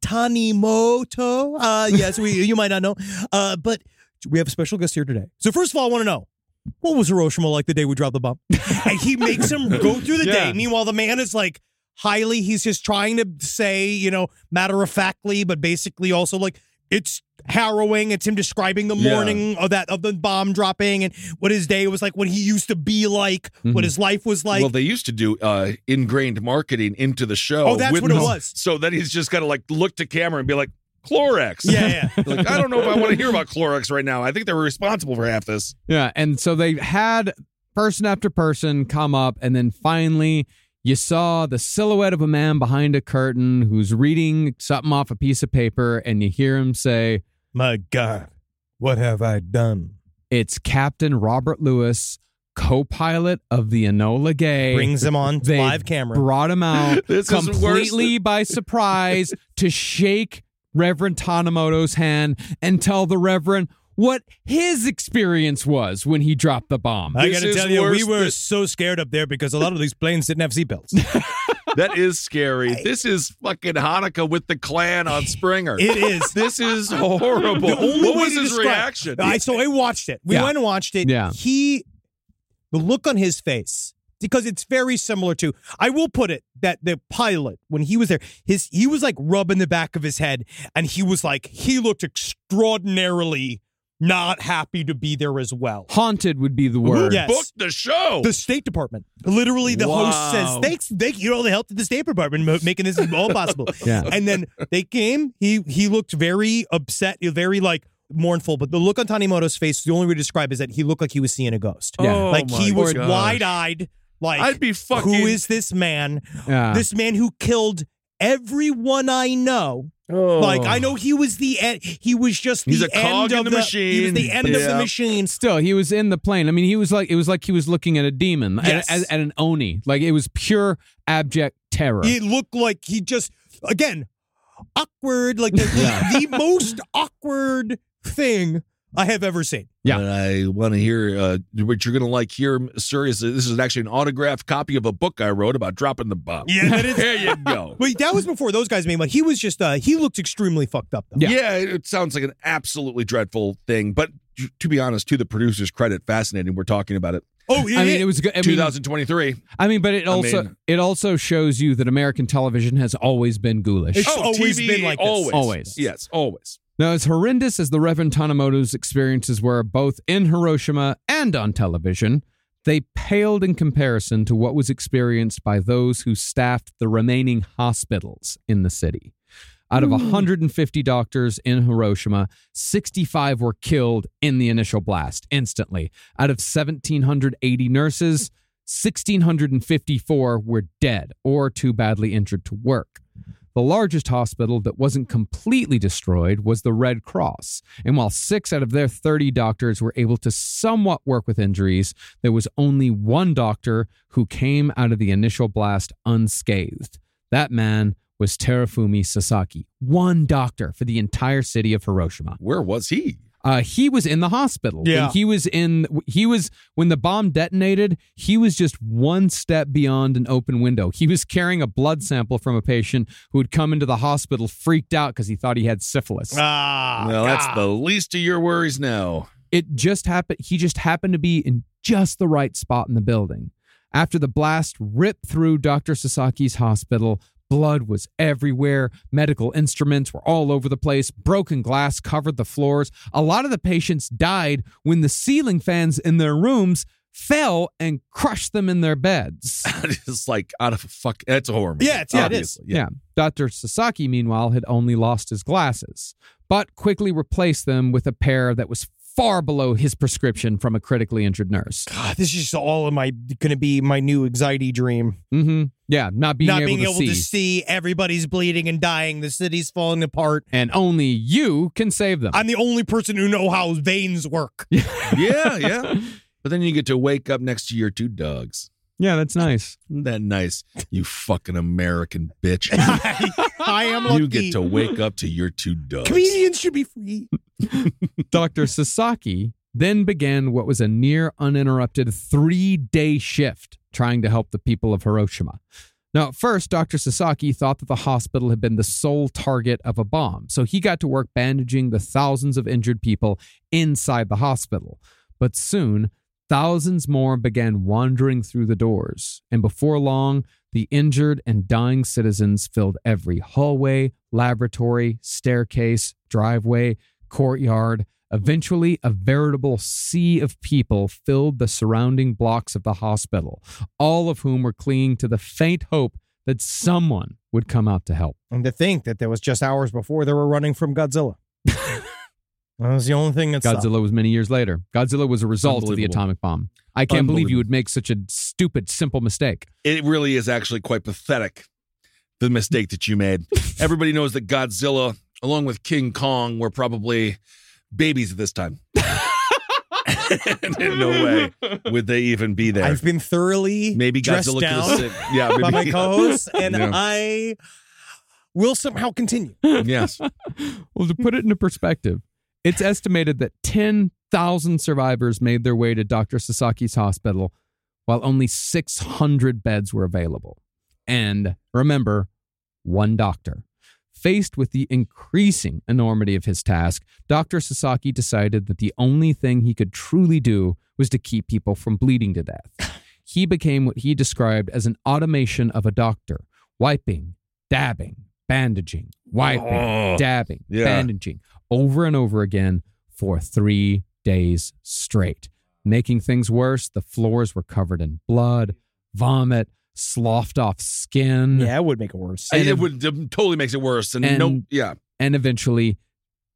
[SPEAKER 5] Tanimoto. Uh, yes, we you might not know, uh, but we have a special guest here today. So first of all, I want to know. What was Hiroshima like the day we dropped the bomb? and he makes him go through the
[SPEAKER 7] Yeah.
[SPEAKER 5] day. Meanwhile, the man is like, highly. He's just trying to say, you know, matter of factly, but basically also like it's harrowing. It's him describing the
[SPEAKER 6] Yeah.
[SPEAKER 5] morning of that of the bomb dropping and what his day was like, what he used to be like, what
[SPEAKER 7] Mhm.
[SPEAKER 5] his life was like.
[SPEAKER 6] well, they used to do uh, ingrained marketing into the show.
[SPEAKER 5] Oh, that's
[SPEAKER 6] with-
[SPEAKER 5] what it was.
[SPEAKER 6] So then he's just got to like look to camera and be like, Clorox.
[SPEAKER 5] yeah, yeah.
[SPEAKER 7] Mm.
[SPEAKER 6] like, I don't know if I want to hear about Clorox right now. I think they were responsible for half this.
[SPEAKER 7] Yeah, and so they had person after person come up, and then finally you saw the silhouette of a man behind a curtain who's reading something off a piece of paper, and you hear him say,
[SPEAKER 5] My God, what have I done?
[SPEAKER 7] "It's Captain Robert Lewis, co-pilot of the Enola Gay."
[SPEAKER 5] Brings him on
[SPEAKER 7] they
[SPEAKER 5] live camera.
[SPEAKER 7] brought him out
[SPEAKER 6] This is worse
[SPEAKER 7] completely by surprise to shake Reverend Tanimoto's hand and tell the Reverend what his experience was when he dropped the bomb.
[SPEAKER 5] I
[SPEAKER 6] This
[SPEAKER 5] gotta
[SPEAKER 6] is
[SPEAKER 5] tell you, we
[SPEAKER 6] worse
[SPEAKER 5] were
[SPEAKER 6] than-
[SPEAKER 5] so scared up there because a lot of these planes didn't have seatbelts.
[SPEAKER 6] That is scary. this is fucking Hanukkah with the Klan on Springer.
[SPEAKER 5] It is.
[SPEAKER 6] This is horrible.
[SPEAKER 5] The only
[SPEAKER 6] What
[SPEAKER 5] way
[SPEAKER 6] was
[SPEAKER 5] to
[SPEAKER 6] his
[SPEAKER 5] describe-
[SPEAKER 6] reaction?
[SPEAKER 5] I so I watched it. We
[SPEAKER 7] Yeah.
[SPEAKER 5] went and watched it.
[SPEAKER 7] Yeah.
[SPEAKER 5] He the look on his face because it's very similar to I will put it that the pilot when he was there his he was like rubbing the back of his head and he was like he looked extraordinarily not happy to be there as well.
[SPEAKER 7] Haunted would be the word.
[SPEAKER 5] Yes.
[SPEAKER 6] Booked the show.
[SPEAKER 5] The State Department. Literally, the host says,
[SPEAKER 6] Wow.
[SPEAKER 5] "Thanks, thank you all the help to the State Department mo- making this all possible."
[SPEAKER 7] Yeah.
[SPEAKER 5] And then they came. He he looked very upset, very like mournful. But the look on Tanimoto's face, the only way to describe is that he looked like he was seeing a ghost.
[SPEAKER 7] Yeah.
[SPEAKER 6] Oh
[SPEAKER 5] like
[SPEAKER 6] my
[SPEAKER 5] he was
[SPEAKER 6] gosh.
[SPEAKER 5] wide eyed. Like
[SPEAKER 6] I'd be fucking. Ah.
[SPEAKER 5] who is this man?
[SPEAKER 7] Yeah.
[SPEAKER 5] This man who killed everyone I know.
[SPEAKER 6] Oh.
[SPEAKER 5] Like I know he was the end. He was just
[SPEAKER 6] He's
[SPEAKER 5] the
[SPEAKER 6] a
[SPEAKER 5] end
[SPEAKER 6] cog in
[SPEAKER 5] of
[SPEAKER 6] the
[SPEAKER 5] He was the
[SPEAKER 6] machine.
[SPEAKER 5] end of the
[SPEAKER 6] Yeah.
[SPEAKER 5] machine.
[SPEAKER 7] Still, he was in the plane. I mean, he was like it was like he was looking at a demon, at-
[SPEAKER 5] Yes.
[SPEAKER 7] at, at an oni. Like it was pure abject terror.
[SPEAKER 5] It looked like he just again awkward, like the, the most awkward thing I have ever seen.
[SPEAKER 7] Yeah.
[SPEAKER 6] But I want to hear uh, what you're going to like here, sir. Is uh, this is actually an autographed copy of a book I wrote about dropping the bomb.
[SPEAKER 5] Yeah, that is.
[SPEAKER 6] There you go.
[SPEAKER 5] But that was before those guys made money. He was just uh he looked extremely fucked up though.
[SPEAKER 7] Yeah.
[SPEAKER 6] Yeah. it it sounds like an absolutely dreadful thing. But t- to be honest, to the producer's credit, fascinating. We're talking about it.
[SPEAKER 5] Oh, yeah.
[SPEAKER 7] I mean, it was good. I mean,
[SPEAKER 6] 2023.
[SPEAKER 7] I mean, but it
[SPEAKER 6] I
[SPEAKER 7] also
[SPEAKER 6] mean-
[SPEAKER 7] it also shows you that American television has always been ghoulish.
[SPEAKER 5] It's always been like this.
[SPEAKER 6] Oh, Always.
[SPEAKER 7] Always.
[SPEAKER 6] Yes, always.
[SPEAKER 7] Now, as horrendous as the Reverend Tanimoto's experiences were both in Hiroshima and on television, they paled in comparison to what was experienced by those who staffed the remaining hospitals in the city. Out of 150 doctors in Hiroshima, 65 were killed in the initial blast instantly. Out of 1,780 nurses, 1,654 were dead or too badly injured to work. The largest hospital that wasn't completely destroyed was the Red Cross. And while six out of their 30 doctors were able to somewhat work with injuries, there was only one doctor who came out of the initial blast unscathed. That man was Terafumi Sasaki, one doctor for the entire city of Hiroshima.
[SPEAKER 6] Where was he?
[SPEAKER 7] Uh, he was in the hospital.
[SPEAKER 5] Yeah.
[SPEAKER 7] And he was in, he was, when the bomb detonated, he was just one step beyond an open window. He was carrying a blood sample from a patient who had come into the hospital freaked out because he thought he had syphilis.
[SPEAKER 5] Ah,
[SPEAKER 6] well, that's
[SPEAKER 5] God.
[SPEAKER 6] the least of your worries now.
[SPEAKER 7] it just happened he just happened to be in just the right spot in the building after the blast ripped through dr sasaki's hospital blood was everywhere medical instruments were all over the place broken glass covered the floors a lot of the patients died when the ceiling fans in their rooms fell and crushed them in their beds
[SPEAKER 6] Ah, it's like out of a fuck. That's a horror movie.
[SPEAKER 5] Yeah, it's- yeah, it is.
[SPEAKER 6] obviously.
[SPEAKER 7] yeah. Dr. Sasaki, meanwhile, had only lost his glasses, but quickly replaced them with a pair that was far below his prescription from a critically injured nurse.
[SPEAKER 5] God, this is just all of my going to be my new anxiety dream.
[SPEAKER 7] Mm-hmm. Yeah, not being
[SPEAKER 5] Not
[SPEAKER 7] able,
[SPEAKER 5] being
[SPEAKER 7] to,
[SPEAKER 5] able
[SPEAKER 7] see,
[SPEAKER 5] to see everybody's bleeding and dying, the city's falling apart.
[SPEAKER 7] And only you can save them.
[SPEAKER 5] I'm the only person who know how veins work.
[SPEAKER 6] yeah, yeah. But then you get to wake up next to your two dogs.
[SPEAKER 7] yeah, that's nice.
[SPEAKER 6] Isn't that nice? You fucking American bitch.
[SPEAKER 5] I am lucky.
[SPEAKER 6] you get to wake up to your two dogs.
[SPEAKER 5] Comedians should be free.
[SPEAKER 7] Dr. Sasaki then began what was a near uninterrupted three day shift trying to help the people of Hiroshima. Now, at first, Dr. Sasaki thought that the hospital had been the sole target of a bomb, so he got to work bandaging the thousands of injured people inside the hospital. But soon, thousands more began wandering through the doors, and before long, the injured and dying citizens filled every hallway, laboratory, staircase, driveway, courtyard. Eventually, a veritable sea of people filled the surrounding blocks of the hospital, all of whom were clinging to the faint hope that someone would come out to help.
[SPEAKER 5] And to think that there was just hours before they were running from Godzilla. that was the only thing that stopped.
[SPEAKER 7] Godzilla was many years later. Godzilla was a result of the
[SPEAKER 6] Unbelievable.
[SPEAKER 7] atomic bomb. I can't believe you
[SPEAKER 6] Unbelievable.
[SPEAKER 7] would make such a stupid, simple mistake.
[SPEAKER 6] it really is actually quite pathetic the mistake that you made. Everybody knows that Godzilla, along with King Kong, were probably babies at this time. In no way would they even be there.
[SPEAKER 5] I've been thoroughly
[SPEAKER 6] maybe
[SPEAKER 5] dressed
[SPEAKER 6] Godzilla could
[SPEAKER 5] down
[SPEAKER 6] have said, yeah, maybe,
[SPEAKER 5] by my co-host, and
[SPEAKER 6] Yeah.
[SPEAKER 5] I will somehow continue.
[SPEAKER 6] Yes.
[SPEAKER 7] Well, to put it into perspective, it's estimated that 10,000 survivors made their way to Dr. Sasaki's hospital while only 600 beds were available. And remember, one doctor. Faced with the increasing enormity of his task, Dr. Sasaki decided that the only thing he could truly do was to keep people from bleeding to death. He became what he described as an automation of a doctor, wiping, dabbing, bandaging, wiping,
[SPEAKER 6] Oh.
[SPEAKER 7] dabbing,
[SPEAKER 6] Yeah.
[SPEAKER 7] bandaging over and over again for three days straight. Making things worse, the floors were covered in blood, vomit, sloughed off skin,
[SPEAKER 5] Yeah, it would make it worse.
[SPEAKER 6] And it would it totally makes it worse. And,
[SPEAKER 7] And-
[SPEAKER 6] no, yeah.
[SPEAKER 7] and eventually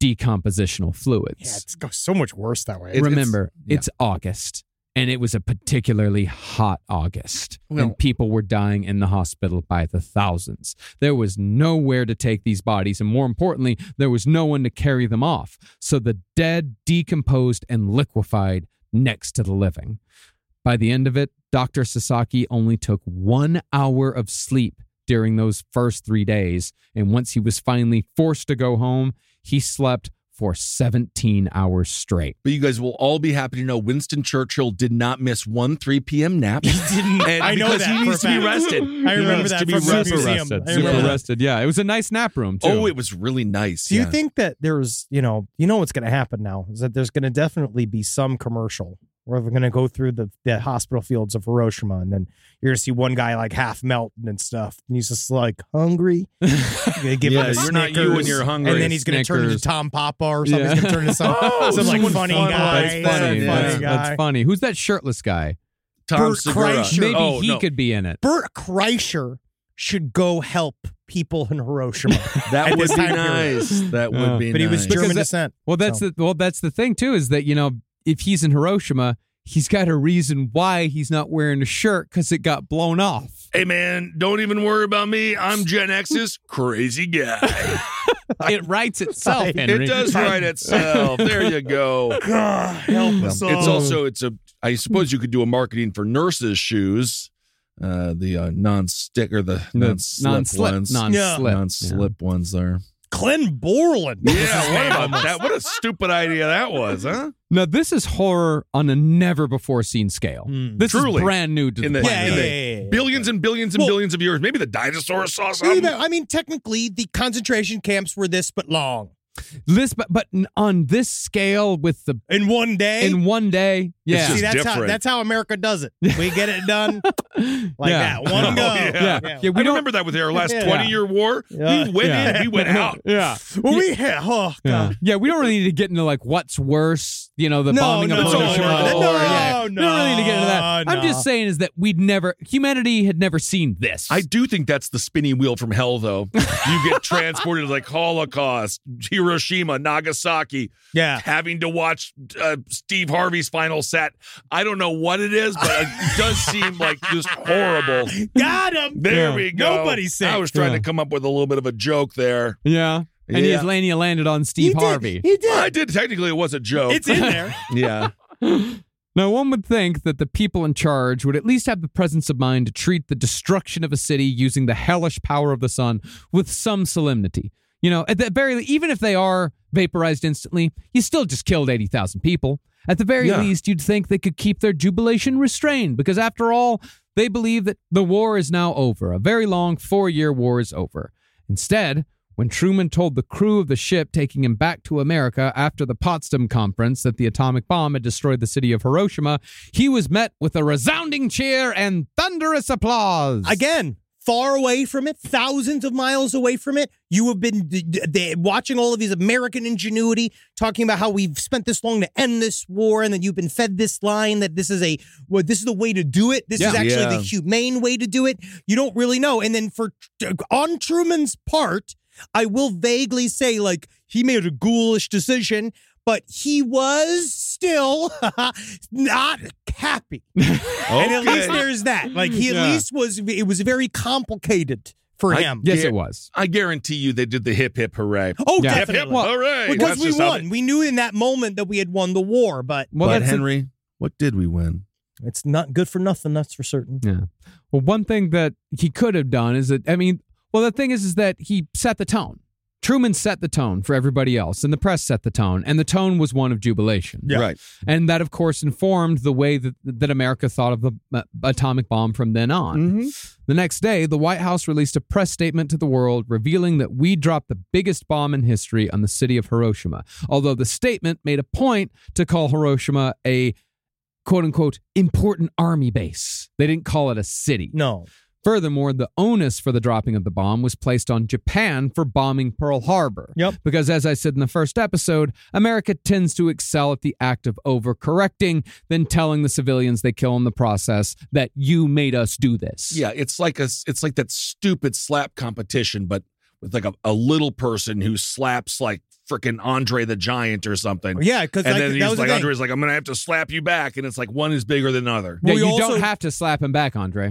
[SPEAKER 7] decompositional
[SPEAKER 5] Yeah,
[SPEAKER 7] fluids.
[SPEAKER 5] it's go- so much worse that way.
[SPEAKER 6] It- it's-
[SPEAKER 7] Remember,
[SPEAKER 6] yeah.
[SPEAKER 7] it's August, and it was a particularly hot August,
[SPEAKER 6] Well-
[SPEAKER 7] and people were dying in the hospital by the thousands. There was nowhere to take these bodies, and more importantly, there was no one to carry them off. So the dead decomposed and liquefied next to the living. By the end of it, Dr. Sasaki only took one hour of sleep during those first three days. And once he was finally forced to go home, he slept for 17 hours straight.
[SPEAKER 6] But you guys will all be happy to know Winston Churchill did not miss one 3 p.m. nap. He
[SPEAKER 5] didn't. I know
[SPEAKER 6] because
[SPEAKER 5] that
[SPEAKER 6] he
[SPEAKER 5] for
[SPEAKER 6] needs
[SPEAKER 5] a
[SPEAKER 6] to be
[SPEAKER 5] fact.
[SPEAKER 6] rested.
[SPEAKER 5] I remember
[SPEAKER 6] needs
[SPEAKER 5] that
[SPEAKER 6] to be
[SPEAKER 5] from the
[SPEAKER 6] rested.
[SPEAKER 5] museum. I remember
[SPEAKER 7] Super
[SPEAKER 5] that.
[SPEAKER 7] rested. Yeah, it was a nice nap room, too.
[SPEAKER 6] Oh, it was really nice.
[SPEAKER 5] Do you
[SPEAKER 6] yeah.
[SPEAKER 5] think that there's, you know, you know what's going to happen now is that there's going to definitely be some commercial where we're going to go through the, the hospital fields of Hiroshima, and then you're going to see one guy like half melting and stuff, and he's just like hungry. You're gonna give
[SPEAKER 6] Yeah,
[SPEAKER 5] him a
[SPEAKER 6] you're not you when
[SPEAKER 5] Snickers,
[SPEAKER 6] you're hungry.
[SPEAKER 5] and then he's going to turn into
[SPEAKER 7] Snickers.
[SPEAKER 5] Tom Papa or something.
[SPEAKER 7] Yeah.
[SPEAKER 5] He's going to turn into some,
[SPEAKER 6] Oh,
[SPEAKER 5] some like
[SPEAKER 6] someone
[SPEAKER 5] funny
[SPEAKER 6] fun
[SPEAKER 5] guy.
[SPEAKER 6] like
[SPEAKER 7] That's funny.
[SPEAKER 5] some
[SPEAKER 6] yeah.
[SPEAKER 7] That's,
[SPEAKER 5] funny
[SPEAKER 7] that's
[SPEAKER 5] guy.
[SPEAKER 7] funny. Who's that shirtless guy?
[SPEAKER 6] Tom
[SPEAKER 5] Bert
[SPEAKER 6] Segura.
[SPEAKER 5] Kreischer. Sure.
[SPEAKER 7] Maybe
[SPEAKER 6] Oh,
[SPEAKER 7] he
[SPEAKER 6] no.
[SPEAKER 7] could be in it.
[SPEAKER 5] Bert Kreischer should go help people in Hiroshima.
[SPEAKER 6] That
[SPEAKER 5] at
[SPEAKER 6] would
[SPEAKER 5] this
[SPEAKER 6] be
[SPEAKER 5] time period. Uh,
[SPEAKER 6] nice. That
[SPEAKER 7] Yeah.
[SPEAKER 6] would be
[SPEAKER 5] But he
[SPEAKER 6] nice. uh,
[SPEAKER 5] was
[SPEAKER 7] Because
[SPEAKER 5] German
[SPEAKER 7] that-
[SPEAKER 5] descent.
[SPEAKER 7] Well, that's
[SPEAKER 5] So-
[SPEAKER 7] the well, that's the thing too is that you know if he's in Hiroshima, he's got a reason why he's not wearing a shirt because it got blown off.
[SPEAKER 6] Hey man, don't even worry about me. I'm Gen X's crazy guy.
[SPEAKER 7] It writes itself. Henry.
[SPEAKER 6] It does write itself. There you go.
[SPEAKER 5] God, help us all.
[SPEAKER 6] It's also it's a. I suppose you could do a marketing for nurses' shoes, uh, the uh, non-stick or the
[SPEAKER 7] The
[SPEAKER 6] non-slip,
[SPEAKER 7] non-slip,
[SPEAKER 6] ones,
[SPEAKER 7] non-slip, yeah.
[SPEAKER 6] non-slip ones there.
[SPEAKER 5] Glenn Borland.
[SPEAKER 6] Yeah, what about that? What a stupid idea that was, huh?
[SPEAKER 7] Now this is horror on a never before seen scale.
[SPEAKER 5] Hmm.
[SPEAKER 7] this
[SPEAKER 6] Truly.
[SPEAKER 7] is brand new to
[SPEAKER 6] In
[SPEAKER 7] the,
[SPEAKER 6] the-
[SPEAKER 5] Yeah,
[SPEAKER 7] planet.
[SPEAKER 5] yeah,
[SPEAKER 7] Earth.
[SPEAKER 5] yeah, yeah.
[SPEAKER 6] Billions and billions and
[SPEAKER 5] Well-
[SPEAKER 6] billions of years. Maybe the dinosaurs saw
[SPEAKER 5] Well, you
[SPEAKER 6] something.
[SPEAKER 5] know, I mean, technically, the concentration camps were this, but long.
[SPEAKER 7] This, but, but on this scale with the
[SPEAKER 5] In one day.
[SPEAKER 7] in one day, yeah,
[SPEAKER 6] just
[SPEAKER 5] See, that's how,
[SPEAKER 6] different.
[SPEAKER 5] that's how America does it. We get it done like
[SPEAKER 7] Yeah.
[SPEAKER 5] that. One go.
[SPEAKER 6] yeah.
[SPEAKER 7] yeah.
[SPEAKER 5] Yeah.
[SPEAKER 7] Yeah,
[SPEAKER 6] We
[SPEAKER 7] we don't.
[SPEAKER 6] remember that with our last
[SPEAKER 5] Yeah.
[SPEAKER 6] 20 year war.
[SPEAKER 5] Yeah.
[SPEAKER 6] We went
[SPEAKER 7] Yeah.
[SPEAKER 6] in, we went out.
[SPEAKER 7] Yeah.
[SPEAKER 5] Well, we had, oh,
[SPEAKER 7] Yeah.
[SPEAKER 5] God.
[SPEAKER 7] yeah, we don't really need to get into like what's worse, you know, the
[SPEAKER 5] No,
[SPEAKER 7] bombing
[SPEAKER 5] no,
[SPEAKER 7] of
[SPEAKER 6] no,
[SPEAKER 7] Hiroshima
[SPEAKER 6] no,
[SPEAKER 7] or-
[SPEAKER 6] no,
[SPEAKER 7] yeah. we don't really need to get into that.
[SPEAKER 5] no,
[SPEAKER 7] I'm just
[SPEAKER 5] no.
[SPEAKER 7] saying is that we'd never humanity had never seen this.
[SPEAKER 6] I do think that's the spinning wheel from hell, though. You get transported like Holocaust, Hiroshima, Nagasaki,
[SPEAKER 5] Yeah.
[SPEAKER 6] having to watch uh, Steve Harvey's final set. I don't know what it is, but it does seem like just horrible.
[SPEAKER 5] Got him.
[SPEAKER 6] There
[SPEAKER 7] Yeah.
[SPEAKER 6] we go.
[SPEAKER 5] Nobody said.
[SPEAKER 6] I was trying
[SPEAKER 7] Yeah.
[SPEAKER 6] to come up with a little bit of a joke there.
[SPEAKER 7] yeah. And
[SPEAKER 6] Yeah.
[SPEAKER 7] Atlanta landed on Steve Harvey.
[SPEAKER 5] Did. He did.
[SPEAKER 6] I did. Technically, it was a joke.
[SPEAKER 5] It's in there.
[SPEAKER 6] yeah.
[SPEAKER 7] Now, one would think that the people in charge would at least have the presence of mind to treat the destruction of a city using the hellish power of the sun with some solemnity. You know, at the very least, even if they are vaporized instantly, you still just killed 80,000 people. At the very
[SPEAKER 6] Yeah.
[SPEAKER 7] least, you'd think they could keep their jubilation restrained because, after all, they believe that the war is now over. A very long four year war is over. Instead, when Truman told the crew of the ship taking him back to America after the Potsdam Conference that the atomic bomb had destroyed the city of Hiroshima, he was met with a resounding cheer and thunderous applause.
[SPEAKER 5] Again, far away from it, thousands of miles away from it. You have been d- d- d- watching all of these American ingenuity talking about how we've spent this long to end this war, and that you've been fed this line that this is a well, this is the way to do it. This is
[SPEAKER 7] Yeah.
[SPEAKER 5] actually
[SPEAKER 6] Yeah.
[SPEAKER 5] the humane way to do it. You don't really know. And then for on Truman's part, I will vaguely say like he made a ghoulish decision. But he was still not happy. And at least there's that. Like he at
[SPEAKER 7] Yeah.
[SPEAKER 5] least was. It was very complicated for
[SPEAKER 6] I-
[SPEAKER 5] him.
[SPEAKER 7] yes,
[SPEAKER 6] Yeah.
[SPEAKER 7] it was.
[SPEAKER 6] I guarantee you they did the hip hip hooray.
[SPEAKER 5] Oh,
[SPEAKER 7] Yeah.
[SPEAKER 6] Hip hip
[SPEAKER 5] definitely.
[SPEAKER 6] hooray.
[SPEAKER 5] because
[SPEAKER 6] That's
[SPEAKER 5] we
[SPEAKER 6] just how
[SPEAKER 5] won.
[SPEAKER 6] they-
[SPEAKER 5] We knew in that moment that we had won the war, but
[SPEAKER 7] Well,
[SPEAKER 6] but
[SPEAKER 7] that's the-
[SPEAKER 6] Henry, what did we win?
[SPEAKER 5] it's not good for nothing. That's for certain.
[SPEAKER 7] Well, one thing that he could have done is that I mean, well, the thing is, is that he set the tone. Truman set the tone for everybody else, and the press set the tone, and the tone was one of jubilation.
[SPEAKER 6] Right.
[SPEAKER 7] and that, of course, informed the way that that America thought of the uh, atomic bomb from then on.
[SPEAKER 6] Mm-hmm.
[SPEAKER 7] The next day, the White House released a press statement to the world revealing that we dropped the biggest bomb in history on the city of Hiroshima. Although the statement made a point to call Hiroshima a quote unquote important army base, they didn't call it a city.
[SPEAKER 5] No.
[SPEAKER 7] Furthermore, the onus for the dropping of the bomb was placed on Japan for bombing Pearl Harbor.
[SPEAKER 5] Yep.
[SPEAKER 7] Because, as I said in the first episode, America tends to excel at the act of overcorrecting, then telling the civilians they kill in the process that you made us do this.
[SPEAKER 6] Yeah, it's like a it's like that stupid slap competition, but with like a, a little person who slaps like freaking Andre the Giant or something.
[SPEAKER 5] Yeah, because
[SPEAKER 6] and
[SPEAKER 5] like,
[SPEAKER 6] then
[SPEAKER 5] that
[SPEAKER 6] he's
[SPEAKER 5] was
[SPEAKER 6] like,
[SPEAKER 5] the thing.
[SPEAKER 6] Andre's like, I'm gonna have to slap you back, and it's like one is bigger than the other.
[SPEAKER 7] Yeah,
[SPEAKER 5] Well,
[SPEAKER 7] you
[SPEAKER 5] you also-
[SPEAKER 7] don't have to slap him back, Andre.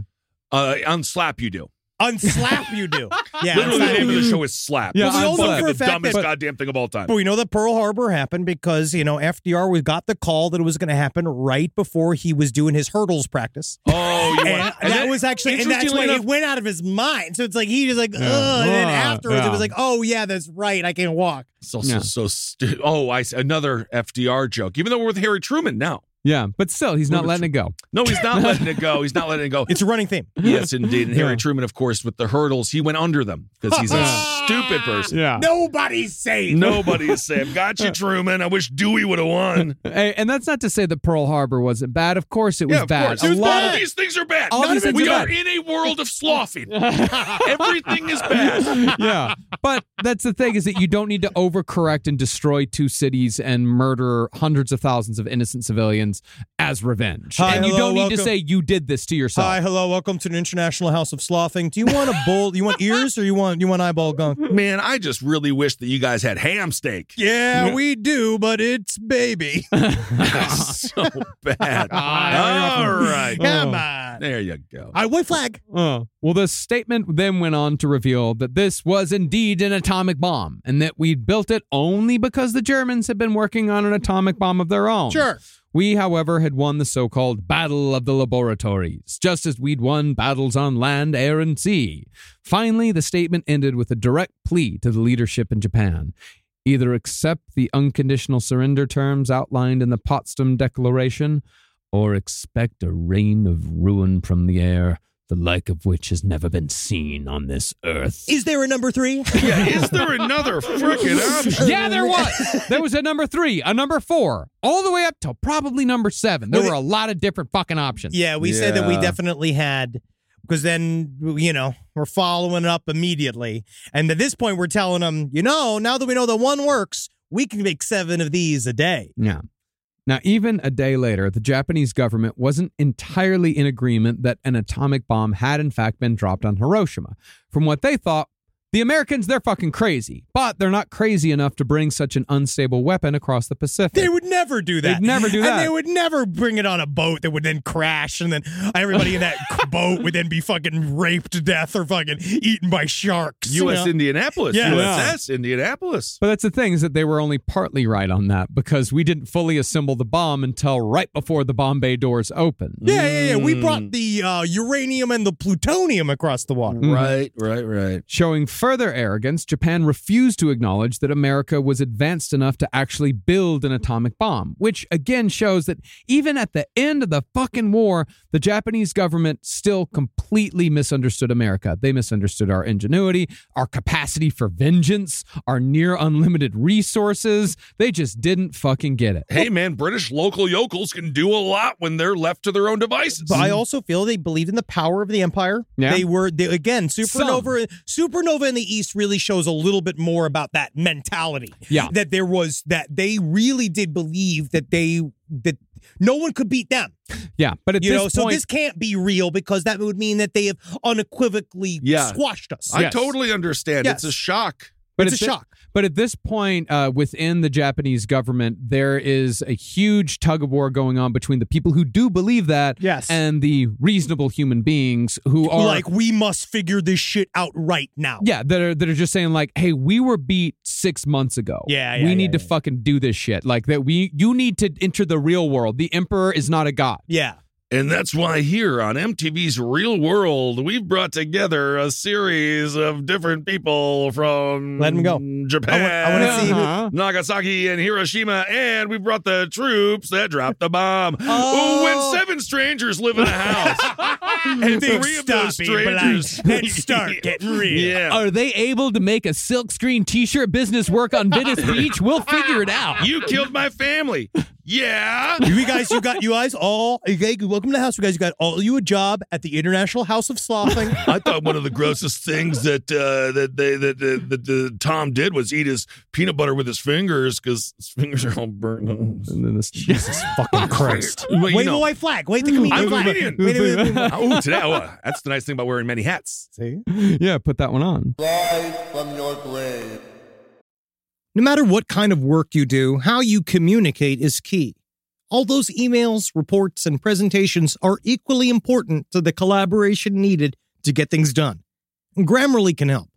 [SPEAKER 6] Uh, unslap you do.
[SPEAKER 5] unslap you do. Yeah.
[SPEAKER 6] Literally, the
[SPEAKER 5] unslap
[SPEAKER 6] name of
[SPEAKER 5] you
[SPEAKER 6] the
[SPEAKER 5] do.
[SPEAKER 6] show is slap.
[SPEAKER 7] Yeah,
[SPEAKER 6] It's
[SPEAKER 7] Well, we all know
[SPEAKER 6] fucking
[SPEAKER 5] for a
[SPEAKER 6] the
[SPEAKER 5] fact
[SPEAKER 6] dumbest
[SPEAKER 5] that-
[SPEAKER 6] goddamn thing of all time.
[SPEAKER 5] But we know that Pearl Harbor happened because, you know, FDR, we got the call that it was going to happen right before he was doing his hurdles practice.
[SPEAKER 6] Oh, you
[SPEAKER 5] And
[SPEAKER 6] want,
[SPEAKER 5] that was actually, and that's
[SPEAKER 6] interestingly
[SPEAKER 5] when
[SPEAKER 6] enough,
[SPEAKER 5] it went out of his mind. So it's like he just like, ugh. And then
[SPEAKER 7] Ah,
[SPEAKER 5] afterwards,
[SPEAKER 7] yeah.
[SPEAKER 5] it was like, oh yeah, that's right, I can walk.
[SPEAKER 6] It's also
[SPEAKER 7] Yeah.
[SPEAKER 6] so stu- Oh, I see. another FDR joke. Even though we're with Harry Truman now.
[SPEAKER 7] Yeah, but still, he's not
[SPEAKER 6] Remember
[SPEAKER 7] letting it go.
[SPEAKER 6] No, he's not letting it go. He's not letting it go.
[SPEAKER 5] It's a running theme.
[SPEAKER 6] yes, indeed. And Harry
[SPEAKER 7] Yeah.
[SPEAKER 6] Truman, of course, with the hurdles, he went under them because he's a stupid person.
[SPEAKER 7] Yeah.
[SPEAKER 5] Nobody's safe.
[SPEAKER 6] Nobody is safe. Got you, Truman. I wish Dewey would have won.
[SPEAKER 7] A- And that's not to say that Pearl Harbor wasn't bad. Of course, it was
[SPEAKER 6] yeah, of
[SPEAKER 7] bad.
[SPEAKER 6] course.
[SPEAKER 7] A lot
[SPEAKER 6] All
[SPEAKER 7] of-
[SPEAKER 6] these things are bad.
[SPEAKER 7] All
[SPEAKER 6] None
[SPEAKER 7] these
[SPEAKER 6] of it-
[SPEAKER 7] things
[SPEAKER 6] we
[SPEAKER 7] are
[SPEAKER 6] are in a world of sloughing. Everything is bad.
[SPEAKER 7] yeah. But that's the thing is that you don't need to overcorrect and destroy two cities and murder hundreds of thousands of innocent civilians Americans as revenge.
[SPEAKER 5] Hi,
[SPEAKER 7] and you
[SPEAKER 5] hello,
[SPEAKER 7] don't need to
[SPEAKER 5] welcome.
[SPEAKER 7] say you did this to yourself.
[SPEAKER 5] Hi, hello, welcome to the International House of Sloughing. Do you want a bowl? you want ears or you want you want eyeball gunk?
[SPEAKER 6] Man, I just really wish that you guys had ham steak.
[SPEAKER 5] Yeah, Oh. we do, but it's baby.
[SPEAKER 6] so bad.
[SPEAKER 7] Ah,
[SPEAKER 6] All right.
[SPEAKER 5] Come on.
[SPEAKER 6] There you go.
[SPEAKER 5] I white flag.
[SPEAKER 7] Uh, well, the statement then went on to reveal that this was indeed an atomic bomb and that we'd built it only because the Germans had been working on an atomic bomb of their own.
[SPEAKER 5] Sure.
[SPEAKER 7] We, however, had won the so called Battle of the Laboratories, just as we'd won battles on land, air, and sea. Finally, the statement ended with a direct plea to the leadership in Japan either accept the unconditional surrender terms outlined in the Potsdam Declaration or expect a rain of ruin from the air, the like of which has never been seen on this earth.
[SPEAKER 5] Is there a number three?
[SPEAKER 6] yeah, is there another freaking option?
[SPEAKER 7] Yeah, there was. There was a number three, a number four, all the way up to probably number seven. There
[SPEAKER 5] Well,
[SPEAKER 7] were a lot of different fucking options.
[SPEAKER 5] Yeah, we said that we
[SPEAKER 6] Yeah.
[SPEAKER 5] definitely had because then you know we're following up immediately, and at this point we're telling them, you know, now that we know that one works, we can make seven of these a day.
[SPEAKER 7] Yeah. Now, even a day later, the Japanese government wasn't entirely in agreement that an atomic bomb had, in fact, been dropped on Hiroshima. From what they thought, the Americans, they're fucking crazy, but they're not crazy enough to bring such an unstable weapon across the Pacific.
[SPEAKER 5] They would never do that.
[SPEAKER 7] They'd never do
[SPEAKER 5] And
[SPEAKER 7] that.
[SPEAKER 5] they would never bring it on a boat that would then crash, and then everybody in that boat would then be fucking raped to death or fucking eaten by sharks. you
[SPEAKER 6] U.S.
[SPEAKER 5] know?
[SPEAKER 6] Indianapolis.
[SPEAKER 5] Yeah.
[SPEAKER 6] USS Indianapolis.
[SPEAKER 7] But that's the thing is that they were only partly right on that because we didn't fully assemble the bomb until right before the Bombay doors opened.
[SPEAKER 5] Yeah, yeah, yeah. We
[SPEAKER 7] Mm.
[SPEAKER 5] brought the uh, uranium and the plutonium across the water.
[SPEAKER 7] Mm-hmm.
[SPEAKER 6] Right, right, right.
[SPEAKER 7] Showing further arrogance, Japan refused to acknowledge that America was advanced enough to actually build an atomic bomb, which again shows that even at the end of the fucking war, the Japanese government still completely misunderstood America. They misunderstood our ingenuity, our capacity for vengeance, our near unlimited resources. They just didn't fucking get it.
[SPEAKER 6] Hey, man, British local yokels can do a lot when they're left to their own devices.
[SPEAKER 5] But I also feel they believed in the power of the empire.
[SPEAKER 7] Mm. Yeah.
[SPEAKER 5] They were they, again supernova. Supernova in the east really shows a little bit more about that mentality.
[SPEAKER 7] Yeah.
[SPEAKER 5] that there was that they really did believe that they that no one could beat them.
[SPEAKER 7] Yeah, but at
[SPEAKER 5] You
[SPEAKER 7] this
[SPEAKER 5] know,
[SPEAKER 7] point,
[SPEAKER 5] so this can't be real because that would mean that they have unequivocally
[SPEAKER 6] Yeah.
[SPEAKER 5] squashed us.
[SPEAKER 6] I
[SPEAKER 7] Yes.
[SPEAKER 6] totally understand.
[SPEAKER 5] Yes.
[SPEAKER 6] It's a shock.
[SPEAKER 7] But
[SPEAKER 5] It's
[SPEAKER 7] at
[SPEAKER 5] a
[SPEAKER 7] thi-
[SPEAKER 5] shock.
[SPEAKER 7] But at this point, uh, within the Japanese government, there is a huge tug of war going on between the people who do believe that
[SPEAKER 5] Yes.
[SPEAKER 7] and the reasonable human beings who are
[SPEAKER 5] like we must figure this shit out right now.
[SPEAKER 7] yeah, that are that are just saying like, hey, we were beat six months ago.
[SPEAKER 5] Yeah, yeah,
[SPEAKER 7] we
[SPEAKER 5] yeah,
[SPEAKER 7] need to
[SPEAKER 5] yeah.
[SPEAKER 7] fucking do this shit. Like that, we you need to enter the real world. The emperor is not a god.
[SPEAKER 5] Yeah.
[SPEAKER 6] And that's why here on MTV's Real World, we've brought together a series of different people from
[SPEAKER 5] Let 'em go.
[SPEAKER 6] Japan,
[SPEAKER 5] I wanna see who- Uh-huh.
[SPEAKER 6] Nagasaki and Hiroshima, and we brought the troops that dropped the bomb.
[SPEAKER 5] Oh.
[SPEAKER 6] when seven strangers live in a house, and
[SPEAKER 5] Think
[SPEAKER 6] three of those
[SPEAKER 5] stop being
[SPEAKER 6] strangers
[SPEAKER 5] polite and start getting real.
[SPEAKER 6] Yeah.
[SPEAKER 7] Are they able to make a silkscreen T-shirt business work on Venice Beach? We'll figure it out.
[SPEAKER 6] you killed my family. Yeah.
[SPEAKER 5] You guys, you got you guys all. You guys, welcome to the house. You guys, you got all you a job at the International House of Sloughing.
[SPEAKER 6] I thought one of the grossest things that uh, that they that that, that, that Tom did was eat his peanut butter with his fingers because his fingers are all burnt.
[SPEAKER 7] And then this-
[SPEAKER 5] Jesus fucking Christ!
[SPEAKER 6] Well, you
[SPEAKER 5] Wave
[SPEAKER 6] know-
[SPEAKER 5] a white flag. Wave the comedian
[SPEAKER 6] I'm a
[SPEAKER 5] flag.
[SPEAKER 6] comedian.
[SPEAKER 5] Wait, wait, wait, wait.
[SPEAKER 6] oh, today, oh, that's the nice thing about wearing many hats.
[SPEAKER 7] yeah, put that one on.
[SPEAKER 5] No matter what kind of work you do, how you communicate is key. All those emails, reports, and presentations are equally important to the collaboration needed to get things done. And Grammarly can help.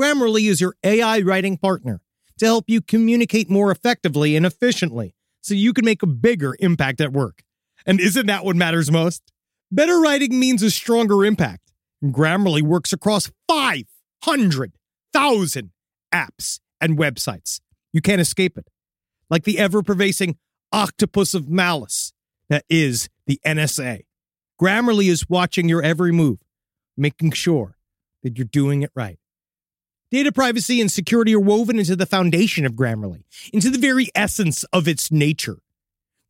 [SPEAKER 5] Grammarly is your AI writing partner to help you communicate more effectively and efficiently so you can make a bigger impact at work. And isn't that what matters most? Better writing means a stronger impact. Grammarly works across 500,000 apps and websites. You can't escape it. Like the ever pervasive octopus of malice that is the NSA. Grammarly is watching your every move, making sure that you're doing it right. Data privacy and security are woven into the foundation of Grammarly, into the very essence of its nature.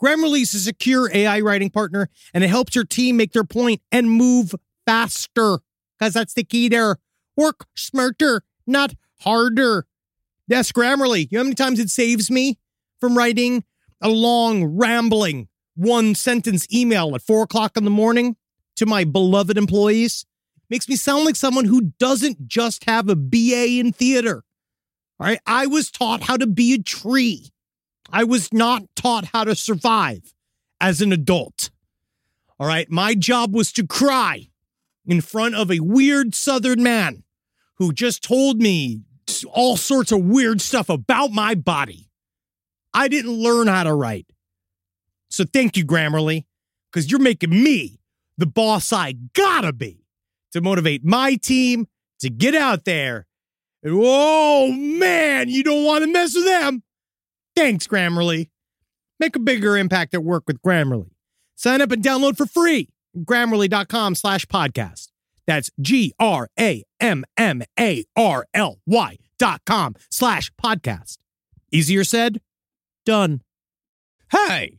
[SPEAKER 5] Grammarly is a secure AI writing partner, and it helps your team make their point and move faster, because that's the key there. Work smarter, not harder. Yes, Grammarly. You know how many times it saves me from writing a long, rambling one sentence email at four o'clock in the morning to my beloved employees makes me sound like someone who doesn't just have a BA in theater. All right. I was taught how to be a tree. I was not taught how to survive as an adult. All right. My job was to cry in front of a weird Southern man who just told me all sorts of weird stuff about my body. I didn't learn how to write. So thank you, Grammarly, because you're making me the boss I gotta be to motivate my team to get out there. And oh man, you don't want to mess with them. Thanks, Grammarly. Make a bigger impact at work with Grammarly. Sign up and download for free. Grammarly.com slash podcast. That's G R A M M A R L Y dot com slash podcast. Easier said, done.
[SPEAKER 7] Hey,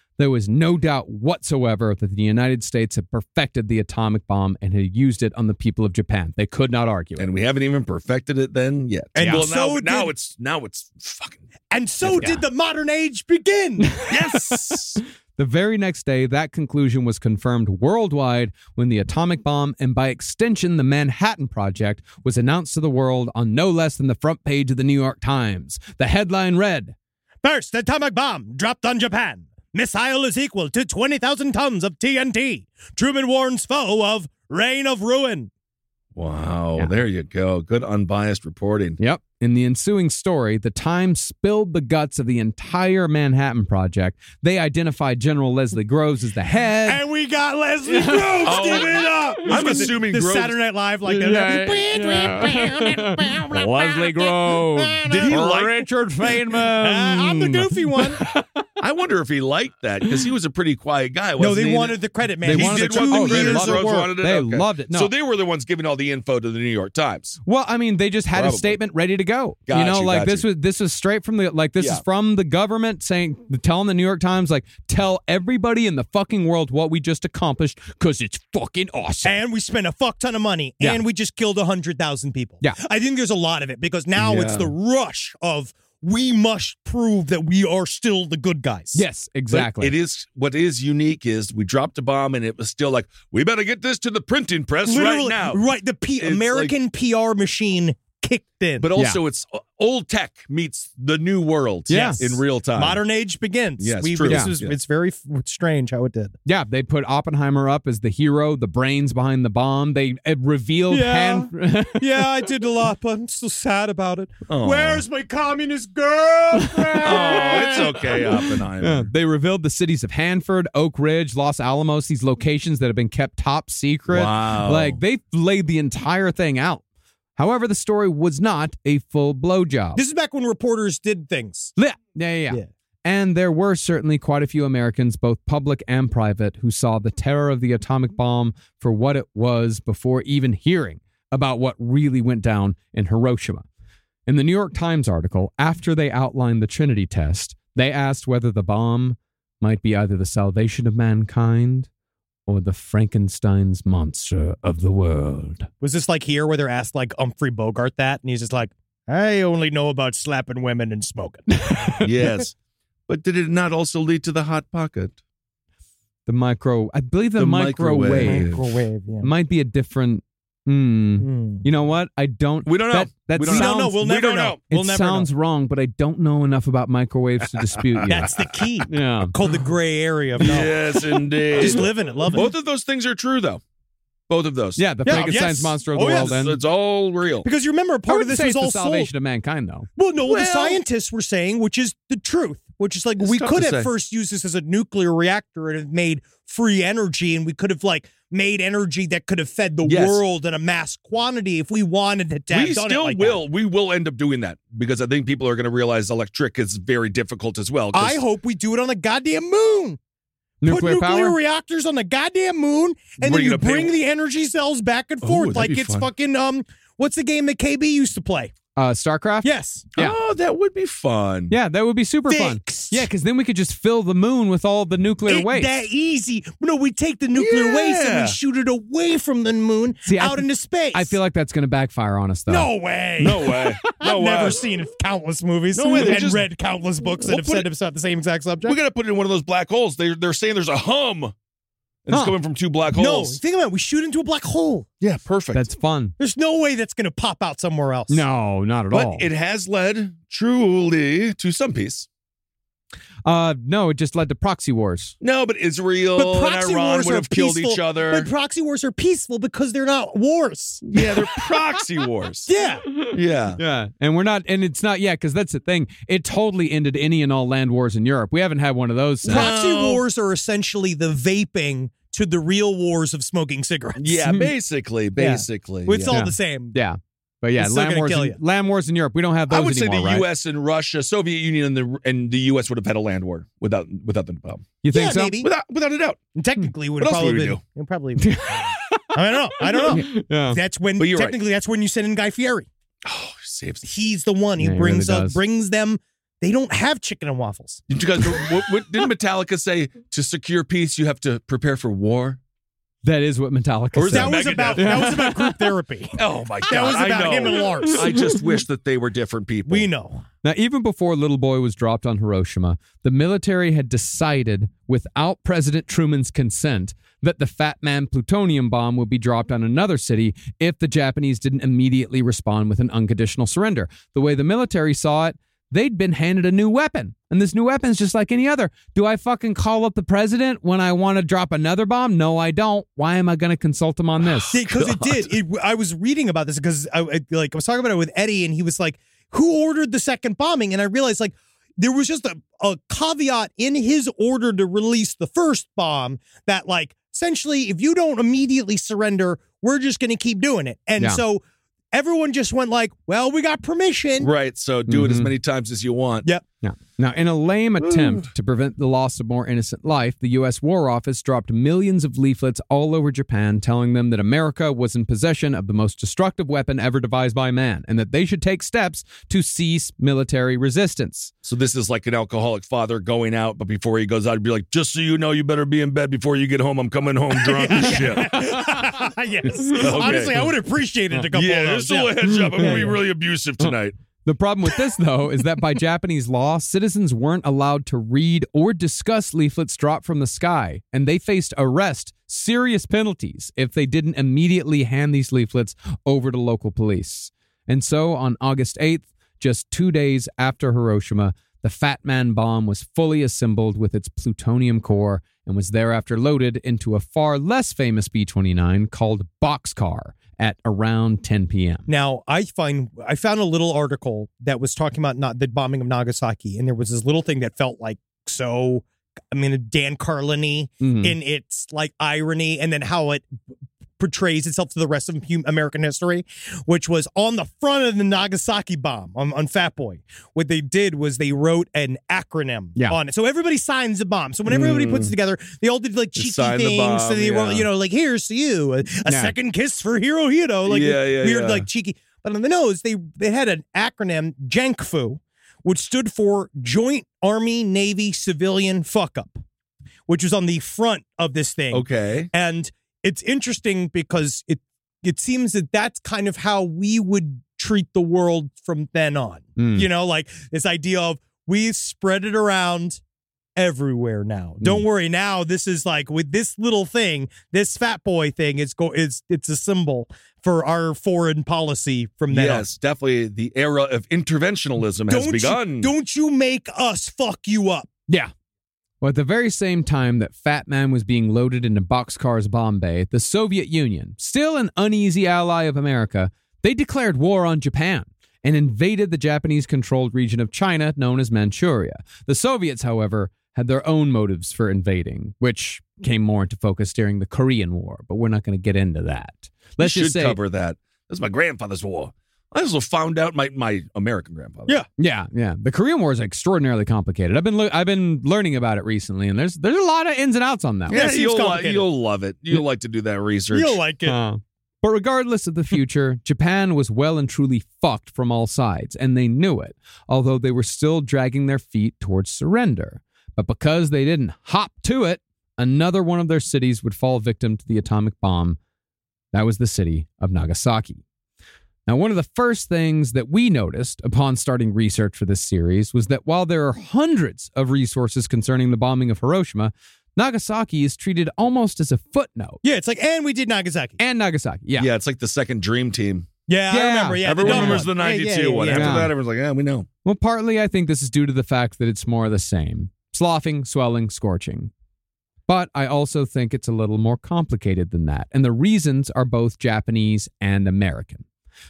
[SPEAKER 7] there was no doubt whatsoever that the United States had perfected the atomic bomb and had used it on the people of Japan. They could not argue. it.
[SPEAKER 6] And we haven't even perfected it then yet.
[SPEAKER 5] And
[SPEAKER 6] well,
[SPEAKER 5] so
[SPEAKER 6] now, now
[SPEAKER 5] did-
[SPEAKER 6] it's now it's fucking
[SPEAKER 5] And so
[SPEAKER 7] Yeah.
[SPEAKER 5] did the modern age begin. Yes.
[SPEAKER 7] The very next day, that conclusion was confirmed worldwide when the atomic bomb and, by extension, the Manhattan Project was announced to the world on no less than the front page of the New York Times. The headline read
[SPEAKER 5] First atomic bomb dropped on Japan. Missile is equal to 20,000 tons of TNT. Truman warns foe of reign of ruin.
[SPEAKER 6] Wow,
[SPEAKER 7] Yeah.
[SPEAKER 6] there you go. Good unbiased reporting.
[SPEAKER 7] Yep. In the ensuing story, the Times spilled the guts of the entire Manhattan Project. They identified General Leslie Groves as the head.
[SPEAKER 5] And we got Leslie Groves. Give it up.
[SPEAKER 6] I'm assuming
[SPEAKER 5] the
[SPEAKER 6] Groves-
[SPEAKER 5] Saturday Night Live like that.
[SPEAKER 7] Leslie Groves.
[SPEAKER 6] Did he like-
[SPEAKER 7] Richard Feynman?
[SPEAKER 5] Uh, I'm the goofy one.
[SPEAKER 6] I wonder if he liked that because he was a pretty quiet guy.
[SPEAKER 5] no,
[SPEAKER 6] Wasn't
[SPEAKER 5] they
[SPEAKER 6] he?
[SPEAKER 5] wanted the credit, man.
[SPEAKER 7] They
[SPEAKER 5] He
[SPEAKER 7] wanted
[SPEAKER 5] did
[SPEAKER 7] the credit.
[SPEAKER 5] two
[SPEAKER 7] Oh, they
[SPEAKER 5] years
[SPEAKER 7] loved
[SPEAKER 5] of
[SPEAKER 7] it.
[SPEAKER 5] work.
[SPEAKER 6] wanted
[SPEAKER 7] They
[SPEAKER 6] Okay.
[SPEAKER 7] loved it. No.
[SPEAKER 6] So they were the ones giving all the info to the New York Times.
[SPEAKER 7] Well, I mean, they just had a
[SPEAKER 6] Probably.
[SPEAKER 7] statement ready to go.
[SPEAKER 6] Got
[SPEAKER 7] you know,
[SPEAKER 6] you,
[SPEAKER 7] like
[SPEAKER 6] got
[SPEAKER 7] this
[SPEAKER 6] you.
[SPEAKER 7] was this was straight from the like this
[SPEAKER 6] Yeah.
[SPEAKER 7] is from the government saying telling the New York Times like tell everybody in the fucking world what we just accomplished because it's fucking awesome.
[SPEAKER 5] And we spent a fuck ton of money,
[SPEAKER 7] Yeah.
[SPEAKER 5] and we just killed hundred thousand people.
[SPEAKER 7] Yeah.
[SPEAKER 5] I think there's a lot of it because now it's
[SPEAKER 6] Yeah.
[SPEAKER 5] the rush of we must prove that we are still the good guys.
[SPEAKER 7] yes,
[SPEAKER 6] But
[SPEAKER 7] exactly.
[SPEAKER 6] It is what is unique is we dropped a bomb and it was still like we better get this to the printing press
[SPEAKER 5] literally
[SPEAKER 6] right now.
[SPEAKER 5] Right, the P-
[SPEAKER 6] It's
[SPEAKER 5] American PR machine kicked in.
[SPEAKER 6] But also it's uh, old tech meets the new world.
[SPEAKER 7] Yeah.
[SPEAKER 6] in real time.
[SPEAKER 5] modern age begins.
[SPEAKER 6] Yes,
[SPEAKER 5] we,
[SPEAKER 6] true.
[SPEAKER 5] This
[SPEAKER 6] Yeah.
[SPEAKER 5] is,
[SPEAKER 6] Yeah.
[SPEAKER 5] It's very f- strange how it did.
[SPEAKER 7] yeah, they put Oppenheimer up as the hero, the brains behind the bomb. They uh, revealed
[SPEAKER 5] Yeah.
[SPEAKER 7] hand.
[SPEAKER 5] yeah, I did a lot, but I'm still sad about it.
[SPEAKER 6] Aw.
[SPEAKER 5] Where's my communist girlfriend?
[SPEAKER 6] Oh, it's okay, Oppenheimer.
[SPEAKER 7] Yeah, they revealed the cities of Hanford, Oak Ridge, Los Alamos, these locations that have been kept top secret.
[SPEAKER 6] Wow.
[SPEAKER 7] Like they laid the entire thing out. However, the story was not a full blowjob.
[SPEAKER 5] This is back when reporters did things.
[SPEAKER 7] yeah, yeah, yeah.
[SPEAKER 5] Yeah.
[SPEAKER 7] And there were certainly quite a few Americans, both public and private, who saw the terror of the atomic bomb for what it was before even hearing about what really went down in Hiroshima. In the New York Times article, after they outlined the Trinity test, they asked whether the bomb might be either the salvation of mankind or the Frankenstein's monster of the world.
[SPEAKER 5] Was this like here where they're asked like Humphrey Bogart that, and he's just like, "I only know about slapping women and smoking."
[SPEAKER 6] yes. But did it not also lead to the hot pocket?
[SPEAKER 7] The micro, I believe the, microwave,
[SPEAKER 5] yeah.
[SPEAKER 7] might be a different. Hmm.
[SPEAKER 5] Mm.
[SPEAKER 7] You know what? I don't.
[SPEAKER 6] We don't know.
[SPEAKER 7] That, that
[SPEAKER 6] We don't
[SPEAKER 7] sounds,
[SPEAKER 6] know.
[SPEAKER 5] No, no, we'll
[SPEAKER 6] We
[SPEAKER 5] never
[SPEAKER 6] don't
[SPEAKER 5] know.
[SPEAKER 6] know.
[SPEAKER 7] It
[SPEAKER 5] We'll never
[SPEAKER 7] sounds wrong, but I don't know enough about microwaves to dispute you.
[SPEAKER 5] know. That's the key.
[SPEAKER 7] yeah.
[SPEAKER 5] Called the gray area of knowledge.
[SPEAKER 6] Yes, indeed.
[SPEAKER 5] Just live in it, love it.
[SPEAKER 6] Both of those things are true, though. Both of those.
[SPEAKER 7] Yeah, the
[SPEAKER 5] Yeah,
[SPEAKER 7] Frankenstein's
[SPEAKER 5] yes.
[SPEAKER 7] monster of the
[SPEAKER 5] Oh, yes.
[SPEAKER 7] world. Then
[SPEAKER 6] It's all real.
[SPEAKER 5] because you remember,
[SPEAKER 7] I
[SPEAKER 5] part of
[SPEAKER 7] wouldn't
[SPEAKER 5] this
[SPEAKER 7] say
[SPEAKER 5] was
[SPEAKER 7] it's the
[SPEAKER 5] all sold.
[SPEAKER 7] salvation of mankind, though.
[SPEAKER 5] Well, no, the
[SPEAKER 6] Well-
[SPEAKER 5] scientists were saying, which is the truth, which is like
[SPEAKER 6] It's
[SPEAKER 5] we
[SPEAKER 6] tough
[SPEAKER 5] could
[SPEAKER 6] to
[SPEAKER 5] at
[SPEAKER 6] say.
[SPEAKER 5] first use this as a nuclear reactor and have made free energy, and we could have like made energy that could have fed the
[SPEAKER 6] Yes.
[SPEAKER 5] world in a mass quantity if we wanted to. have
[SPEAKER 6] we
[SPEAKER 5] done it
[SPEAKER 6] still
[SPEAKER 5] like that.
[SPEAKER 6] will. We will end up doing that because I think people are going to realize electric is very difficult as well. 'cause
[SPEAKER 5] I hope we do it on the goddamn moon. Put
[SPEAKER 7] Nuclear
[SPEAKER 5] nuclear
[SPEAKER 7] power.
[SPEAKER 5] reactors on the goddamn moon, and
[SPEAKER 6] What
[SPEAKER 5] then
[SPEAKER 6] are you
[SPEAKER 5] you
[SPEAKER 6] gonna pay-
[SPEAKER 5] bring the energy cells back and
[SPEAKER 6] Oh,
[SPEAKER 5] forth
[SPEAKER 6] that'd
[SPEAKER 5] like
[SPEAKER 6] be
[SPEAKER 5] it's
[SPEAKER 6] fun.
[SPEAKER 5] fucking um. What's the game that KB used to play?
[SPEAKER 7] Uh, Starcraft.
[SPEAKER 5] Yes,
[SPEAKER 7] Yeah.
[SPEAKER 6] Oh, that would be fun.
[SPEAKER 7] Yeah, that would be super fun.
[SPEAKER 5] Fixed.
[SPEAKER 7] Yeah, because then we could just fill the moon with all the nuclear
[SPEAKER 5] Ain't
[SPEAKER 7] waste.
[SPEAKER 5] that easy. No, we take the nuclear waste and
[SPEAKER 6] Yeah.
[SPEAKER 5] we shoot it away from the moon
[SPEAKER 7] See, I
[SPEAKER 5] out
[SPEAKER 7] th-
[SPEAKER 5] into space.
[SPEAKER 7] I feel like that's going to backfire on us, though.
[SPEAKER 5] no way.
[SPEAKER 6] No way. No
[SPEAKER 5] I've
[SPEAKER 6] way.
[SPEAKER 5] never seen countless movies
[SPEAKER 6] No way, they
[SPEAKER 5] and
[SPEAKER 6] just-
[SPEAKER 5] read countless books that
[SPEAKER 6] We'll
[SPEAKER 5] have
[SPEAKER 6] put
[SPEAKER 5] said
[SPEAKER 6] it-
[SPEAKER 5] about the same exact subject.
[SPEAKER 6] We got to put it in one of those black holes. They're they're saying there's a hum, and it's
[SPEAKER 7] Huh.
[SPEAKER 6] coming from two black
[SPEAKER 5] no,
[SPEAKER 6] holes.
[SPEAKER 5] think about it. We shoot into a black hole.
[SPEAKER 6] yeah, perfect.
[SPEAKER 7] That's fun.
[SPEAKER 5] There's no way that's going to pop out somewhere else.
[SPEAKER 7] No, not at
[SPEAKER 6] but
[SPEAKER 7] all.
[SPEAKER 6] it has led truly to some peace.
[SPEAKER 7] uh, no, it just led to proxy wars.
[SPEAKER 6] No, but Israel
[SPEAKER 5] But
[SPEAKER 6] and
[SPEAKER 5] proxy
[SPEAKER 6] Iran
[SPEAKER 5] wars
[SPEAKER 6] would
[SPEAKER 5] are
[SPEAKER 6] have killed
[SPEAKER 5] peaceful,
[SPEAKER 6] each other.
[SPEAKER 5] But proxy wars are peaceful because they're not wars.
[SPEAKER 6] yeah, they're proxy wars.
[SPEAKER 5] Yeah.
[SPEAKER 6] Yeah.
[SPEAKER 7] Yeah, and we're not, and it's not yet because that's the thing. It totally ended any and all land wars in Europe. We haven't had one of those. Since.
[SPEAKER 5] Proxy wars are essentially the vaping to the real wars of smoking cigarettes.
[SPEAKER 6] Yeah, basically, basically.
[SPEAKER 5] It's
[SPEAKER 6] yeah.
[SPEAKER 5] all
[SPEAKER 7] Yeah.
[SPEAKER 5] the same.
[SPEAKER 7] Yeah, but yeah,
[SPEAKER 5] It's still
[SPEAKER 7] land
[SPEAKER 5] gonna
[SPEAKER 7] wars,
[SPEAKER 5] kill
[SPEAKER 7] in,
[SPEAKER 5] ya.
[SPEAKER 7] land wars in Europe. We don't have those
[SPEAKER 6] I would say
[SPEAKER 7] anymore,
[SPEAKER 6] the
[SPEAKER 7] right?
[SPEAKER 6] U.S. and Russia, Soviet Union, and the and the U.S. would have had a land war without without the bomb,
[SPEAKER 7] You think
[SPEAKER 5] Yeah,
[SPEAKER 7] so?
[SPEAKER 5] maybe.
[SPEAKER 6] without without a doubt.
[SPEAKER 5] And technically, would
[SPEAKER 6] What
[SPEAKER 5] have
[SPEAKER 6] else would
[SPEAKER 5] probably
[SPEAKER 6] we
[SPEAKER 5] been.
[SPEAKER 6] do?
[SPEAKER 5] it probably. would- I don't know. I don't know.
[SPEAKER 7] Yeah.
[SPEAKER 5] That's when
[SPEAKER 6] But you're right.
[SPEAKER 5] technically that's when you send in Guy Fieri.
[SPEAKER 6] Oh, saves
[SPEAKER 5] He's the one who
[SPEAKER 7] Yeah, he
[SPEAKER 5] brings
[SPEAKER 7] really
[SPEAKER 5] up
[SPEAKER 7] does.
[SPEAKER 5] brings them. They don't have chicken and waffles.
[SPEAKER 6] because what, what, didn't Metallica say to secure peace you have to prepare for war?
[SPEAKER 7] That is what Metallica
[SPEAKER 6] Or is
[SPEAKER 7] said.
[SPEAKER 5] That was
[SPEAKER 6] Megadeth?
[SPEAKER 5] about that was about group therapy.
[SPEAKER 6] Oh my god,
[SPEAKER 5] That was
[SPEAKER 6] I
[SPEAKER 5] about
[SPEAKER 6] know.
[SPEAKER 5] him and Lars.
[SPEAKER 6] I just wish that they were different people.
[SPEAKER 5] We know.
[SPEAKER 7] Now, even before Little Boy was dropped on Hiroshima, the military had decided, without President Truman's consent, that the Fat Man plutonium bomb would be dropped on another city if the Japanese didn't immediately respond with an unconditional surrender. The way the military saw it, they'd been handed a new weapon, and this new weapon's just like any other. Do I fucking call up the president when I want to drop another bomb? No, I don't. Why am I going to consult him on this?
[SPEAKER 5] because it did. It, I was reading about this because I, I- like I was talking about it with Eddie, and he was like, "Who ordered the second bombing?" And I realized like there was just a, a caveat in his order to release the first bomb that like essentially if you don't immediately surrender, we're just going to keep doing it. And
[SPEAKER 7] Yeah.
[SPEAKER 5] so everyone just went like, "Well, we got permission."
[SPEAKER 6] right? So do it as
[SPEAKER 7] Mhm.
[SPEAKER 6] many times as you want.
[SPEAKER 5] Yeah.
[SPEAKER 7] Yeah. Now, in a lame attempt to prevent the loss of more innocent life, the U.S. War Office dropped millions of leaflets all over Japan telling them that America was in possession of the most destructive weapon ever devised by man and that they should take steps to cease military resistance.
[SPEAKER 6] So this is like an alcoholic father going out, but before he goes out, he'd be like, "Just so you know, you better be in bed before you get home. I'm coming home drunk as shit."
[SPEAKER 5] yes.
[SPEAKER 6] Okay.
[SPEAKER 5] Honestly, I would appreciate it a couple
[SPEAKER 6] yeah,
[SPEAKER 5] of
[SPEAKER 6] this
[SPEAKER 5] those.
[SPEAKER 6] is a
[SPEAKER 5] yeah. Oh,
[SPEAKER 6] little heads up. I'm gonna be really abusive tonight.
[SPEAKER 7] The problem with this, though, is that by Japanese law, citizens weren't allowed to read or discuss leaflets dropped from the sky, and they faced arrest, serious penalties, if they didn't immediately hand these leaflets over to local police. And so on August 8th, just two days after Hiroshima, the Fat Man bomb was fully assembled with its plutonium core and was thereafter loaded into a far less famous B 29 called Boxcar at around 10 p.m.
[SPEAKER 5] Now, I find I found a little article that was talking about not the bombing of Nagasaki, and there was this little thing that felt like so. I mean, Dan Carlin
[SPEAKER 7] Mhm.
[SPEAKER 5] in its like irony, and then how it portrays itself to the rest of hum- American history, which was on the front of the Nagasaki bomb on, on Fat Boy. What they did was they wrote an acronym
[SPEAKER 7] Yeah.
[SPEAKER 5] on it. So everybody signs the bomb. So when everybody puts it together, they all did like cheeky
[SPEAKER 6] sign the
[SPEAKER 5] things. so
[SPEAKER 6] bomb,
[SPEAKER 5] they wrote,
[SPEAKER 6] yeah.
[SPEAKER 5] you know, like here's to you, a, a
[SPEAKER 7] Yeah.
[SPEAKER 5] second kiss for Hirohito, oh, like
[SPEAKER 6] Yeah, yeah,
[SPEAKER 5] weird,
[SPEAKER 6] yeah.
[SPEAKER 5] like cheeky. But on the nose, they they had an acronym JANKFU, which stood for Joint Army Navy Civilian Fuck Up, which was on the front of this thing.
[SPEAKER 6] Okay.
[SPEAKER 5] And it's interesting because it it seems that that's kind of how we would treat the world from then on.
[SPEAKER 6] Hmm.
[SPEAKER 7] Mm.
[SPEAKER 5] You know, like this idea of we spread it around everywhere now.
[SPEAKER 6] Hmm.
[SPEAKER 5] Don't worry, now this is like with this little thing, this fat boy thing is go it's it's a symbol for our foreign policy from then on.
[SPEAKER 6] Yes, definitely the era of interventionalism has
[SPEAKER 5] Don't
[SPEAKER 6] begun.
[SPEAKER 5] you, don't you make us fuck you up.
[SPEAKER 7] Yeah. Well, at the very same time that Fat Man was being loaded into boxcars Bombay, the Soviet Union, still an uneasy ally of America, they declared war on Japan and invaded the Japanese controlled region of China known as Manchuria. The Soviets, however, had their own motives for invading, which came more into focus during the Korean War, but we're not going to get into that.
[SPEAKER 6] We
[SPEAKER 7] Let's
[SPEAKER 6] should
[SPEAKER 7] just say
[SPEAKER 6] cover that. That's my grandfather's war. I also found out my, my American grandfather.
[SPEAKER 5] Yeah.
[SPEAKER 7] Yeah, yeah. The Korean War is extraordinarily complicated. I've been le- I've been learning about it recently and there's there's a lot of ins and outs on that. one.
[SPEAKER 6] Yeah,
[SPEAKER 5] seems
[SPEAKER 6] you'll, li-
[SPEAKER 5] complicated.
[SPEAKER 6] you'll love it. You'll like to do that research.
[SPEAKER 5] You'll like it.
[SPEAKER 7] Uh, but regardless of the future, Japan was well and truly fucked from all sides, and they knew it, although they were still dragging their feet towards surrender. But because they didn't hop to it, another one of their cities would fall victim to the atomic bomb. That was the city of Nagasaki. Now, one of the first things that we noticed upon starting research for this series was that while there are hundreds of resources concerning the bombing of Hiroshima, Nagasaki is treated almost as a footnote.
[SPEAKER 5] yeah, it's like and we did Nagasaki.
[SPEAKER 7] And Nagasaki,
[SPEAKER 6] Yeah. it's like the second dream team.
[SPEAKER 5] Yeah, I
[SPEAKER 7] Yeah.
[SPEAKER 5] remember. Yeah, the
[SPEAKER 6] Everyone
[SPEAKER 5] dumb
[SPEAKER 6] remembers
[SPEAKER 5] one.
[SPEAKER 6] the
[SPEAKER 5] Yeah, yeah,
[SPEAKER 6] 92
[SPEAKER 5] yeah,
[SPEAKER 6] one.
[SPEAKER 5] yeah.
[SPEAKER 6] After
[SPEAKER 7] Yeah.
[SPEAKER 6] that, everyone's like, yeah, we know.
[SPEAKER 7] Well, partly I think this is due to the fact that it's more of the same sloughing, swelling, scorching. But I also think it's a little more complicated than that, and the reasons are both Japanese and American.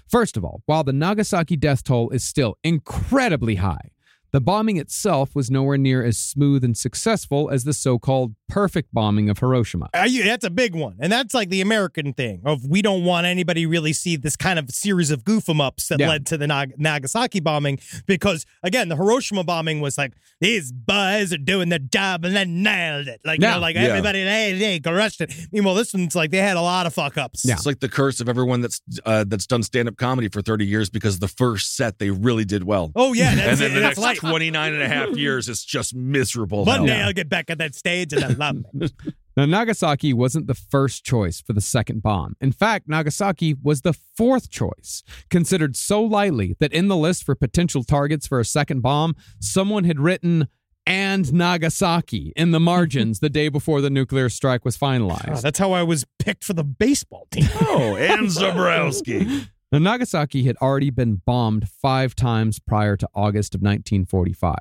[SPEAKER 7] First of all, while the Nagasaki death toll is still incredibly high, the bombing itself was nowhere near as smooth and successful as the so called perfect bombing of Hiroshima.
[SPEAKER 5] Uh, you- that's a big one, and that's like the American thing of we don't want anybody really see this kind of series of goof 'em ups that
[SPEAKER 7] Yeah.
[SPEAKER 5] led to the Nag- Nagasaki bombing because again the Hiroshima bombing was like these boys are doing their job and they nailed it like you
[SPEAKER 7] Yeah.
[SPEAKER 5] know, like
[SPEAKER 6] Yeah.
[SPEAKER 5] everybody they they crushed it. Meanwhile, this one's like they had a lot of fuck ups.
[SPEAKER 7] Yeah.
[SPEAKER 6] It's like the curse of everyone that's uh, that's done stand up comedy for 30 years because the first set they really did well.
[SPEAKER 5] Oh yeah, that's,
[SPEAKER 6] and then
[SPEAKER 5] it,
[SPEAKER 6] the
[SPEAKER 5] that's
[SPEAKER 6] next
[SPEAKER 5] life.
[SPEAKER 6] 29 and a half years, it's just miserable.
[SPEAKER 5] One
[SPEAKER 6] hell.
[SPEAKER 5] day I'll get back on that stage and I love it.
[SPEAKER 7] Now, Nagasaki wasn't the first choice for the second bomb. In fact, Nagasaki was the fourth choice, considered so lightly that in the list for potential targets for a second bomb, someone had written and Nagasaki in the margins the day before the nuclear strike was
[SPEAKER 5] Oh,
[SPEAKER 7] finalized.
[SPEAKER 5] that's how I was picked for the baseball team.
[SPEAKER 6] Oh, and Zabrowski.
[SPEAKER 7] Now, Nagasaki had already been bombed five times prior to August of 1945.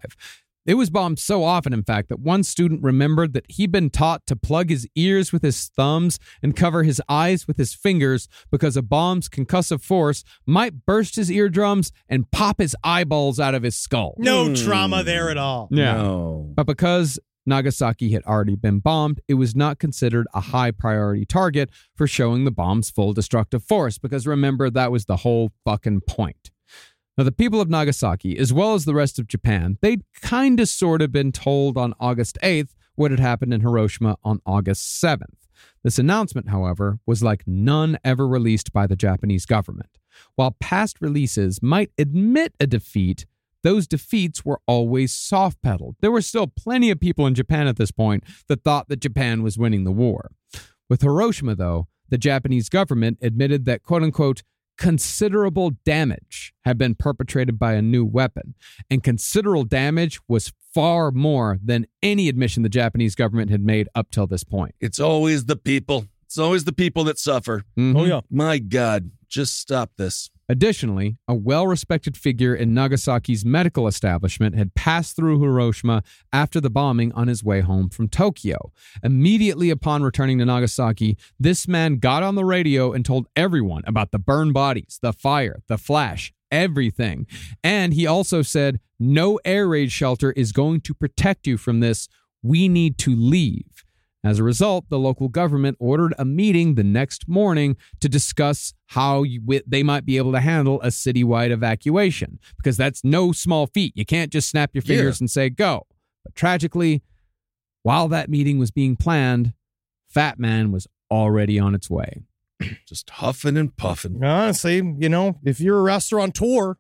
[SPEAKER 7] It was bombed so often, in fact, that one student remembered that he'd been taught to plug his ears with his thumbs and cover his eyes with his fingers because a bomb's concussive force might burst his eardrums and pop his eyeballs out of his skull.
[SPEAKER 5] No
[SPEAKER 6] Hmm.
[SPEAKER 5] trauma there at all.
[SPEAKER 6] No.
[SPEAKER 7] But because Nagasaki had already been bombed, it was not considered a high priority target for showing the bomb's full destructive force, because remember, that was the whole fucking point. Now, the people of Nagasaki, as well as the rest of Japan, they'd kind of sort of been told on August 8th what had happened in Hiroshima on August 7th. This announcement, however, was like none ever released by the Japanese government. While past releases might admit a defeat, those defeats were always soft pedaled. There were still plenty of people in Japan at this point that thought that Japan was winning the war. With Hiroshima, though, the Japanese government admitted that quote unquote considerable damage had been perpetrated by a new weapon, and considerable damage was far more than any admission the Japanese government had made up till this point.
[SPEAKER 6] It's always the people. It's always the people that suffer.
[SPEAKER 7] Mhm.
[SPEAKER 5] Oh, yeah.
[SPEAKER 6] My God, just stop this.
[SPEAKER 7] Additionally, a well respected figure in Nagasaki's medical establishment had passed through Hiroshima after the bombing on his way home from Tokyo. Immediately upon returning to Nagasaki, this man got on the radio and told everyone about the burned bodies, the fire, the flash, everything. And he also said, No air raid shelter is going to protect you from this. We need to leave. As a result, the local government ordered a meeting the next morning to discuss how you, wi- they might be able to handle a citywide evacuation, because that's no small feat. You can't just snap your fingers and say go. But tragically, while that meeting was being planned, Fat Man was already on its way.
[SPEAKER 6] Just huffing and puffing.
[SPEAKER 5] Honestly, Ah, you know, if you're a restaurateur,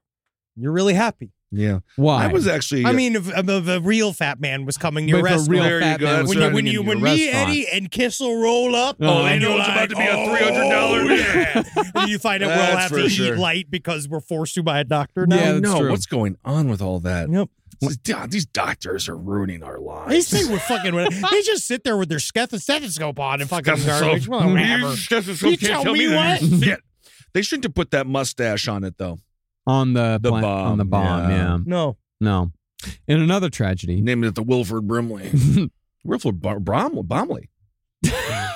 [SPEAKER 5] you're really happy.
[SPEAKER 6] Yeah.
[SPEAKER 7] Why?
[SPEAKER 6] I was actually.
[SPEAKER 5] I mean, if, if a real fat man was coming to
[SPEAKER 7] But
[SPEAKER 5] your
[SPEAKER 7] if a
[SPEAKER 5] restaurant,
[SPEAKER 7] real
[SPEAKER 6] There you
[SPEAKER 7] fat
[SPEAKER 6] go.
[SPEAKER 7] man
[SPEAKER 6] That's
[SPEAKER 7] was
[SPEAKER 6] what
[SPEAKER 5] when you,
[SPEAKER 7] running
[SPEAKER 5] when you,
[SPEAKER 7] into your
[SPEAKER 5] when me,
[SPEAKER 7] restaurant.
[SPEAKER 5] Eddie, and Kissel roll up,
[SPEAKER 7] Oh, I
[SPEAKER 5] and
[SPEAKER 6] know
[SPEAKER 5] you're
[SPEAKER 6] it's about to be a
[SPEAKER 5] like,
[SPEAKER 6] $300
[SPEAKER 5] oh, yeah. and you find out we'll
[SPEAKER 6] That's
[SPEAKER 5] have
[SPEAKER 6] for
[SPEAKER 5] to
[SPEAKER 6] sure.
[SPEAKER 5] eat light because we're forced to by a doctor now.
[SPEAKER 7] Yeah, that's
[SPEAKER 6] no,
[SPEAKER 7] true.
[SPEAKER 6] what's going on with all that?
[SPEAKER 5] Yep.
[SPEAKER 6] This- God, these doctors are ruining our lives.
[SPEAKER 5] They say we're fucking. They just sit there with their steth- stethoscope Mm-hmm. on and fucking
[SPEAKER 6] Stethoscope.
[SPEAKER 5] garbage. Well,
[SPEAKER 6] You
[SPEAKER 5] whatever.
[SPEAKER 6] stethoscope
[SPEAKER 5] You
[SPEAKER 6] can't
[SPEAKER 5] tell
[SPEAKER 6] tell
[SPEAKER 5] me
[SPEAKER 6] me that
[SPEAKER 5] what?
[SPEAKER 6] shit. They shouldn't have put that mustache on it though.
[SPEAKER 7] on the,
[SPEAKER 6] The
[SPEAKER 7] pla- on the
[SPEAKER 6] bomb,
[SPEAKER 7] bomb.
[SPEAKER 6] yeah.
[SPEAKER 7] Yeah.
[SPEAKER 5] No,
[SPEAKER 7] no. In another tragedy,
[SPEAKER 6] Named it the Wilford Brimley. Wilford Bar- Brom- Bomley.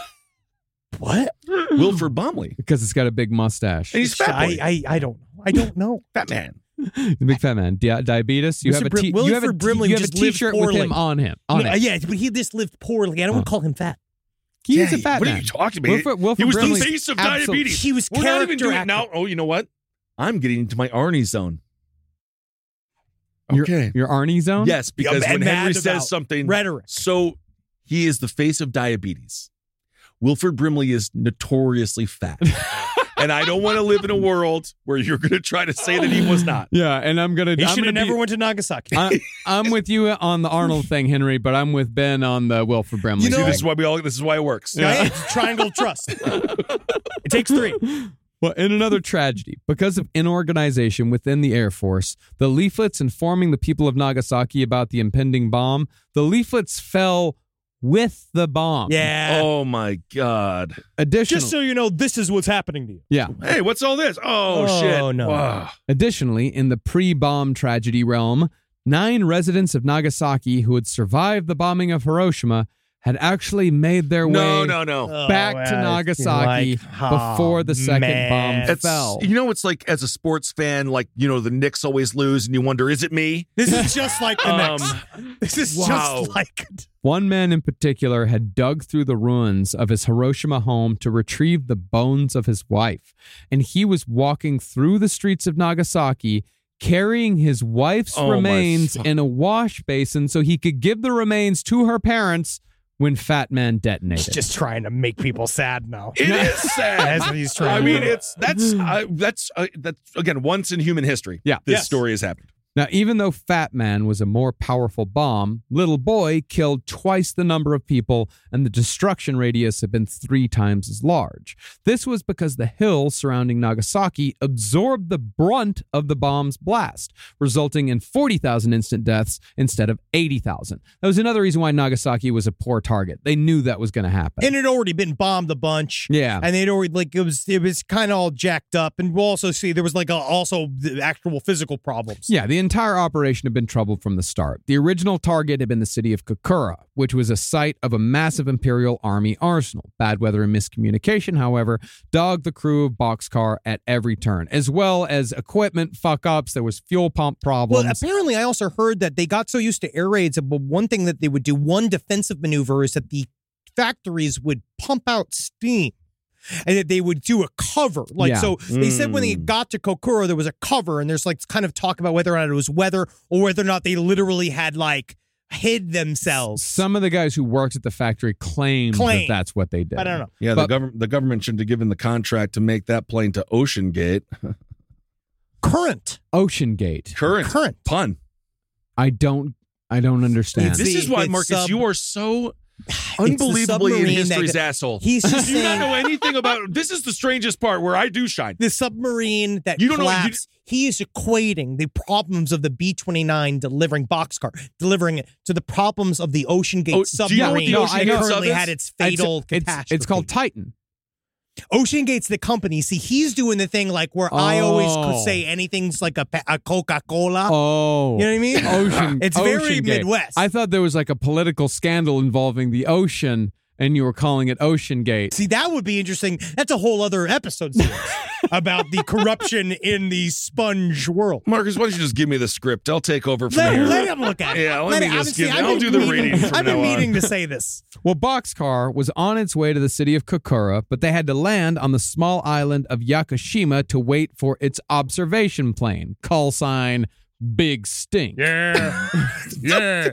[SPEAKER 5] what?
[SPEAKER 6] Wilford Bomley.
[SPEAKER 7] because it's got a big mustache,
[SPEAKER 6] And he's fat boy.
[SPEAKER 5] I, I I don't know. I don't know.
[SPEAKER 6] fat man.
[SPEAKER 7] He's a big fat man, Di- diabetes. You
[SPEAKER 5] Mr.
[SPEAKER 7] have a
[SPEAKER 5] Brim-
[SPEAKER 7] t- you have a
[SPEAKER 5] Wilford
[SPEAKER 7] t-
[SPEAKER 5] Brimley
[SPEAKER 7] you have a
[SPEAKER 5] just lived
[SPEAKER 7] t-shirt with
[SPEAKER 5] poorly.
[SPEAKER 7] him on him. On
[SPEAKER 5] No,
[SPEAKER 7] it,
[SPEAKER 5] yeah, but he just lived poorly. I don't want to call him fat.
[SPEAKER 7] he's
[SPEAKER 6] Yeah,
[SPEAKER 7] a fat
[SPEAKER 6] what
[SPEAKER 7] man.
[SPEAKER 6] are you talking about?
[SPEAKER 7] Wilford, Wilford
[SPEAKER 6] he was
[SPEAKER 7] Brimley's
[SPEAKER 6] the face of
[SPEAKER 7] absolute-
[SPEAKER 6] diabetes.
[SPEAKER 5] He was
[SPEAKER 6] We're not even
[SPEAKER 5] character
[SPEAKER 6] doing
[SPEAKER 5] actor.
[SPEAKER 6] now. Oh, you know what? I'm getting into my Arnie zone.
[SPEAKER 7] Your-
[SPEAKER 6] Okay.
[SPEAKER 7] Your, Arnie zone.
[SPEAKER 6] Yes, because
[SPEAKER 5] Yeah,
[SPEAKER 6] when
[SPEAKER 5] mad
[SPEAKER 6] Henry
[SPEAKER 5] about
[SPEAKER 6] says something,
[SPEAKER 5] Rhetoric.
[SPEAKER 6] So he is the face of diabetes. Wilford Brimley is notoriously fat. and I don't want to live in a world where you're going to try to say that he was not.
[SPEAKER 7] Yeah, and I'm gonna.
[SPEAKER 5] He
[SPEAKER 7] I'm
[SPEAKER 5] should
[SPEAKER 7] gonna
[SPEAKER 5] have never
[SPEAKER 7] Be,
[SPEAKER 5] went to Nagasaki.
[SPEAKER 7] I, I'm with you on the Arnold thing, Henry, but I'm with Ben on the Wilford Brimley.
[SPEAKER 5] You know-
[SPEAKER 6] See,
[SPEAKER 7] thing.
[SPEAKER 6] this is why we all. This is why it works.
[SPEAKER 5] Right? It's Triangle Trust. it takes three.
[SPEAKER 7] Well, in another tragedy, because of inorganization within the Air Force, the leaflets informing the people of Nagasaki about the impending bomb, the leaflets fell with the bomb.
[SPEAKER 5] Yeah.
[SPEAKER 6] Oh my god.
[SPEAKER 7] Additionally,
[SPEAKER 5] Just so you know, this is what's happening to you.
[SPEAKER 7] yeah.
[SPEAKER 6] Hey, what's all this? Oh,
[SPEAKER 5] Oh,
[SPEAKER 6] shit.
[SPEAKER 5] no.
[SPEAKER 6] Wow.
[SPEAKER 7] Additionally, in the pre-bomb tragedy realm, nine residents of Nagasaki who had survived the bombing of Hiroshima had actually made their
[SPEAKER 6] No,
[SPEAKER 7] way
[SPEAKER 6] no,
[SPEAKER 5] Uh,
[SPEAKER 6] no.
[SPEAKER 5] Oh,
[SPEAKER 7] back to Nagasaki before the second bomb
[SPEAKER 6] It's,
[SPEAKER 7] fell.
[SPEAKER 6] you know, it's like as a sports fan, like you know, the Knicks always lose, and you wonder, is it me?
[SPEAKER 5] This is just like the
[SPEAKER 6] Um,
[SPEAKER 5] next. This is
[SPEAKER 6] wow.
[SPEAKER 5] just like.
[SPEAKER 7] One man in particular had dug through the ruins of his Hiroshima home to retrieve the bones of his wife, and he was walking through the streets of Nagasaki carrying his wife's
[SPEAKER 6] Oh, my
[SPEAKER 7] remains
[SPEAKER 6] fuck.
[SPEAKER 7] in a wash basin so he could give the remains to her parents when Fat Man detonated.
[SPEAKER 5] He's just trying to make people sad now.
[SPEAKER 6] It is sad.
[SPEAKER 5] That's what he's trying
[SPEAKER 6] I
[SPEAKER 5] to
[SPEAKER 6] mean,
[SPEAKER 5] do.
[SPEAKER 6] it's that's I that's uh, that's again once in human history.
[SPEAKER 7] Yeah.
[SPEAKER 6] this
[SPEAKER 5] Yes.
[SPEAKER 6] story has happened.
[SPEAKER 7] Now, even though Fat Man was a more powerful bomb, Little Boy killed twice the number of people, and the destruction radius had been three times as large. This was because the hill surrounding Nagasaki absorbed the brunt of the bomb's blast, resulting in 40,000 instant deaths instead of 80,000. That was another reason why Nagasaki was a poor target. They knew that was going to happen.
[SPEAKER 5] and it had already been bombed a bunch.
[SPEAKER 7] yeah.
[SPEAKER 5] And they'd already like it was it was kind of all jacked up, and we'll also see there was like a, also the actual physical problems.
[SPEAKER 7] Yeah, the entire operation had been troubled from the start. The original target had been the city of Kokura, which was a site of a massive Imperial Army arsenal. Bad weather and miscommunication, however, dogged the crew of Boxcar at every turn, as well as equipment fuck ups. There was fuel pump
[SPEAKER 5] Well,
[SPEAKER 7] problems.
[SPEAKER 5] apparently, I also heard that they got so used to air raids. But one thing that they would do, one defensive maneuver, is that the factories would pump out steam, and that they would do a cover. Like
[SPEAKER 7] Yeah.
[SPEAKER 5] so, they said when they got to Kokura, there was a cover, and there's like kind of talk about whether or not it was weather or whether or not they literally had like hid themselves.
[SPEAKER 7] Some of the guys who worked at the factory claimed,
[SPEAKER 5] Claimed.
[SPEAKER 7] that that's what they did.
[SPEAKER 5] I don't know.
[SPEAKER 6] Yeah,
[SPEAKER 7] But-
[SPEAKER 6] the government the government shouldn't have given the contract to make that plane to Ocean Gate.
[SPEAKER 5] Current,
[SPEAKER 7] Ocean Gate.
[SPEAKER 6] Current
[SPEAKER 5] current.
[SPEAKER 6] pun.
[SPEAKER 7] I don't. I don't understand.
[SPEAKER 5] It's
[SPEAKER 6] This
[SPEAKER 5] the-
[SPEAKER 6] is why
[SPEAKER 5] it's
[SPEAKER 6] Marcus,
[SPEAKER 5] sub-
[SPEAKER 6] you are so
[SPEAKER 5] the
[SPEAKER 6] unbelievably in
[SPEAKER 5] submarine that
[SPEAKER 6] history's
[SPEAKER 5] go-
[SPEAKER 6] asshole.
[SPEAKER 5] He's just
[SPEAKER 6] you do not
[SPEAKER 5] saying-
[SPEAKER 6] know anything about. This is the strangest part where I do shine.
[SPEAKER 5] the submarine that
[SPEAKER 6] You don't know- you-
[SPEAKER 5] collapsed. he is equating the problems of the B twenty nine delivering boxcar, delivering it to the problems of the Ocean Gate
[SPEAKER 6] Oh, do you know
[SPEAKER 5] submarine.
[SPEAKER 6] what the Ocean
[SPEAKER 5] that
[SPEAKER 6] Gate sub
[SPEAKER 5] currently
[SPEAKER 6] is?
[SPEAKER 5] had its
[SPEAKER 7] It's-
[SPEAKER 5] fatal
[SPEAKER 7] it's,
[SPEAKER 5] catastrophe.
[SPEAKER 7] it's called Titan.
[SPEAKER 5] Ocean Gate's the company. See, he's doing the thing like where I always
[SPEAKER 7] Oh.
[SPEAKER 5] could say anything's like a, pa- a Coca Cola.
[SPEAKER 7] Oh,
[SPEAKER 5] You know what I mean?
[SPEAKER 7] Ocean.
[SPEAKER 5] It's very
[SPEAKER 7] Ocean Gate.
[SPEAKER 5] Midwest.
[SPEAKER 7] I thought there was like a political scandal involving the ocean, and you were calling it Ocean Gate.
[SPEAKER 5] See, that would be interesting. That's a whole other episode series. about the corruption in the sponge world.
[SPEAKER 6] Marcus, why don't you just give me the script? I'll take over from
[SPEAKER 5] Let,
[SPEAKER 6] here.
[SPEAKER 5] let him look at it.
[SPEAKER 6] Yeah, let me
[SPEAKER 5] it- I've
[SPEAKER 6] just
[SPEAKER 5] been-
[SPEAKER 6] give-
[SPEAKER 5] I've
[SPEAKER 6] I'll
[SPEAKER 5] been
[SPEAKER 6] do the
[SPEAKER 5] meaning-
[SPEAKER 6] reading from
[SPEAKER 5] I've been
[SPEAKER 6] now on.
[SPEAKER 5] meaning to say this.
[SPEAKER 7] Well, Boxcar was on its way to the city of Kokura, but they had to land on the small island of Yakushima to wait for its observation plane. Call sign Big Stink.
[SPEAKER 5] Yeah. yeah.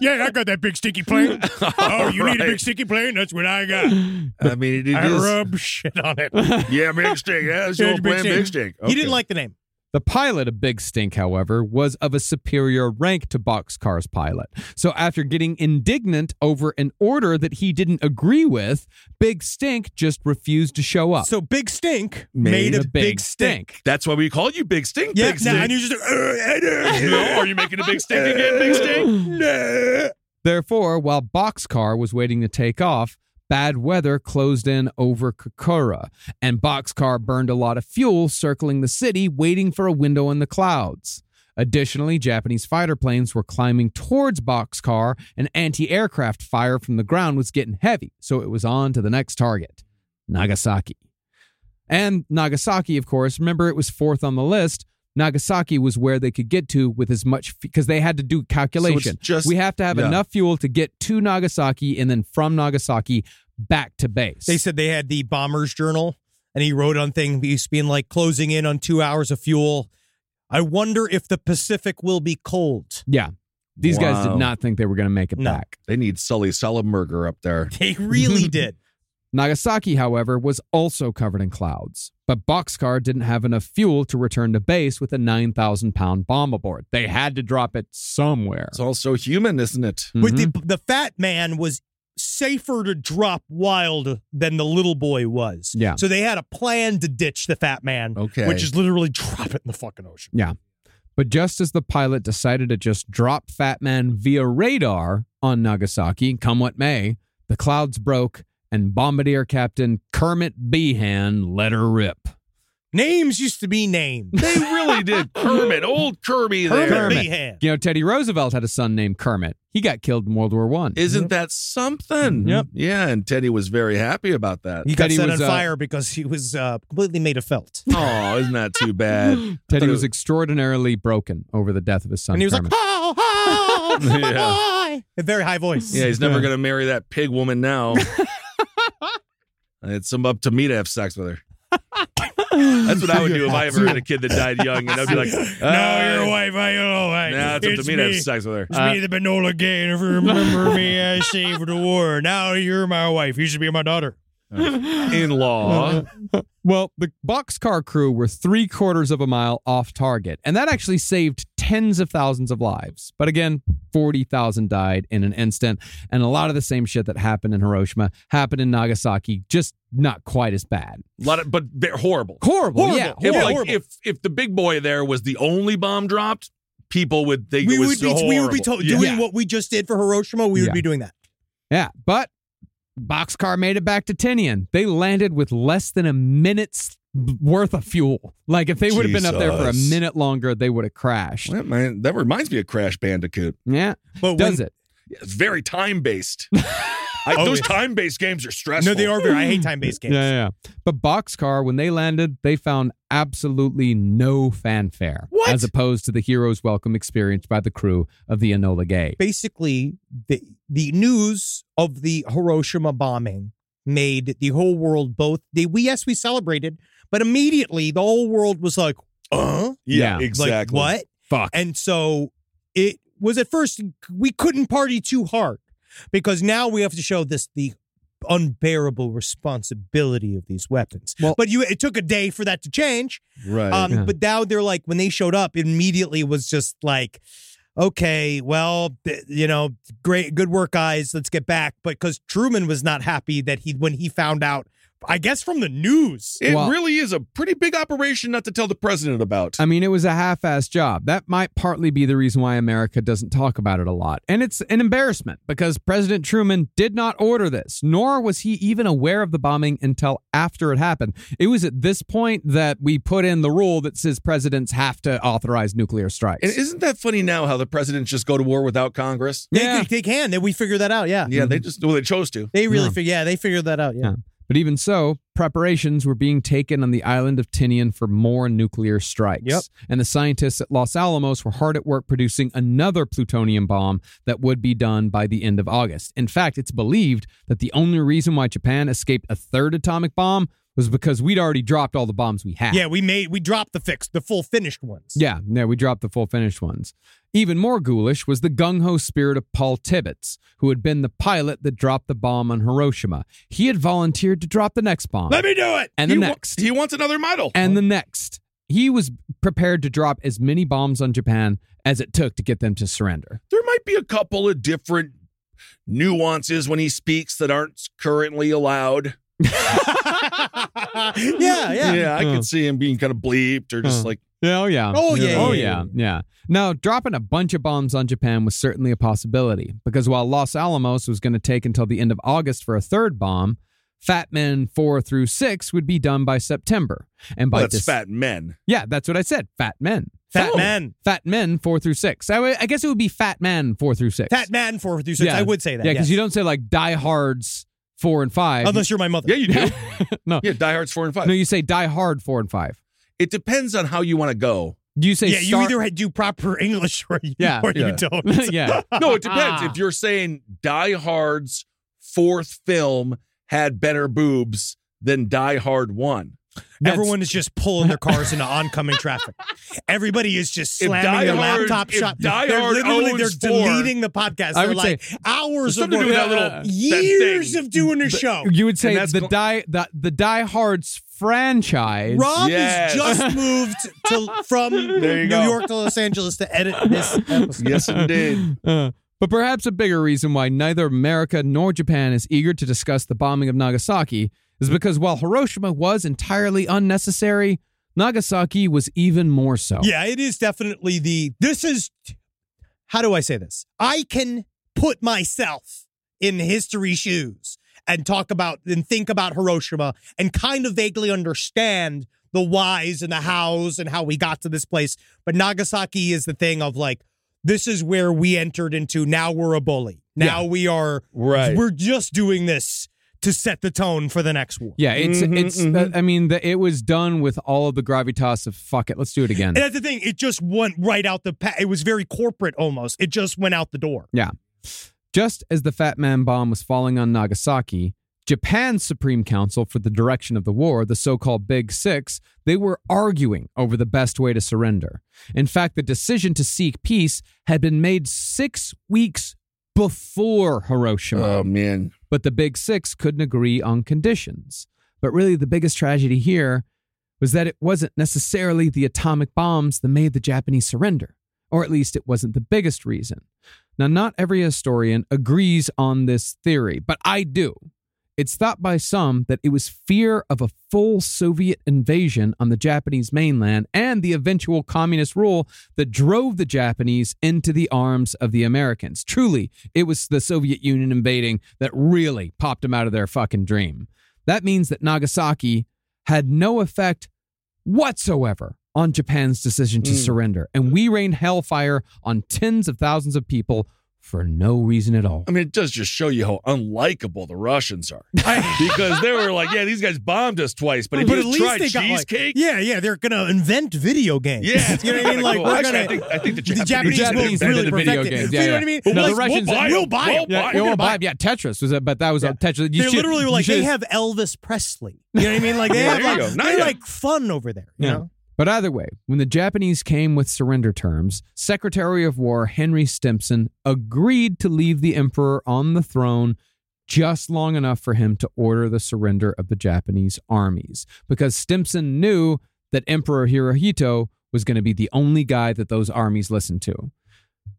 [SPEAKER 5] Yeah, I got that big sticky plane. Oh, you need a big
[SPEAKER 6] Right.
[SPEAKER 5] sticky plane? That's what I got.
[SPEAKER 6] I mean, it is.
[SPEAKER 5] I rub shit on it.
[SPEAKER 6] Yeah, big steak. Yeah, that's
[SPEAKER 5] Yeah,
[SPEAKER 6] your plan,
[SPEAKER 5] Stink.
[SPEAKER 6] big steak.
[SPEAKER 5] He didn't like the name.
[SPEAKER 7] The pilot of Big Stink, however, was of a superior rank to Boxcar's pilot. So after getting indignant over an order that he didn't agree with, Big Stink just refused to show up.
[SPEAKER 5] So Big Stink
[SPEAKER 7] Made
[SPEAKER 5] made,
[SPEAKER 7] a
[SPEAKER 5] a,
[SPEAKER 7] big
[SPEAKER 5] big stink.
[SPEAKER 6] That's why we called you Big Stink.
[SPEAKER 5] Yeah,
[SPEAKER 6] big
[SPEAKER 5] no,
[SPEAKER 6] stink.
[SPEAKER 5] and you just
[SPEAKER 6] no, are you making a big stink again, big stink? No.
[SPEAKER 7] Therefore, while Boxcar was waiting to take off, bad weather closed in over Kokura, and Boxcar burned a lot of fuel circling the city, waiting for a window in the clouds. Additionally, Japanese fighter planes were climbing towards Boxcar, and anti aircraft fire from the ground was getting heavy, so it was on to the next target Nagasaki. And Nagasaki, of course, remember it was fourth on the list. Nagasaki was where they could get to with as much because they had to do calculation.
[SPEAKER 6] just-
[SPEAKER 7] we have to have
[SPEAKER 6] yeah.
[SPEAKER 7] enough fuel to get to Nagasaki and then from Nagasaki back to base.
[SPEAKER 5] They said they had the bomber's journal, and he wrote on thing he's being like closing in on two hours of fuel. I wonder if the Pacific will be cold.
[SPEAKER 7] yeah. These guys did
[SPEAKER 6] Wow.
[SPEAKER 7] not think they were going to make it
[SPEAKER 5] No.
[SPEAKER 7] back.
[SPEAKER 6] They need Sully Sullenberger up there.
[SPEAKER 5] They really did.
[SPEAKER 7] Nagasaki, however, was also covered in clouds, but Boxcar didn't have enough fuel to return to base with a 9,000 pound bomb aboard. They had to drop it somewhere.
[SPEAKER 6] It's also human, isn't it?
[SPEAKER 7] Mhm.
[SPEAKER 5] But the the fat man was safer to drop wild than the little boy was.
[SPEAKER 7] Yeah.
[SPEAKER 5] So they had a plan to ditch the fat man,
[SPEAKER 6] Okay.
[SPEAKER 5] which is literally drop it in the fucking ocean.
[SPEAKER 7] Yeah. But just as the pilot decided to just drop Fat Man via radar on Nagasaki, come what may, the clouds broke and Bombardier Captain Kermit Behan let her rip.
[SPEAKER 5] Names used to be named.
[SPEAKER 6] They really did. Kermit, old Kirby there.
[SPEAKER 5] Kermit Behan.
[SPEAKER 7] You know, Teddy Roosevelt had a son named Kermit. He got killed in World War One.
[SPEAKER 6] Isn't that something?
[SPEAKER 7] Yep.
[SPEAKER 6] Yeah, and Teddy was very happy about that.
[SPEAKER 5] He got
[SPEAKER 7] Teddy
[SPEAKER 5] set
[SPEAKER 7] was,
[SPEAKER 5] on
[SPEAKER 7] uh,
[SPEAKER 5] fire because he was uh, completely made of felt.
[SPEAKER 6] Oh, isn't that too bad? I
[SPEAKER 7] Teddy
[SPEAKER 6] thought it
[SPEAKER 7] was extraordinally broken over the death of his son.
[SPEAKER 5] And he was
[SPEAKER 7] Kermit.
[SPEAKER 5] like, oh, oh, oh,
[SPEAKER 6] Yeah.
[SPEAKER 5] oh," a very high voice.
[SPEAKER 6] Yeah, he's never going to marry that pig woman now. it's some up to me to have sex with her. That's what I would do if I ever had a kid that died young, and I'd be like,
[SPEAKER 5] Now
[SPEAKER 6] "Uh,
[SPEAKER 5] your wife, I know. I,
[SPEAKER 6] Now it's up to me, to have sex Uh, with her.
[SPEAKER 5] It's me, the Benola Gay, and if you remember me, I saved the war. Now you're my wife. You should be my daughter.
[SPEAKER 6] In
[SPEAKER 5] Uh-huh.
[SPEAKER 6] law,
[SPEAKER 7] Well, the boxcar crew were three quarters of a mile off target, and that actually saved tens of thousands of lives. But again, 40,000 died in an instant, and a lot of the same shit that happened in Hiroshima happened in Nagasaki, just not quite as bad.
[SPEAKER 6] a lot of, but they're horrible.
[SPEAKER 7] Horrible.
[SPEAKER 5] Horrible.
[SPEAKER 7] Yeah.
[SPEAKER 6] If,
[SPEAKER 5] Yeah,
[SPEAKER 6] like,
[SPEAKER 5] horrible.
[SPEAKER 6] if if the big boy there was the only bomb dropped, people would think
[SPEAKER 5] we
[SPEAKER 6] it was
[SPEAKER 5] would be
[SPEAKER 6] so
[SPEAKER 5] we would be
[SPEAKER 6] horrible.
[SPEAKER 5] to-
[SPEAKER 6] Yeah.
[SPEAKER 5] doing what we just did for Hiroshima. We would
[SPEAKER 7] Yeah.
[SPEAKER 5] be doing that.
[SPEAKER 7] Yeah. But boxcar made it back to Tinian. They landed with less than a minute's worth of fuel. Like if they would have been up there for a
[SPEAKER 6] Jesus.
[SPEAKER 7] minute longer, they would have crashed.
[SPEAKER 6] Well, man, that reminds me of Crash Bandicoot.
[SPEAKER 7] Yeah.
[SPEAKER 5] But
[SPEAKER 7] Does
[SPEAKER 5] when,
[SPEAKER 7] it?
[SPEAKER 6] It's very time based.
[SPEAKER 5] Oh,
[SPEAKER 6] those
[SPEAKER 5] yeah.
[SPEAKER 6] time based games are stressful.
[SPEAKER 5] No, they are very. I hate time based games.
[SPEAKER 7] Yeah, yeah, yeah. But Boxcar, when they landed, they found absolutely no fanfare.
[SPEAKER 5] What?
[SPEAKER 7] As opposed to the hero's welcome experienced by the crew of the Enola Gay.
[SPEAKER 5] Basically, the the news of the Hiroshima bombing made the whole world both. They, we yes, we celebrated, but immediately the whole world was like, "Uh,
[SPEAKER 7] Yeah.
[SPEAKER 6] Yeah,
[SPEAKER 7] Like,
[SPEAKER 6] exactly.
[SPEAKER 5] like what?"
[SPEAKER 7] Fuck.
[SPEAKER 5] And so it was at first we couldn't party too hard because now we have to show this the unbearable responsibility of these weapons.
[SPEAKER 7] Well-
[SPEAKER 5] but you it took a day for that to change.
[SPEAKER 6] Right.
[SPEAKER 5] Um
[SPEAKER 7] Yeah.
[SPEAKER 5] but now they're like when they showed up it immediately was just like okay, well, th- you know, great good work guys, let's get back but cuz Truman was not happy that he when he found out I guess from the news.
[SPEAKER 6] it
[SPEAKER 7] Well-
[SPEAKER 6] really is a pretty big operation not to tell the president about.
[SPEAKER 7] I mean, it was a half-assed job. That might partly be the reason why America doesn't talk about it a lot. And it's an embarrassment because President Truman did not order this, nor was he even aware of the bombing until after it happened. It was at this point that we put in the rule that says presidents have to authorize nuclear strikes.
[SPEAKER 6] and isn't that funny now how the presidents just go to war without Congress?
[SPEAKER 5] They,
[SPEAKER 7] Yeah.
[SPEAKER 5] they, they can, then we figure that out, yeah.
[SPEAKER 7] Mm-hmm.
[SPEAKER 6] Yeah, they just well they chose to.
[SPEAKER 5] They really
[SPEAKER 7] Yeah.
[SPEAKER 5] figure yeah, they figured that out, yeah.
[SPEAKER 7] Yeah. But even so, preparations were being taken on the island of Tinian for more nuclear strikes.
[SPEAKER 5] Yep.
[SPEAKER 7] And the scientists at Los Alamos were hard at work producing another plutonium bomb that would be done by the end of August. In fact, it's believed that the only reason why Japan escaped a third atomic bomb was because we'd already dropped all the bombs we had.
[SPEAKER 5] Yeah, we made we dropped the fix, the full finished ones.
[SPEAKER 7] Yeah, yeah, we dropped the full finished ones. Even more ghoulish was the gung ho spirit of Paul Tibbets, who had been the pilot that dropped the bomb on Hiroshima. He had volunteered to drop the next bomb.
[SPEAKER 6] Let me do it.
[SPEAKER 7] And the
[SPEAKER 6] He wa-
[SPEAKER 7] next.
[SPEAKER 6] he wants another medal.
[SPEAKER 7] and the next. He was prepared to drop as many bombs on Japan as it took to get them to surrender.
[SPEAKER 6] there might be a couple of different nuances when he speaks that aren't currently allowed.
[SPEAKER 7] Yeah, yeah. Mm.
[SPEAKER 6] Yeah, I
[SPEAKER 7] Huh.
[SPEAKER 6] could see him being kind of bleeped or just
[SPEAKER 7] Huh.
[SPEAKER 6] like,
[SPEAKER 7] Oh yeah.
[SPEAKER 5] Oh, yeah,
[SPEAKER 7] Oh
[SPEAKER 5] yeah,
[SPEAKER 7] yeah. Yeah. Now, dropping a bunch of bombs on Japan was certainly a possibility because while Los Alamos was going to take until the end of August for a third bomb, Fat Men 4 through 6 would be done by September. And by
[SPEAKER 6] well, that's
[SPEAKER 7] Dec-
[SPEAKER 6] fat men.
[SPEAKER 7] Yeah, that's what I said. Fat Men.
[SPEAKER 5] Fat
[SPEAKER 7] Oh.
[SPEAKER 5] Man.
[SPEAKER 7] Fat Men 4 through 6. I, would- I guess it would be Fat Man 4 through 6.
[SPEAKER 5] Fat Man four through six.
[SPEAKER 7] Yeah.
[SPEAKER 5] I would say that.
[SPEAKER 7] Yeah, because
[SPEAKER 5] yes. Oh,
[SPEAKER 7] you don't say like Die Hard's 4 and 5.
[SPEAKER 5] unless you're my mother.
[SPEAKER 6] Yeah, you do.
[SPEAKER 7] no.
[SPEAKER 6] yeah, Die Hard's four
[SPEAKER 5] Uh,
[SPEAKER 6] and five.
[SPEAKER 7] No, you say Die Hard 4 and 5.
[SPEAKER 6] it depends on how you want to go.
[SPEAKER 7] You say
[SPEAKER 5] yeah, you
[SPEAKER 7] Star-
[SPEAKER 5] either do proper English or you,
[SPEAKER 7] Yeah,
[SPEAKER 5] or
[SPEAKER 6] yeah.
[SPEAKER 5] you don't.
[SPEAKER 7] yeah.
[SPEAKER 6] No, it depends. if you're saying Die Hard's fourth film had better boobs than Die Hard one.
[SPEAKER 7] That's-
[SPEAKER 5] Everyone is just pulling their cars into oncoming traffic. Everybody is just
[SPEAKER 6] If
[SPEAKER 5] slamming
[SPEAKER 6] Die
[SPEAKER 5] their
[SPEAKER 6] Hard-
[SPEAKER 5] laptop
[SPEAKER 6] if
[SPEAKER 5] shut.
[SPEAKER 6] Die
[SPEAKER 5] they're
[SPEAKER 6] Hard
[SPEAKER 5] literally
[SPEAKER 6] owns
[SPEAKER 5] they're
[SPEAKER 6] four,
[SPEAKER 5] deleting the podcast.
[SPEAKER 7] I
[SPEAKER 5] They're
[SPEAKER 7] would
[SPEAKER 5] like hours of
[SPEAKER 6] Something to do
[SPEAKER 5] work,
[SPEAKER 6] with that
[SPEAKER 7] Yeah.
[SPEAKER 6] little that
[SPEAKER 5] years
[SPEAKER 6] thing.
[SPEAKER 5] of doing the show.
[SPEAKER 7] You would say
[SPEAKER 6] that's
[SPEAKER 7] the
[SPEAKER 6] gl-
[SPEAKER 7] die the, the Die Hard's franchise.
[SPEAKER 5] Rob
[SPEAKER 6] Yes.
[SPEAKER 5] has just moved to from
[SPEAKER 6] There
[SPEAKER 5] New
[SPEAKER 6] you go.
[SPEAKER 5] York to Los Angeles to edit this episode.
[SPEAKER 6] Yes, indeed.
[SPEAKER 7] Uh, but perhaps a bigger reason why neither America nor Japan is eager to discuss the bombing of Nagasaki is because while Hiroshima was entirely unnecessary, Nagasaki was even more so.
[SPEAKER 5] Yeah, it is definitely the. This is. How do I say this? I can put myself in history shoes and talk about and think about Hiroshima and kind of vaguely understand the whys and the hows and how we got to this place. But Nagasaki is the thing of like, this is where we entered into. Now we're a bully. Now we are.
[SPEAKER 6] Right.
[SPEAKER 5] We're just doing this to set the tone for the next war.
[SPEAKER 7] Yeah, it's
[SPEAKER 6] Mhm,
[SPEAKER 7] it's.
[SPEAKER 6] mhm.
[SPEAKER 7] uh, I mean, the, it was done with all of the gravitas of fuck it. Let's do it again.
[SPEAKER 5] And that's the thing. It just went right out the. Pa- it was very corporate almost. It just went out the door.
[SPEAKER 7] Just as the Fat Man bomb was falling on Nagasaki, Japan's Supreme Council for the Direction of the War, the so-called Big 6, they were arguing over the best way to surrender. In fact, the decision to seek peace had been made 6 weeks before Hiroshima,
[SPEAKER 6] Oh man.
[SPEAKER 7] but the Big 6 couldn't agree on conditions. But really the biggest tragedy here was that it wasn't necessarily the atomic bombs that made the Japanese surrender, or at least it wasn't the biggest reason. Now, not every historian agrees on this theory, but I do. It's thought by some that it was fear of a full Soviet invasion on the Japanese mainland and the eventual communist rule that drove the Japanese into the arms of the Americans. Truly, it was the Soviet Union invading that really popped them out of their fucking dream. That means that Nagasaki had no effect whatsoever on Japan's decision to surrender. And we rained hellfire on tens of thousands of people for no reason at all.
[SPEAKER 6] I mean, it does just show you how unlikable the Russians are. because they were like, yeah, these guys bombed us twice, but if you tried cheesecake,
[SPEAKER 5] yeah, yeah, they're gonna invent video games.
[SPEAKER 6] Yeah,
[SPEAKER 5] you know what I mean. Like
[SPEAKER 6] cool.
[SPEAKER 5] we're
[SPEAKER 6] Actually,
[SPEAKER 5] gonna.
[SPEAKER 6] I think, I think the
[SPEAKER 5] the
[SPEAKER 6] Japanese,
[SPEAKER 5] Japanese,
[SPEAKER 7] Japanese
[SPEAKER 5] will really
[SPEAKER 7] invented
[SPEAKER 5] perfect
[SPEAKER 7] video
[SPEAKER 5] it.
[SPEAKER 7] games,
[SPEAKER 5] You
[SPEAKER 7] yeah,
[SPEAKER 5] know what
[SPEAKER 7] yeah.
[SPEAKER 5] I mean?
[SPEAKER 7] No, the
[SPEAKER 5] Like,
[SPEAKER 7] Russians-
[SPEAKER 5] we'll buy,
[SPEAKER 6] we'll
[SPEAKER 5] it.
[SPEAKER 6] buy
[SPEAKER 5] We'll buy
[SPEAKER 6] it.
[SPEAKER 7] Yeah,
[SPEAKER 5] it. We're
[SPEAKER 7] well,
[SPEAKER 5] gonna buy
[SPEAKER 7] Bob,
[SPEAKER 5] it.
[SPEAKER 7] yeah, Tetris was it, but that was a Tetris. You
[SPEAKER 5] They
[SPEAKER 7] should-
[SPEAKER 5] literally were
[SPEAKER 7] you
[SPEAKER 5] like they
[SPEAKER 7] should've-
[SPEAKER 5] have Elvis Presley. You know what I mean? Like they
[SPEAKER 6] Yeah,
[SPEAKER 5] have
[SPEAKER 6] there you
[SPEAKER 5] like,
[SPEAKER 6] go. Now
[SPEAKER 5] they're
[SPEAKER 6] you-
[SPEAKER 5] like fun over there. You
[SPEAKER 7] Yeah.
[SPEAKER 5] know?
[SPEAKER 7] But either way, when the Japanese came with surrender terms, Secretary of War Henry Stimson agreed to leave the emperor on the throne just long enough for him to order the surrender of the Japanese armies because Stimson knew that Emperor Hirohito was going to be the only guy that those armies listened to.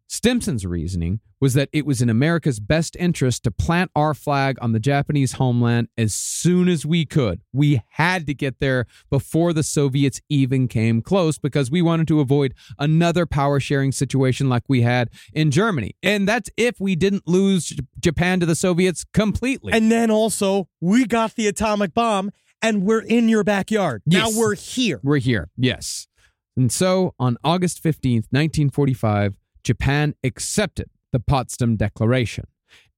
[SPEAKER 7] Stimson's reasoning was that it was in America's best interest to plant our flag on the Japanese homeland as soon as we could. We had to get there before the Soviets even came close because we wanted to avoid another power sharing situation like we had in Germany. And that's if we didn't lose J- Japan to the Soviets completely.
[SPEAKER 5] And then also we got the atomic bomb, and we're in your backyard.
[SPEAKER 7] Yes.
[SPEAKER 5] Now we're here.
[SPEAKER 7] We're here. Yes. And so on August 15th, 1945, Japan accepted the Potsdam Declaration.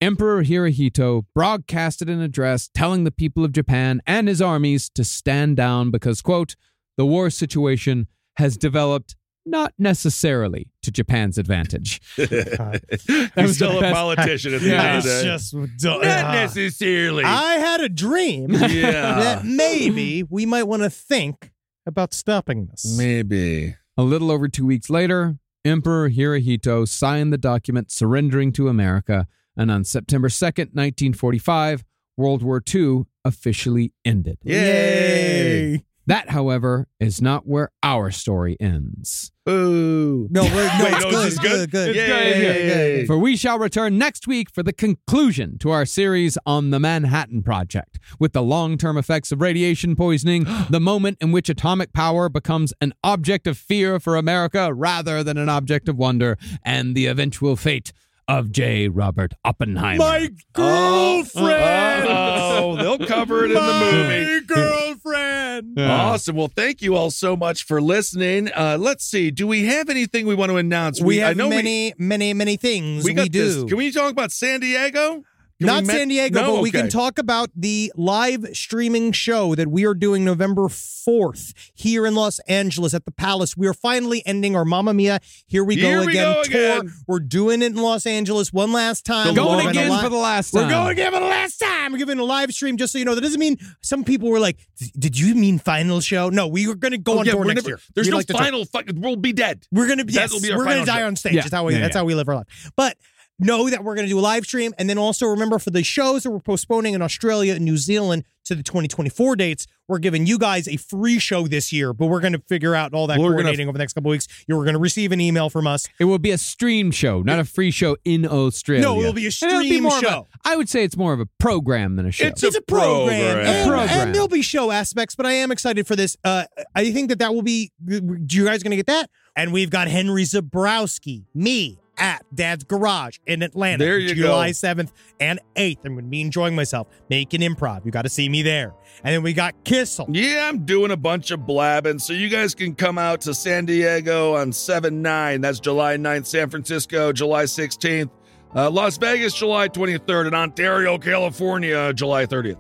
[SPEAKER 7] Emperor Hirohito broadcasted an address telling the people of Japan and his armies to stand down because, quote, the war situation has developed not necessarily to Japan's advantage.
[SPEAKER 6] He's
[SPEAKER 7] was the
[SPEAKER 6] still a
[SPEAKER 7] best-
[SPEAKER 6] politician at the
[SPEAKER 7] Yeah,
[SPEAKER 6] end of
[SPEAKER 5] That's
[SPEAKER 6] the day.
[SPEAKER 5] just
[SPEAKER 6] Not
[SPEAKER 5] uh,
[SPEAKER 6] necessarily. Ah.
[SPEAKER 5] I had a dream
[SPEAKER 6] yeah.
[SPEAKER 5] that maybe we might want to think about stopping this.
[SPEAKER 6] Maybe.
[SPEAKER 7] A little over two weeks later, Emperor Hirohito signed the document surrendering to America, and on September 2nd, 1945, World War II officially ended.
[SPEAKER 6] Yay.
[SPEAKER 7] That, however, is not where our story ends.
[SPEAKER 6] Boo.
[SPEAKER 5] No, we're, no,
[SPEAKER 6] Wait,
[SPEAKER 5] it's
[SPEAKER 6] no,
[SPEAKER 5] good,
[SPEAKER 6] is this good?
[SPEAKER 5] good, good,
[SPEAKER 6] It's good, it's good. Yay.
[SPEAKER 7] For we shall return next week for the conclusion to our series on the Manhattan Project, with the long term effects of radiation poisoning, the moment in which atomic power becomes an object of fear for America rather than an object of wonder, and the eventual fate of J. Robert Oppenheimer.
[SPEAKER 6] Girlfriend. Oh, they'll cover it in the movie.
[SPEAKER 5] girlfriend.
[SPEAKER 6] Awesome. Well, thank you all so much for listening. Uh, let's see. Do we have anything we want to announce?
[SPEAKER 5] We have
[SPEAKER 6] oh. we-
[SPEAKER 5] many, many, many things we,
[SPEAKER 6] got
[SPEAKER 5] do.
[SPEAKER 6] this. Can we talk about San Diego? Can
[SPEAKER 5] Not
[SPEAKER 6] we met-
[SPEAKER 5] San Diego,
[SPEAKER 6] No?
[SPEAKER 5] but we can
[SPEAKER 6] Okay.
[SPEAKER 5] talk about the live streaming show that we are doing November 4th here in Los Angeles at the Palace. We are finally ending our Mamma Mia Here We
[SPEAKER 6] Here
[SPEAKER 5] Go
[SPEAKER 6] We
[SPEAKER 5] Again
[SPEAKER 6] Go
[SPEAKER 5] tour.
[SPEAKER 6] Again.
[SPEAKER 5] We're doing it in Los Angeles one last time.
[SPEAKER 6] The
[SPEAKER 5] We're
[SPEAKER 7] Going
[SPEAKER 6] Lauren
[SPEAKER 5] giving a
[SPEAKER 7] again
[SPEAKER 5] li-
[SPEAKER 7] for the last time.
[SPEAKER 5] We're going again for the last time. We're giving a live stream just so you know. That doesn't mean some people were like, "Did you mean final show?" No, we are going to go
[SPEAKER 6] Oh,
[SPEAKER 5] on
[SPEAKER 6] yeah,
[SPEAKER 5] tour
[SPEAKER 6] we're
[SPEAKER 5] next
[SPEAKER 6] never-
[SPEAKER 5] year.
[SPEAKER 6] There's
[SPEAKER 5] We
[SPEAKER 6] no
[SPEAKER 5] like to tour.
[SPEAKER 6] final. Fucking, we'll be dead.
[SPEAKER 5] We're gonna yes,
[SPEAKER 6] That'll be our
[SPEAKER 5] we're gonna
[SPEAKER 6] final
[SPEAKER 5] die
[SPEAKER 6] show.
[SPEAKER 5] on stage.
[SPEAKER 7] Yeah,
[SPEAKER 5] That's how we
[SPEAKER 7] yeah,
[SPEAKER 5] that's
[SPEAKER 7] yeah.
[SPEAKER 5] how we live our life. But know that we're gonna do a live stream, and then also remember for the shows that we're postponing in Australia and New Zealand to the 2024 dates. We're giving you guys a free show this year, but we're gonna figure out all that
[SPEAKER 6] We're gonna-
[SPEAKER 5] coordinating over the next couple weeks. You're gonna receive an email from us.
[SPEAKER 7] It will be a stream show, not a free show in Australia.
[SPEAKER 5] No, it'll be a
[SPEAKER 7] And it'll
[SPEAKER 5] stream
[SPEAKER 7] more of a-
[SPEAKER 5] show.
[SPEAKER 7] I would say it's more of a program than a show.
[SPEAKER 6] It's a program.
[SPEAKER 5] And,
[SPEAKER 7] A program.
[SPEAKER 5] and there'll be show aspects, but I am excited for this. Uh, I think that that will be. Do you guys gonna get that? And we've got Henry Zabrowski, me at Dad's Garage in Atlanta,
[SPEAKER 6] There you go.
[SPEAKER 5] July seventh and eighth. I'm gonna be enjoying myself, making improv. You got to see me there. And then we got Kissel.
[SPEAKER 6] Yeah, I'm doing a bunch of blabbing, so you guys can come out to San Diego on 7 9. That's July 9th, San Francisco, July 16th, uh, Las Vegas, July 23rd, and Ontario, California, July 30th.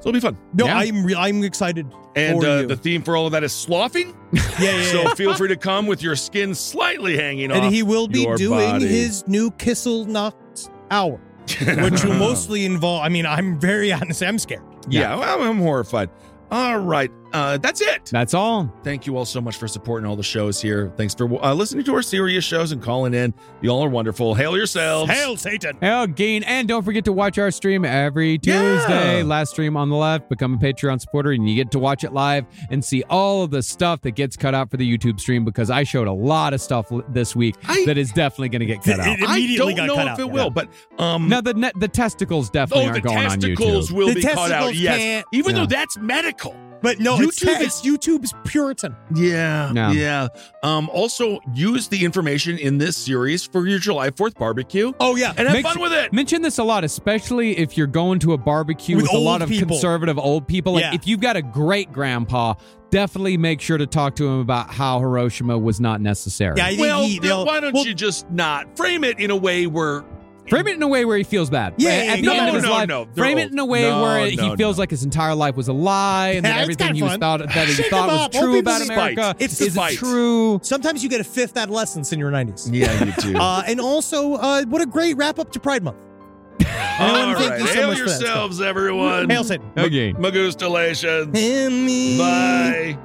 [SPEAKER 6] So it'll be fun.
[SPEAKER 5] No,
[SPEAKER 7] Yeah.
[SPEAKER 5] I'm re- I'm excited.
[SPEAKER 6] And
[SPEAKER 5] for
[SPEAKER 6] uh,
[SPEAKER 5] you.
[SPEAKER 6] the theme for all of that is sloughing.
[SPEAKER 5] yeah, yeah, yeah.
[SPEAKER 6] So feel free to come with your skin slightly hanging off.
[SPEAKER 5] and he will be
[SPEAKER 6] your
[SPEAKER 5] doing
[SPEAKER 6] body.
[SPEAKER 5] his new Kissel Knocked Hour, which will mostly involve. I mean, I'm very honest. I'm scared.
[SPEAKER 6] yeah, I'm, I'm horrified. All right, uh, that's it.
[SPEAKER 7] That's all.
[SPEAKER 6] Thank you all so much for supporting all the shows here. Thanks for uh, listening to our serious shows and calling in. You all are wonderful. Hail yourselves.
[SPEAKER 5] Hail Satan!
[SPEAKER 7] Hell, Gain. And don't forget to watch our stream every Tuesday.
[SPEAKER 6] Yeah.
[SPEAKER 7] Last stream on the left. Become a Patreon supporter, and you get to watch it live and see all of the stuff that gets cut out for the YouTube stream because I showed a lot of stuff l- this week
[SPEAKER 6] I-
[SPEAKER 7] that is definitely going to get cut out.
[SPEAKER 5] It immediately
[SPEAKER 6] I don't
[SPEAKER 5] got
[SPEAKER 6] know
[SPEAKER 5] cut
[SPEAKER 6] if
[SPEAKER 5] out.
[SPEAKER 6] it
[SPEAKER 5] Yeah.
[SPEAKER 6] will, but um,
[SPEAKER 7] No, the ne- the testicles definitely
[SPEAKER 6] oh, the
[SPEAKER 7] aren't going on
[SPEAKER 6] testicles
[SPEAKER 7] YouTube.
[SPEAKER 6] will
[SPEAKER 5] The
[SPEAKER 6] be cut out.
[SPEAKER 5] testicles
[SPEAKER 6] Yes,
[SPEAKER 5] can't-
[SPEAKER 6] even though
[SPEAKER 7] Yeah.
[SPEAKER 6] that's medical.
[SPEAKER 5] But no, it's,
[SPEAKER 6] YouTube
[SPEAKER 5] it's YouTube's Puritan.
[SPEAKER 6] Yeah,
[SPEAKER 7] Yeah.
[SPEAKER 6] yeah. Um, also use the information in this series for your July Fourth barbecue
[SPEAKER 5] Oh yeah,
[SPEAKER 6] and have
[SPEAKER 7] Make
[SPEAKER 6] fun
[SPEAKER 7] su-
[SPEAKER 6] with it.
[SPEAKER 7] Mention this a lot, especially if you're going to a barbecue
[SPEAKER 5] With
[SPEAKER 7] with, a lot
[SPEAKER 5] old
[SPEAKER 7] of
[SPEAKER 5] people.
[SPEAKER 7] conservative old people. Like
[SPEAKER 5] Yeah.
[SPEAKER 7] if you've got a great grandpa, definitely make sure to talk to him about how Hiroshima was not necessary.
[SPEAKER 5] yeah. I think
[SPEAKER 6] well,
[SPEAKER 5] he,
[SPEAKER 6] then
[SPEAKER 5] they'll-
[SPEAKER 6] why don't
[SPEAKER 5] well,
[SPEAKER 6] you just not frame it in a way where
[SPEAKER 7] Frame it in a way where he feels bad.
[SPEAKER 5] Yeah,
[SPEAKER 7] At
[SPEAKER 5] yeah,
[SPEAKER 7] the
[SPEAKER 5] yeah.
[SPEAKER 7] end
[SPEAKER 5] No,
[SPEAKER 7] of his
[SPEAKER 6] no,
[SPEAKER 7] life,
[SPEAKER 6] no, they're
[SPEAKER 7] frame it
[SPEAKER 6] old.
[SPEAKER 7] in a way
[SPEAKER 6] No,
[SPEAKER 7] where
[SPEAKER 6] no,
[SPEAKER 7] he feels
[SPEAKER 6] no.
[SPEAKER 7] like his entire life was a lie and that
[SPEAKER 5] Yeah, it's
[SPEAKER 7] everything
[SPEAKER 5] kinda
[SPEAKER 7] he was
[SPEAKER 5] fun.
[SPEAKER 7] thought that he
[SPEAKER 5] Shake 'em
[SPEAKER 7] thought was
[SPEAKER 5] up. Old
[SPEAKER 7] true
[SPEAKER 5] people's
[SPEAKER 7] about
[SPEAKER 5] spite.
[SPEAKER 7] America
[SPEAKER 6] It's the
[SPEAKER 7] is
[SPEAKER 6] spite.
[SPEAKER 7] true.
[SPEAKER 5] sometimes you get a fifth adolescence in your nineties.
[SPEAKER 6] yeah, you do.
[SPEAKER 5] Uh, and also, uh, what a great wrap up to Pride Month. And I
[SPEAKER 6] All
[SPEAKER 5] wanna thank
[SPEAKER 6] right,
[SPEAKER 5] you so
[SPEAKER 6] hail
[SPEAKER 5] much for that. It's
[SPEAKER 6] yourselves, everyone.
[SPEAKER 5] Hail Satan.
[SPEAKER 7] Okay.
[SPEAKER 6] Magoostalations.
[SPEAKER 5] And me.
[SPEAKER 6] Bye.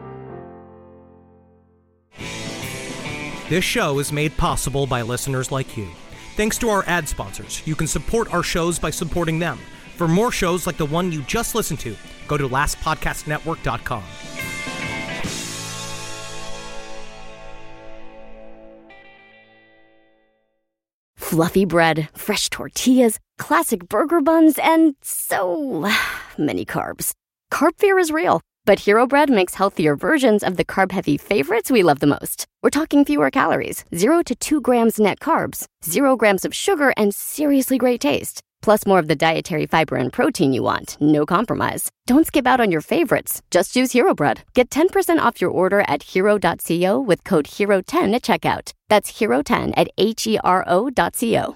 [SPEAKER 9] This show is made possible by listeners like you. Thanks to our ad sponsors, you can support our shows by supporting them. For more shows like the one you just listened to, go to lastpodcastnetwork.com.
[SPEAKER 10] fluffy bread, fresh tortillas, classic burger buns, and so many carbs. Carb fear is real, but Hero Bread makes healthier versions of the carb heavy favorites we love the most. We're talking fewer calories, 0 to 2 grams net carbs, 0 grams of sugar, and seriously great taste. Plus, more of the dietary fiber and protein you want, no compromise. Don't skip out on your favorites. Just use Hero Bread. Get 10% off your order at hero.co with code HERO10 at checkout. That's HERO10 at H E R O dot co.